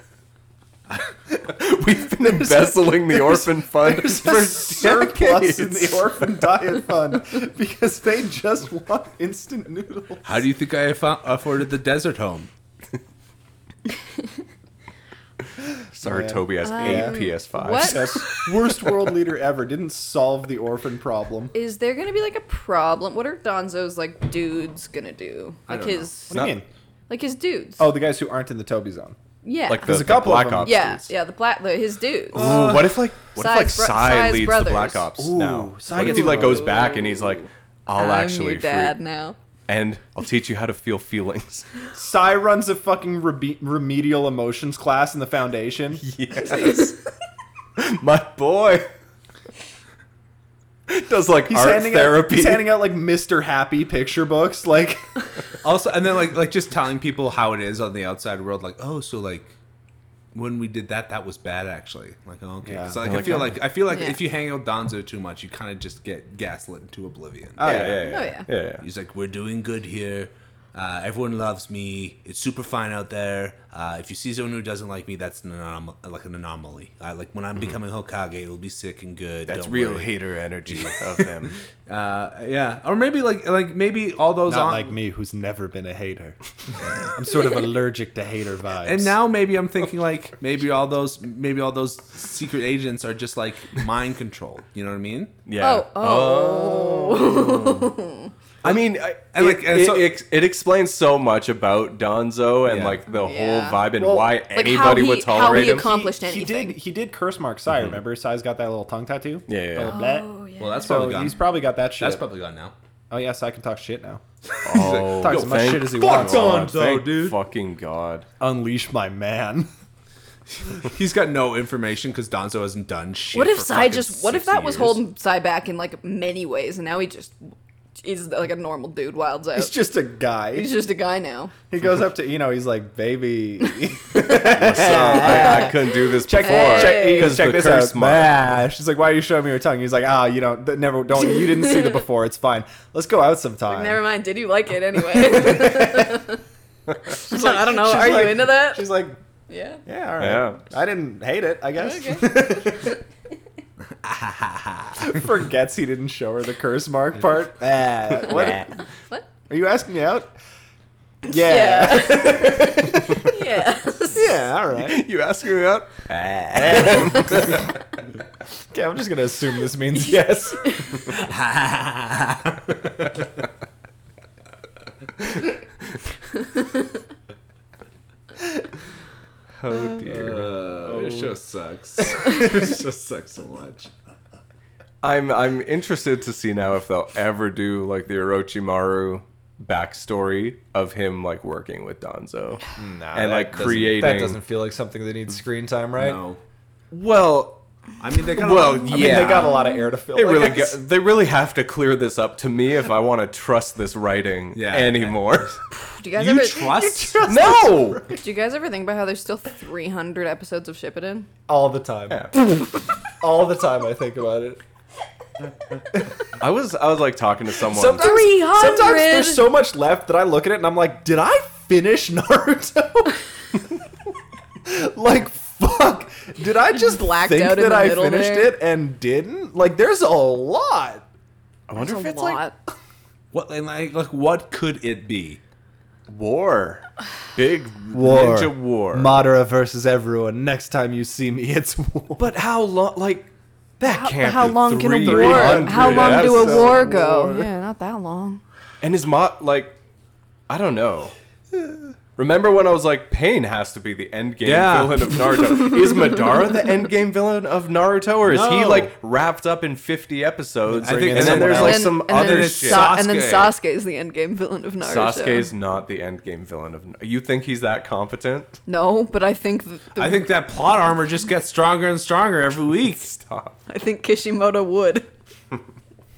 Speaker 2: We've been embezzling the orphan fund for
Speaker 4: There's surplus in the
Speaker 2: decades.
Speaker 4: orphan diet fund because they just want instant noodles.
Speaker 3: How do you think I affo- afforded the desert home?
Speaker 2: Sorry,
Speaker 4: Yeah.
Speaker 2: Toby has
Speaker 1: Um,
Speaker 2: eight PS5s.
Speaker 1: what?
Speaker 4: Yes, worst world leader ever didn't solve the orphan problem.
Speaker 1: Is there gonna be like a problem? What are Donzo's like dudes gonna do?
Speaker 3: I
Speaker 1: Like
Speaker 3: don't know.
Speaker 1: his,
Speaker 4: What do you
Speaker 2: Not-
Speaker 4: mean?
Speaker 1: like his dudes.
Speaker 4: Oh, the guys who aren't in the Toby zone.
Speaker 1: yeah.
Speaker 2: Like the,
Speaker 4: There's a
Speaker 2: the
Speaker 4: couple of
Speaker 2: Black
Speaker 4: them.
Speaker 2: Ops.
Speaker 1: yeah,
Speaker 2: dudes.
Speaker 1: yeah. The pla- the, his dudes.
Speaker 2: Ooh, what if like what if like
Speaker 1: Uh, Sai's bro-
Speaker 2: Sai
Speaker 1: Sai's
Speaker 2: leads
Speaker 1: brothers.
Speaker 2: the Black Ops
Speaker 4: Ooh,
Speaker 2: now?
Speaker 4: Sai
Speaker 2: What if
Speaker 4: gets
Speaker 2: he like
Speaker 4: brothers.
Speaker 2: goes back and he's like, I'll
Speaker 1: I'm
Speaker 2: actually
Speaker 1: your dad
Speaker 2: free-
Speaker 1: now.
Speaker 2: and I'll teach you how to feel feelings.
Speaker 4: Sai runs a fucking rebe- remedial emotions class in the foundation.
Speaker 2: Yes. My boy. Does like
Speaker 4: He's
Speaker 2: art
Speaker 4: handing out
Speaker 2: therapy.
Speaker 4: he's handing out like Mr. Happy picture books. Like
Speaker 3: Also, and then like like just telling people how it is on the outside world. Like, oh, so like when we did that, that was bad actually. Like, oh, okay.
Speaker 4: Yeah.
Speaker 3: So like, I
Speaker 2: Like,
Speaker 3: feel
Speaker 2: oh.
Speaker 3: like I feel like
Speaker 1: Yeah.
Speaker 3: if you hang out with Donzo too much, you kind of just get gaslit into oblivion.
Speaker 4: Oh,
Speaker 2: yeah,
Speaker 4: yeah.
Speaker 2: yeah, yeah.
Speaker 1: Oh, yeah.
Speaker 2: yeah, yeah.
Speaker 3: He's like, we're doing good here. Uh, everyone loves me. It's super fine out there. Uh, if you see someone who doesn't like me, that's an anom- like an anomaly. Uh, like
Speaker 4: Mm-hmm.
Speaker 3: when I'm becoming Hokage, it'll be sick and good.
Speaker 2: That's
Speaker 3: Don't
Speaker 2: real
Speaker 3: worry.
Speaker 2: hater energy of them.
Speaker 3: Uh, yeah, or maybe like like maybe all those on.
Speaker 4: me, who's never been a hater. I'm sort of allergic to hater vibes.
Speaker 3: and now maybe I'm thinking like maybe all those maybe all those secret agents are just like mind control. You know what I mean?
Speaker 2: Yeah.
Speaker 1: Oh, oh.
Speaker 2: I mean, I,
Speaker 3: And,
Speaker 2: it,
Speaker 3: like, and
Speaker 2: it,
Speaker 3: so-
Speaker 2: it, it explains so much about Donzo and
Speaker 3: Yeah.
Speaker 2: like the
Speaker 1: Yeah.
Speaker 2: whole vibe and
Speaker 4: Well,
Speaker 2: why
Speaker 4: like
Speaker 1: how
Speaker 2: anybody
Speaker 1: he-
Speaker 2: would
Speaker 1: how he
Speaker 2: tolerate him.
Speaker 1: accom- accomplished
Speaker 4: he, He
Speaker 1: anything.
Speaker 4: did, he did curse mark Sai, remember? Sai's got that little tongue tattoo.
Speaker 2: Yeah, yeah, yeah.
Speaker 4: Blah, blah, blah.
Speaker 1: oh yeah.
Speaker 3: Well, that's
Speaker 4: So
Speaker 3: probably gone.
Speaker 4: he's probably got that shit.
Speaker 3: that's probably gone now.
Speaker 4: oh, yes, I can talk shit now.
Speaker 2: Oh,
Speaker 4: Talks as much
Speaker 2: thank
Speaker 4: shit as he
Speaker 2: God,
Speaker 4: wants.
Speaker 3: Donzo,
Speaker 2: thank
Speaker 3: dude.
Speaker 2: Fucking God.
Speaker 4: Unleash my man.
Speaker 3: He's got no information because Donzo hasn't done shit.
Speaker 1: what if
Speaker 3: for
Speaker 1: Sai
Speaker 3: fucking
Speaker 1: just? What if
Speaker 3: 60
Speaker 1: that was
Speaker 3: years?
Speaker 1: holding Sai back in like many ways, and now he just is like a normal dude, wilds out.
Speaker 4: He's just a guy.
Speaker 1: He's just a guy now.
Speaker 4: He goes up to Eno. He's like, "Baby,
Speaker 2: So I, I couldn't do this
Speaker 4: check,
Speaker 2: before.
Speaker 4: check, he goes,
Speaker 2: 'cause
Speaker 4: check
Speaker 2: the
Speaker 4: this
Speaker 2: curse
Speaker 4: out."
Speaker 2: mark.
Speaker 4: Nah. She's like, "Why are you showing me your tongue?" He's like, "Ah, you don't th- never don't you didn't see the before. It's fine. Let's go out sometime."
Speaker 1: Never mind. Did you like it anyway? I don't know.
Speaker 4: She's
Speaker 1: Are
Speaker 4: like-
Speaker 1: you into that?
Speaker 4: She's like,
Speaker 1: Yeah.
Speaker 4: "Yeah, all right.
Speaker 2: Yeah.
Speaker 4: I didn't hate it. I guess."
Speaker 1: Okay.
Speaker 4: Forgets he didn't show her the curse mark part. ah, what?
Speaker 1: What?
Speaker 4: Are you asking me out? Yeah.
Speaker 1: Yeah. yeah.
Speaker 4: Yeah. All right.
Speaker 2: You asking me out?
Speaker 1: Ah.
Speaker 4: Okay, I'm just gonna assume this means yes.
Speaker 2: Oh dear.
Speaker 3: Uh, This show sucks. this show sucks so much.
Speaker 2: I'm I'm interested to see now if they'll ever do like the Orochimaru backstory of him like working with Donzo
Speaker 5: Nah,
Speaker 2: and
Speaker 5: that
Speaker 2: like
Speaker 5: doesn't-
Speaker 2: creating.
Speaker 5: that doesn't feel like something that needs screen time, right?
Speaker 3: No.
Speaker 2: well,
Speaker 3: I mean, they got a
Speaker 2: Well,
Speaker 3: lot of-
Speaker 5: I mean,
Speaker 2: Yeah.
Speaker 5: they got a lot of air to fill.
Speaker 2: they
Speaker 5: I
Speaker 2: really
Speaker 5: guess.
Speaker 2: go- they really have to clear this up to me if I want to trust this writing
Speaker 3: Yeah.
Speaker 2: anymore.
Speaker 1: Do you guys
Speaker 3: You
Speaker 1: ever
Speaker 3: trust?
Speaker 2: no.
Speaker 1: do you guys ever think about how there's still 300 episodes of Shippuden?
Speaker 5: all the time. all the time, I think about it.
Speaker 2: I was I was like talking to someone.
Speaker 5: Sometimes,
Speaker 1: 300?
Speaker 5: sometimes there's so much left that I look at it and I'm like, did I finish Naruto? like, fuck. Did I just
Speaker 1: Blacked
Speaker 5: think
Speaker 1: out in
Speaker 5: that
Speaker 1: the
Speaker 5: I
Speaker 1: middle
Speaker 5: finished
Speaker 1: there.
Speaker 5: it and didn't? Like, there's a lot.
Speaker 2: I wonder if
Speaker 1: That's a
Speaker 2: it's
Speaker 1: lot.
Speaker 3: What and like, like what could it be?
Speaker 2: like war, big ninja war.
Speaker 5: Madara versus everyone. Next time you see me, it's war.
Speaker 2: but how long? Like that
Speaker 1: How,
Speaker 2: can't
Speaker 1: how
Speaker 2: be
Speaker 1: long can a
Speaker 2: 300
Speaker 1: war? How long do a
Speaker 5: episodes.
Speaker 1: war go?
Speaker 5: War.
Speaker 1: Yeah, not that long.
Speaker 2: And his mom, like, I don't know. Remember when I was like, Pain has to be the endgame
Speaker 3: Yeah.
Speaker 2: villain of Naruto. is Madara the endgame villain of Naruto, or is he
Speaker 3: No.
Speaker 2: like wrapped up in fifty episodes?
Speaker 3: I think-
Speaker 2: and then
Speaker 5: someone
Speaker 2: there's
Speaker 5: else.
Speaker 2: like
Speaker 1: And-
Speaker 2: some
Speaker 1: and then
Speaker 2: other
Speaker 1: there's
Speaker 2: shit.
Speaker 1: Sa- and then
Speaker 3: Sasuke.
Speaker 1: Sasuke is the endgame villain of Naruto.
Speaker 2: Sasuke's not the endgame villain of. You think he's that competent?
Speaker 1: no, but I think th- the,
Speaker 3: I think that plot armor just gets stronger and stronger every week.
Speaker 2: Stop.
Speaker 1: I think Kishimoto would.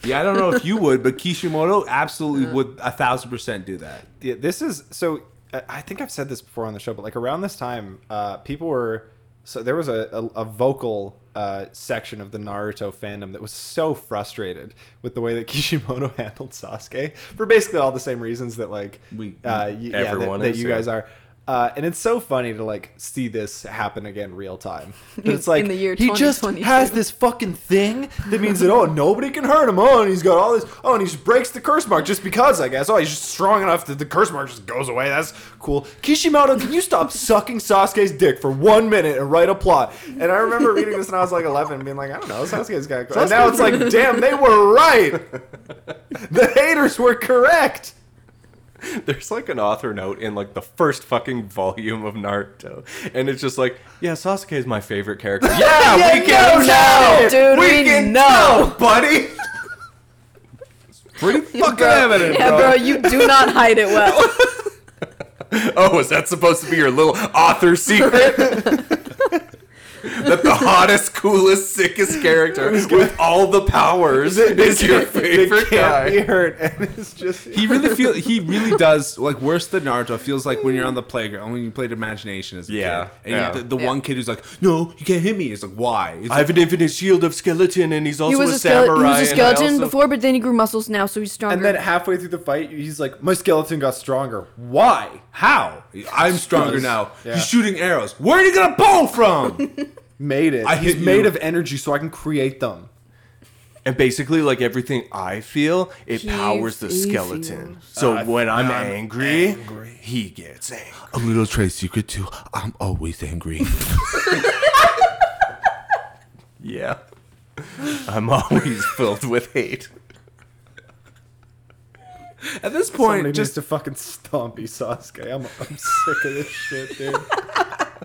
Speaker 3: Yeah, I don't know if you would, but Kishimoto absolutely would a thousand percent do that.
Speaker 4: Yeah, this is so. I I think I've said this before on the show, but like around this time, uh, people were so there was a a, a vocal uh, section of the Naruto fandom that was so frustrated with the way that Kishimoto handled Sasuke for basically all the same reasons that like
Speaker 3: We-
Speaker 4: uh, y- yeah,
Speaker 2: Everyone
Speaker 4: that, that
Speaker 2: is,
Speaker 4: you
Speaker 2: yeah.
Speaker 4: guys are. Uh, and it's so funny to like see this happen again real time. But it's
Speaker 1: In
Speaker 4: like
Speaker 1: the year
Speaker 4: he just
Speaker 1: 2022.
Speaker 4: has this fucking thing that means that oh nobody can hurt him oh and he's got all this oh and he just breaks the curse mark just because I guess oh he's just strong enough that the curse mark just goes away that's cool Kishimoto can you stop sucking Sasuke's dick for one minute and write a plot and I remember reading this when I was like 11 and being like I don't know Sasuke's got and now it's like damn they were right the haters were correct
Speaker 2: There's like an author note in like the first fucking volume of Naruto, and it's just like, yeah, Sasuke is my favorite character. Yeah,
Speaker 4: Yeah,
Speaker 2: we can
Speaker 4: no,
Speaker 2: now,
Speaker 1: dude,
Speaker 2: we,
Speaker 1: we
Speaker 2: can
Speaker 1: know.
Speaker 2: know, buddy.
Speaker 3: Pretty fucking
Speaker 1: Bro,
Speaker 3: evident,
Speaker 1: yeah,
Speaker 3: bro.
Speaker 1: bro, you do not hide it well.
Speaker 2: Oh, is that supposed to be your little author secret? that the hottest, coolest, sickest character with all the powers is your favorite
Speaker 4: can't be
Speaker 2: guy.
Speaker 4: hurt and it's just
Speaker 3: He really feel he really does like worse than Naruto feels like when you're on the playground when you played imagination as a
Speaker 2: Yeah,
Speaker 3: kid. And
Speaker 2: yeah.
Speaker 3: you, the, the
Speaker 1: Yeah.
Speaker 3: one kid who's like, "No, you can't hit me." It's like, "Why?" It's
Speaker 2: I have an infinite shield of skeleton, and he's also
Speaker 1: he was a, skele-
Speaker 2: samurai.
Speaker 1: he was a
Speaker 2: and I
Speaker 1: skeleton
Speaker 2: also-
Speaker 1: before, but then he grew muscles now, so he's stronger.
Speaker 4: and then halfway through the fight he's like my skeleton got stronger
Speaker 3: Why? How? I'm stronger now.
Speaker 4: Yeah.
Speaker 3: He's shooting arrows. Where are you gonna pull from?
Speaker 4: made it.
Speaker 3: I
Speaker 4: He's
Speaker 3: hit you.
Speaker 4: made of energy, so I can create them.
Speaker 2: And basically, like everything I feel, it
Speaker 1: He
Speaker 2: powers the
Speaker 1: feels.
Speaker 2: skeleton. So when I'm, angry, he gets angry.
Speaker 3: A little trade secret too. I'm always angry.
Speaker 2: Yeah. I'm always filled with hate.
Speaker 3: At this
Speaker 4: Somebody
Speaker 3: point,
Speaker 4: just
Speaker 3: just
Speaker 4: to fucking stompy Sasuke. I'm, I'm sick of this shit, dude.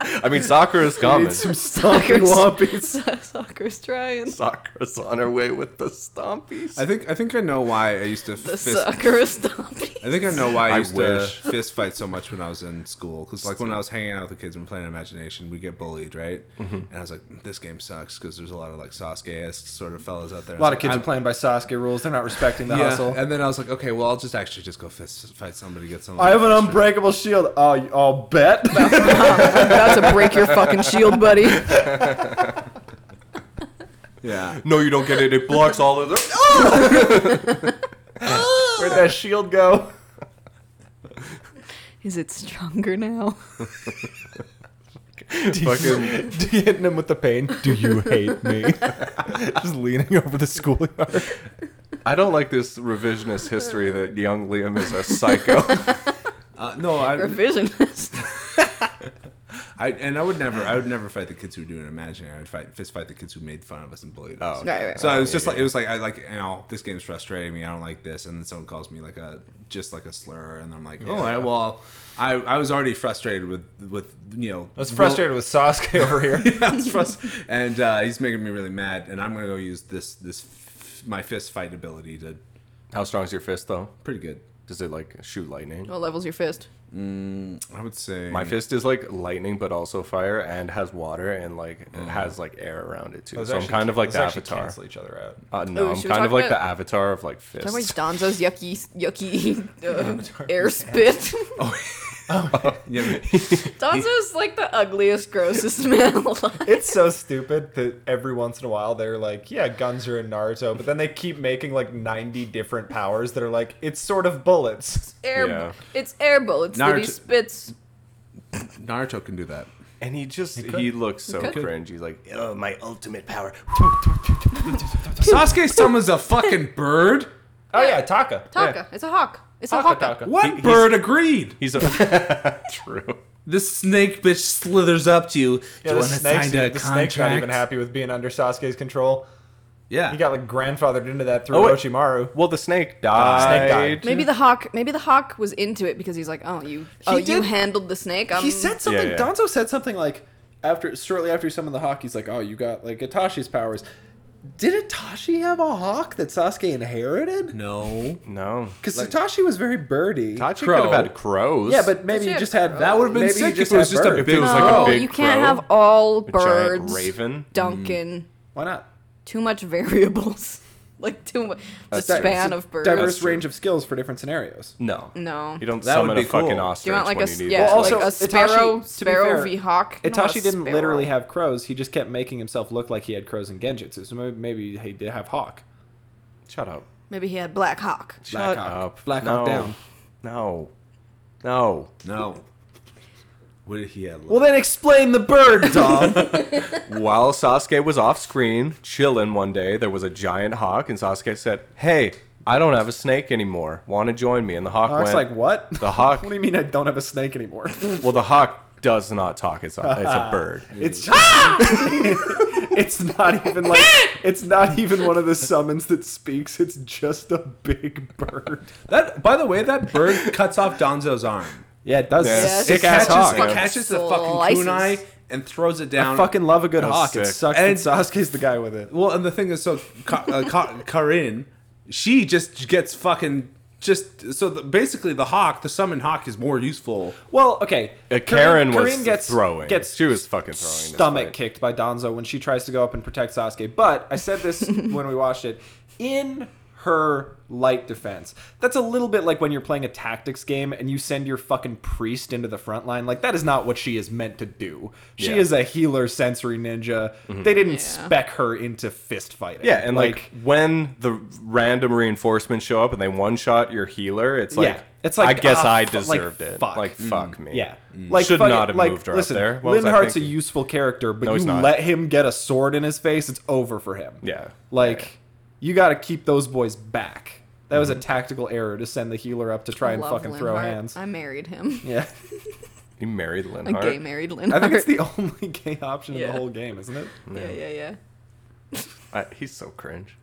Speaker 2: I mean, Sakura's
Speaker 4: I
Speaker 2: coming.
Speaker 4: need some stompy wompies.
Speaker 1: Soccer's trying.
Speaker 2: Sakura's on her way with the stompies.
Speaker 3: I think I think I know why I used to
Speaker 1: The
Speaker 3: fist.
Speaker 1: soccer is stomping.
Speaker 3: I think I know why I
Speaker 2: I
Speaker 3: used
Speaker 2: wish.
Speaker 3: to fist fight so much when I was in school. Because like when I was hanging out with the kids and playing imagination, we get bullied, right? And I was like, this game sucks because there's a lot of like Sasuke esque sort of fellas out there.
Speaker 4: A lot of kids are playing by Sasuke rules. They're not respecting the
Speaker 3: yeah.
Speaker 4: hustle.
Speaker 3: And then I was like, okay, well, I'll just actually just go fist fight somebody, get some.
Speaker 4: I have an unbreakable shield. Oh, you- I'll bet.
Speaker 1: I'm about to break your fucking shield, buddy.
Speaker 3: Yeah.
Speaker 2: No, you don't get it. It blocks all of them.
Speaker 4: Where'd that shield go?
Speaker 1: Is it stronger now?
Speaker 2: Fucking
Speaker 4: Hitting him with the pain. Do you hate me? just leaning over the schoolyard.
Speaker 2: I don't like this revisionist history that young Liam is a psycho.
Speaker 3: Uh, no, I,
Speaker 1: Revisionist.
Speaker 3: I and I would never, I would never fight the kids who were doing imaginary. I would fight fist fight the kids who made fun of us and bullied us.
Speaker 2: Oh.
Speaker 1: Right, right,
Speaker 3: So I was just like, it was like, I like, you know, this game's frustrating me. I don't like this. And then someone calls me like a, just like a slur. And I'm like, oh, I, well, I, I was already frustrated with, with, you know,
Speaker 5: I was frustrated with Sasuke over here.
Speaker 3: yeah, I was frustrated. And uh, he's making me really mad. And I'm going to go use this, this, f- my fist fight ability to
Speaker 2: How strong is your fist, though?
Speaker 3: pretty good.
Speaker 2: Does it like shoot lightning?
Speaker 1: What level's your fist?
Speaker 3: I would say
Speaker 2: My fist is like lightning, but also fire, and has water, and like it has like air around it too.
Speaker 5: Mm. Those
Speaker 2: So I'm
Speaker 5: actually
Speaker 2: kind of like
Speaker 5: those
Speaker 2: the
Speaker 5: actually
Speaker 2: avatar.
Speaker 5: Cancel each other out.
Speaker 2: Uh, no,
Speaker 1: Oh,
Speaker 2: I'm
Speaker 1: should we
Speaker 2: kind
Speaker 1: talk
Speaker 2: of like the
Speaker 1: about-
Speaker 2: avatar of like fists.
Speaker 1: Talk about Donzo's yucky, yucky uh, air spit.
Speaker 3: Yeah,
Speaker 1: Donzo's like the ugliest, grossest man alive.
Speaker 5: It's so stupid that every once in a while they're like, yeah, guns are in Naruto, but then they keep making like 90 different powers that are like, it's sort of bullets.
Speaker 1: Air,
Speaker 2: Yeah.
Speaker 1: It's air bullets that he
Speaker 3: Naruto-
Speaker 1: spits.
Speaker 3: Naruto can do that.
Speaker 2: And he just he looks so
Speaker 1: could.
Speaker 2: cringe. He's like, oh, my ultimate power.
Speaker 3: Sasuke summons a fucking bird.
Speaker 5: Oh yeah, Taka.
Speaker 1: Taka. It's a hawk. It's a
Speaker 5: Yeah. Taka,
Speaker 1: hawk.
Speaker 5: Taka.
Speaker 3: What
Speaker 2: he's-
Speaker 3: bird agreed?
Speaker 2: He's a true.
Speaker 3: This snake bitch slithers up to you.
Speaker 5: Yeah,
Speaker 3: do you
Speaker 5: the,
Speaker 3: want to
Speaker 5: snake's,
Speaker 3: sign a
Speaker 5: the snake's not even
Speaker 3: contract?
Speaker 5: happy with being under Sasuke's control.
Speaker 3: Yeah.
Speaker 5: He got like grandfathered into that through
Speaker 2: Oh, wait.
Speaker 5: Orochimaru.
Speaker 2: Well, the snake died.
Speaker 5: died.
Speaker 1: Maybe the hawk. Maybe the hawk was into it because he's like, oh, you, oh, you
Speaker 4: did-
Speaker 1: handled the snake. I'm, oh,
Speaker 4: He said something.
Speaker 2: yeah.
Speaker 4: Donzo said something like after shortly after he summoned the hawk, he's like, "Oh, you got like Itachi's powers." Did Itachi have a hawk that Sasuke inherited?
Speaker 3: No.
Speaker 2: No.
Speaker 4: Because Itachi was very birdy.
Speaker 2: Tachi
Speaker 3: Crow.
Speaker 2: could have had crows.
Speaker 4: yeah, but maybe
Speaker 1: Does he
Speaker 4: he
Speaker 1: have
Speaker 4: just had
Speaker 3: That would've been
Speaker 4: maybe he
Speaker 3: sick
Speaker 4: just
Speaker 3: if it was
Speaker 4: had
Speaker 3: just a
Speaker 4: birds.
Speaker 2: If it was
Speaker 1: no,
Speaker 2: like a big
Speaker 1: you can't
Speaker 2: crow,
Speaker 1: have all
Speaker 2: a giant
Speaker 1: birds.
Speaker 2: raven.
Speaker 1: Duncan.
Speaker 4: Why not?
Speaker 1: Too much variables. like too much. The
Speaker 4: Di-
Speaker 1: span
Speaker 4: it's a
Speaker 1: of birds.
Speaker 4: Uh, Diverse range of skills for different scenarios.
Speaker 2: No.
Speaker 1: No.
Speaker 2: You don't
Speaker 3: That would
Speaker 2: summon
Speaker 3: be
Speaker 2: a fucking
Speaker 3: cool.
Speaker 2: ostrich
Speaker 1: Do you want like
Speaker 2: when
Speaker 1: a
Speaker 2: you need
Speaker 1: yeah,
Speaker 2: it.
Speaker 4: Well,
Speaker 1: like
Speaker 4: also,
Speaker 1: a sparrow,
Speaker 4: Itachi- to be
Speaker 1: sparrow
Speaker 4: fair,
Speaker 1: v hawk? No,
Speaker 4: Itachi
Speaker 1: a
Speaker 4: didn't
Speaker 1: sparrow.
Speaker 4: literally have crows. He just kept making himself look like he had crows and genjutsu. So maybe, maybe he did have hawk.
Speaker 2: Shut up.
Speaker 1: Maybe he had black hawk.
Speaker 4: Black
Speaker 2: Shut
Speaker 4: Hawk.
Speaker 2: up.
Speaker 4: Black
Speaker 2: no.
Speaker 4: Hawk down.
Speaker 2: No. No.
Speaker 3: No. What did he have?
Speaker 4: Well, then explain the bird, Dom.
Speaker 2: While Sasuke was off screen, chillin' one day, there was a giant hawk, and Sasuke said, Hey, I don't have a snake anymore. Want to join me? And the hawk
Speaker 4: Hawk's
Speaker 2: went,
Speaker 4: like, what?
Speaker 2: The hawk.
Speaker 4: What do you mean I don't have a snake anymore?
Speaker 2: Well, the hawk does not talk. It's a, it's a bird.
Speaker 4: It's just, it's not even like it's not even one of the summons that speaks. It's just a big bird.
Speaker 3: that by the way, that bird cuts off Donzo's arm.
Speaker 4: Yeah, it does.
Speaker 2: Yeah.
Speaker 1: Yes.
Speaker 4: Sick
Speaker 1: It
Speaker 4: ass
Speaker 3: catches,
Speaker 4: hawk.
Speaker 2: fucking
Speaker 3: It catches the fucking
Speaker 1: slices.
Speaker 3: kunai and throws it down.
Speaker 4: I fucking love a good
Speaker 2: That's
Speaker 4: hawk. It
Speaker 2: sick.
Speaker 4: sucks.
Speaker 3: And
Speaker 4: And Sasuke's the guy with it.
Speaker 3: well, and the thing is, so Ka- uh, Ka- Karin, she just gets fucking just so the, basically the hawk, the summoned hawk, is more useful.
Speaker 4: Well, okay.
Speaker 2: Uh, Karen was throwing. She was fucking throwing this
Speaker 4: Stomach
Speaker 2: fight.
Speaker 4: kicked by Donzo when she tries to go up and protect Sasuke. But I said this when we watched it. In her light defense, that's a little bit like when you're playing a tactics game and you send your fucking priest into the front line. Like that is not what she is meant to do. She
Speaker 2: Yeah. Mm-hmm.
Speaker 4: is a healer, sensory ninja. They didn't spec her into fist fighting.
Speaker 2: Yeah, and like, when the random reinforcements show up and they one shot your healer, it's like,
Speaker 4: Yeah, it's like,
Speaker 2: I guess
Speaker 4: ah,
Speaker 2: I
Speaker 4: fu- like,
Speaker 2: deserved it.
Speaker 4: fuck. Mm.
Speaker 2: Like fuck me.
Speaker 4: Yeah,
Speaker 2: like Mm. should
Speaker 4: fucking-
Speaker 2: not have
Speaker 4: like,
Speaker 2: moved her
Speaker 4: listen,
Speaker 2: up there. What was I
Speaker 4: Linhart's a
Speaker 2: thinking?
Speaker 4: useful character, but
Speaker 2: No, he's
Speaker 4: you
Speaker 2: not.
Speaker 4: let him get a sword in his face, it's over for him.
Speaker 2: Yeah. Mm-hmm.
Speaker 4: like you got to keep those boys back. That was a tactical error to send the healer up to try and
Speaker 1: Love
Speaker 4: fucking throw
Speaker 1: Linhart.
Speaker 4: hands.
Speaker 1: I married him.
Speaker 4: Yeah,
Speaker 2: You married
Speaker 1: A
Speaker 2: Linhart.
Speaker 1: gay married
Speaker 4: I think
Speaker 1: Linhart.
Speaker 4: it's the only gay option in
Speaker 1: Yeah.
Speaker 4: the whole game, isn't it?
Speaker 1: yeah, yeah, yeah.
Speaker 2: I, he's so cringe.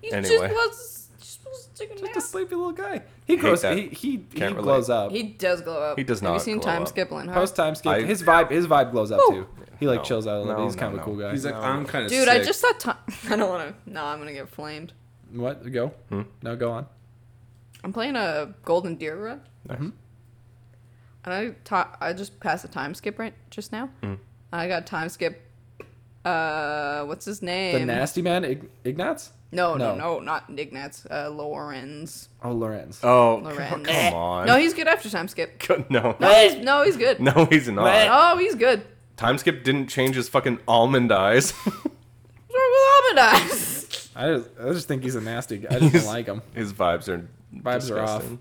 Speaker 1: He
Speaker 2: Anyway.
Speaker 1: just was just was taking a
Speaker 4: Just a
Speaker 1: nap.
Speaker 4: sleepy little guy. He grows.
Speaker 2: that.
Speaker 4: He he, he
Speaker 2: Can't
Speaker 4: glows
Speaker 2: relate.
Speaker 4: up.
Speaker 1: He does glow up.
Speaker 2: He does
Speaker 1: Have
Speaker 2: not
Speaker 1: you seen
Speaker 2: glow
Speaker 1: time
Speaker 2: up.
Speaker 1: skip Linhart?
Speaker 4: Post time skip.
Speaker 2: I-
Speaker 4: his vibe his vibe glows up
Speaker 1: Woo.
Speaker 4: too. He like
Speaker 2: No.
Speaker 4: chills out a little
Speaker 2: No,
Speaker 4: bit. He's
Speaker 2: no,
Speaker 4: kind of
Speaker 2: no.
Speaker 4: a cool guy.
Speaker 3: He's like, I'm kind of
Speaker 1: Dude, I just saw time. I don't want to. No, I'm gonna get flamed.
Speaker 4: what? Go.
Speaker 2: Hmm?
Speaker 4: No, go on.
Speaker 1: I'm playing a golden deer run.
Speaker 4: Mm-hmm.
Speaker 1: And I ta- I just passed a time skip right just now.
Speaker 2: Hmm.
Speaker 1: I got time skip. Uh, what's his
Speaker 4: The
Speaker 1: name?
Speaker 4: nasty man, Ign- Ignatz.
Speaker 1: no, no,
Speaker 4: No.
Speaker 1: no, not Ignatz. Uh, Lorenz.
Speaker 4: Oh, Lorenz.
Speaker 2: Oh,
Speaker 1: Lorenz. Eh,
Speaker 2: come on.
Speaker 1: No, he's good after time skip.
Speaker 2: no.
Speaker 1: No, he's no, he's good.
Speaker 2: No, he's not.
Speaker 1: Oh, he's good.
Speaker 2: Time skip didn't change his fucking almond eyes.
Speaker 1: What's wrong with almond eyes?
Speaker 4: I just, I just think he's a nasty guy. I just don't like him.
Speaker 2: his vibes are
Speaker 4: Vibes are off.
Speaker 2: disgusting.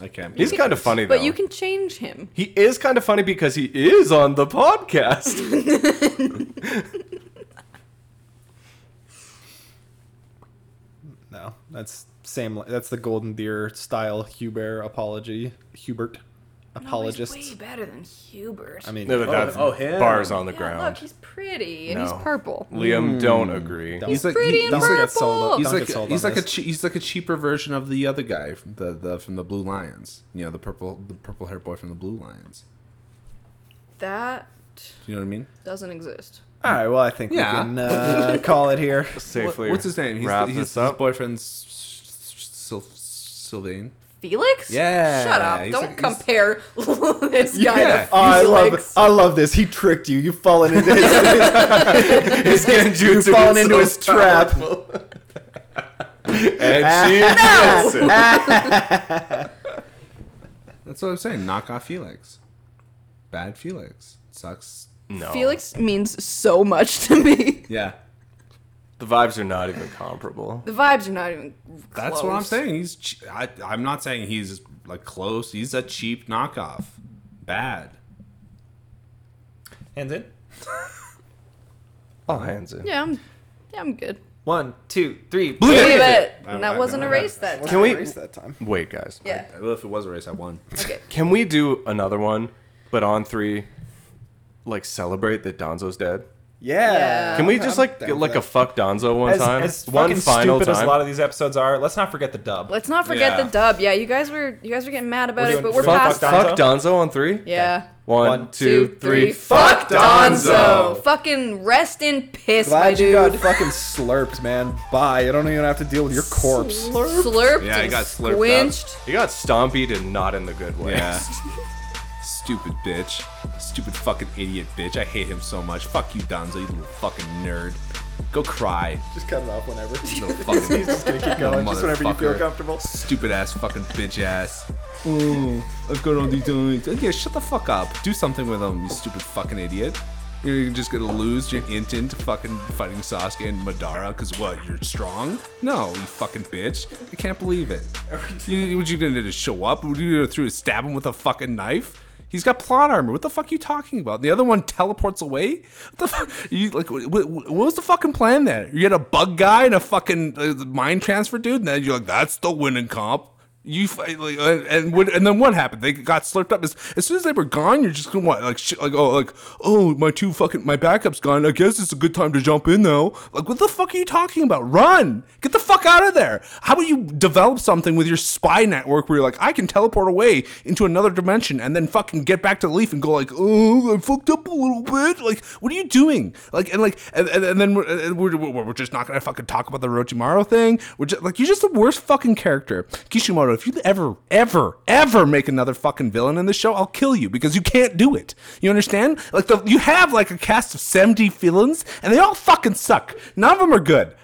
Speaker 3: I can't.
Speaker 2: He's kind of funny though.
Speaker 1: But you can change him.
Speaker 2: He is kind of funny because he is on the podcast.
Speaker 4: No, that's same. That's the Golden Deer style Huber apology. Hubert apologist.
Speaker 1: No, he's way better than Hubert.
Speaker 4: I mean,
Speaker 2: no, but that's
Speaker 3: oh, him.
Speaker 2: bars on the
Speaker 1: yeah, look,
Speaker 2: ground.
Speaker 1: he's pretty and he's
Speaker 2: No.
Speaker 1: purple.
Speaker 2: Liam, don't agree.
Speaker 1: He's pretty and
Speaker 4: don't get sold
Speaker 1: purple.
Speaker 4: up-
Speaker 3: He's
Speaker 4: don't
Speaker 3: like
Speaker 4: get sold
Speaker 3: he's
Speaker 4: on
Speaker 3: like a
Speaker 4: this.
Speaker 3: che- he's like a cheaper version of the other guy from the, the from the Blue Lions. You know the purple the purple hair boy from the Blue Lions.
Speaker 1: That
Speaker 3: Do you know what I mean?
Speaker 1: doesn't exist.
Speaker 4: All right, well, I think
Speaker 3: Yeah.
Speaker 4: we can uh, call it here.
Speaker 2: Safely.
Speaker 3: What- what's his name? He's,
Speaker 2: wrap
Speaker 3: he's
Speaker 2: this
Speaker 3: his
Speaker 2: up.
Speaker 3: boyfriend's Syl- Sylvain.
Speaker 1: Felix?
Speaker 3: Yeah,
Speaker 1: Shut up.
Speaker 3: he's
Speaker 1: Don't
Speaker 3: like- he's-
Speaker 1: compare this guy to
Speaker 3: Yeah.
Speaker 1: Felix.
Speaker 5: Oh, I love I love this. He tricked you. You've fallen into his,
Speaker 2: His genjutsu
Speaker 5: you've fallen into his trap.
Speaker 2: And she admits it.
Speaker 3: That's what I'm saying. Knock off Felix. Bad Felix. Sucks.
Speaker 2: No.
Speaker 1: Felix means so much to me.
Speaker 3: Yeah.
Speaker 2: The vibes are not even comparable.
Speaker 1: The vibes are not even close.
Speaker 3: That's what I'm saying. He's. ch- I, I'm not saying he's like close. He's a cheap knockoff. Bad.
Speaker 4: Hands in.
Speaker 2: All hands in.
Speaker 1: Yeah, I'm, yeah, I'm good.
Speaker 4: One, two, three.
Speaker 3: Believe
Speaker 1: Believe
Speaker 3: it.
Speaker 1: it.
Speaker 3: I-
Speaker 1: that
Speaker 3: I-
Speaker 1: wasn't
Speaker 3: I-
Speaker 1: a race that time.
Speaker 2: Can we-
Speaker 5: Race that time?
Speaker 2: Wait, guys.
Speaker 1: Yeah.
Speaker 3: Well, if it was a race, I won.
Speaker 1: Okay.
Speaker 2: Can we do another one, but on three, like celebrate that Donzo's dead?
Speaker 5: Yeah.
Speaker 1: Yeah.
Speaker 2: Can we just like
Speaker 5: down
Speaker 2: get
Speaker 5: for
Speaker 2: like
Speaker 5: that.
Speaker 2: a fuck Donzo one
Speaker 4: As,
Speaker 2: time?
Speaker 4: as
Speaker 2: one
Speaker 4: fucking stupid as a lot of these episodes are, let's not forget the dub.
Speaker 1: Let's not forget
Speaker 3: Yeah.
Speaker 1: the dub. Yeah, you guys were you guys were getting mad about
Speaker 4: We're
Speaker 1: it,
Speaker 4: doing-
Speaker 1: but we're
Speaker 4: we're doing
Speaker 1: past
Speaker 4: fuck
Speaker 1: that.
Speaker 2: fuck Donzo on three?
Speaker 1: Yeah.
Speaker 2: One, two, three.
Speaker 1: Fuck
Speaker 2: Donzo.
Speaker 1: Fucking rest in piss, my
Speaker 5: Glad you
Speaker 1: dude.
Speaker 5: got fucking slurped, man. Bye. I don't even have to deal with your corpse.
Speaker 1: Slurped
Speaker 3: Yeah, I
Speaker 1: and
Speaker 3: got slurped up.
Speaker 1: squinched.
Speaker 2: He got stompied and not in the good way.
Speaker 3: Yeah. Stupid bitch. Stupid fucking idiot bitch. I hate him so much. Fuck you, Donzo, you little fucking nerd. Go cry.
Speaker 5: Just cut it off whenever. Just
Speaker 3: Little fucking
Speaker 5: keep going. Just whenever you feel
Speaker 3: motherfucker.
Speaker 5: comfortable.
Speaker 3: stupid ass fucking bitch ass. Ooh, I've got all these donuts. Yeah, shut the fuck up. Do something with them, you stupid fucking idiot. You're just gonna lose your int into fucking fighting Sasuke and Madara because what? You're strong? No, you fucking bitch. I can't believe it. You, what you gonna do? Show up? What you gonna do? Stab him with a fucking knife? He's got plot armor. What the fuck are you talking about? The other one teleports away. What the fuck? You like? What, what was the fucking plan there? You had a bug guy and a fucking uh, mind transfer dude, and then you're like, that's the winning comp. You fi- like, uh, and what, and then what happened? They got slurped up as, as soon as they were gone. You're just gonna what like sh- like oh like oh my two fucking my backup's gone. I guess it's a good time to jump in though. Like what the fuck are you talking about? Run! Get the fuck out of there! How about you develop something with your spy network where you're like I can teleport away into another dimension and then fucking get back to Leaf and go like oh I fucked up a little bit. Like what are you doing? Like and like and, and, and then we're, and we're, we're we're just not gonna fucking talk about the Rochimaru thing. We're just like you're just the worst fucking character, Kishimoto. If you ever ever ever make another fucking villain in this show, I'll kill you because you can't do it. You understand? Like the, you have like a cast of seventy villains and they all fucking suck. None of them are good.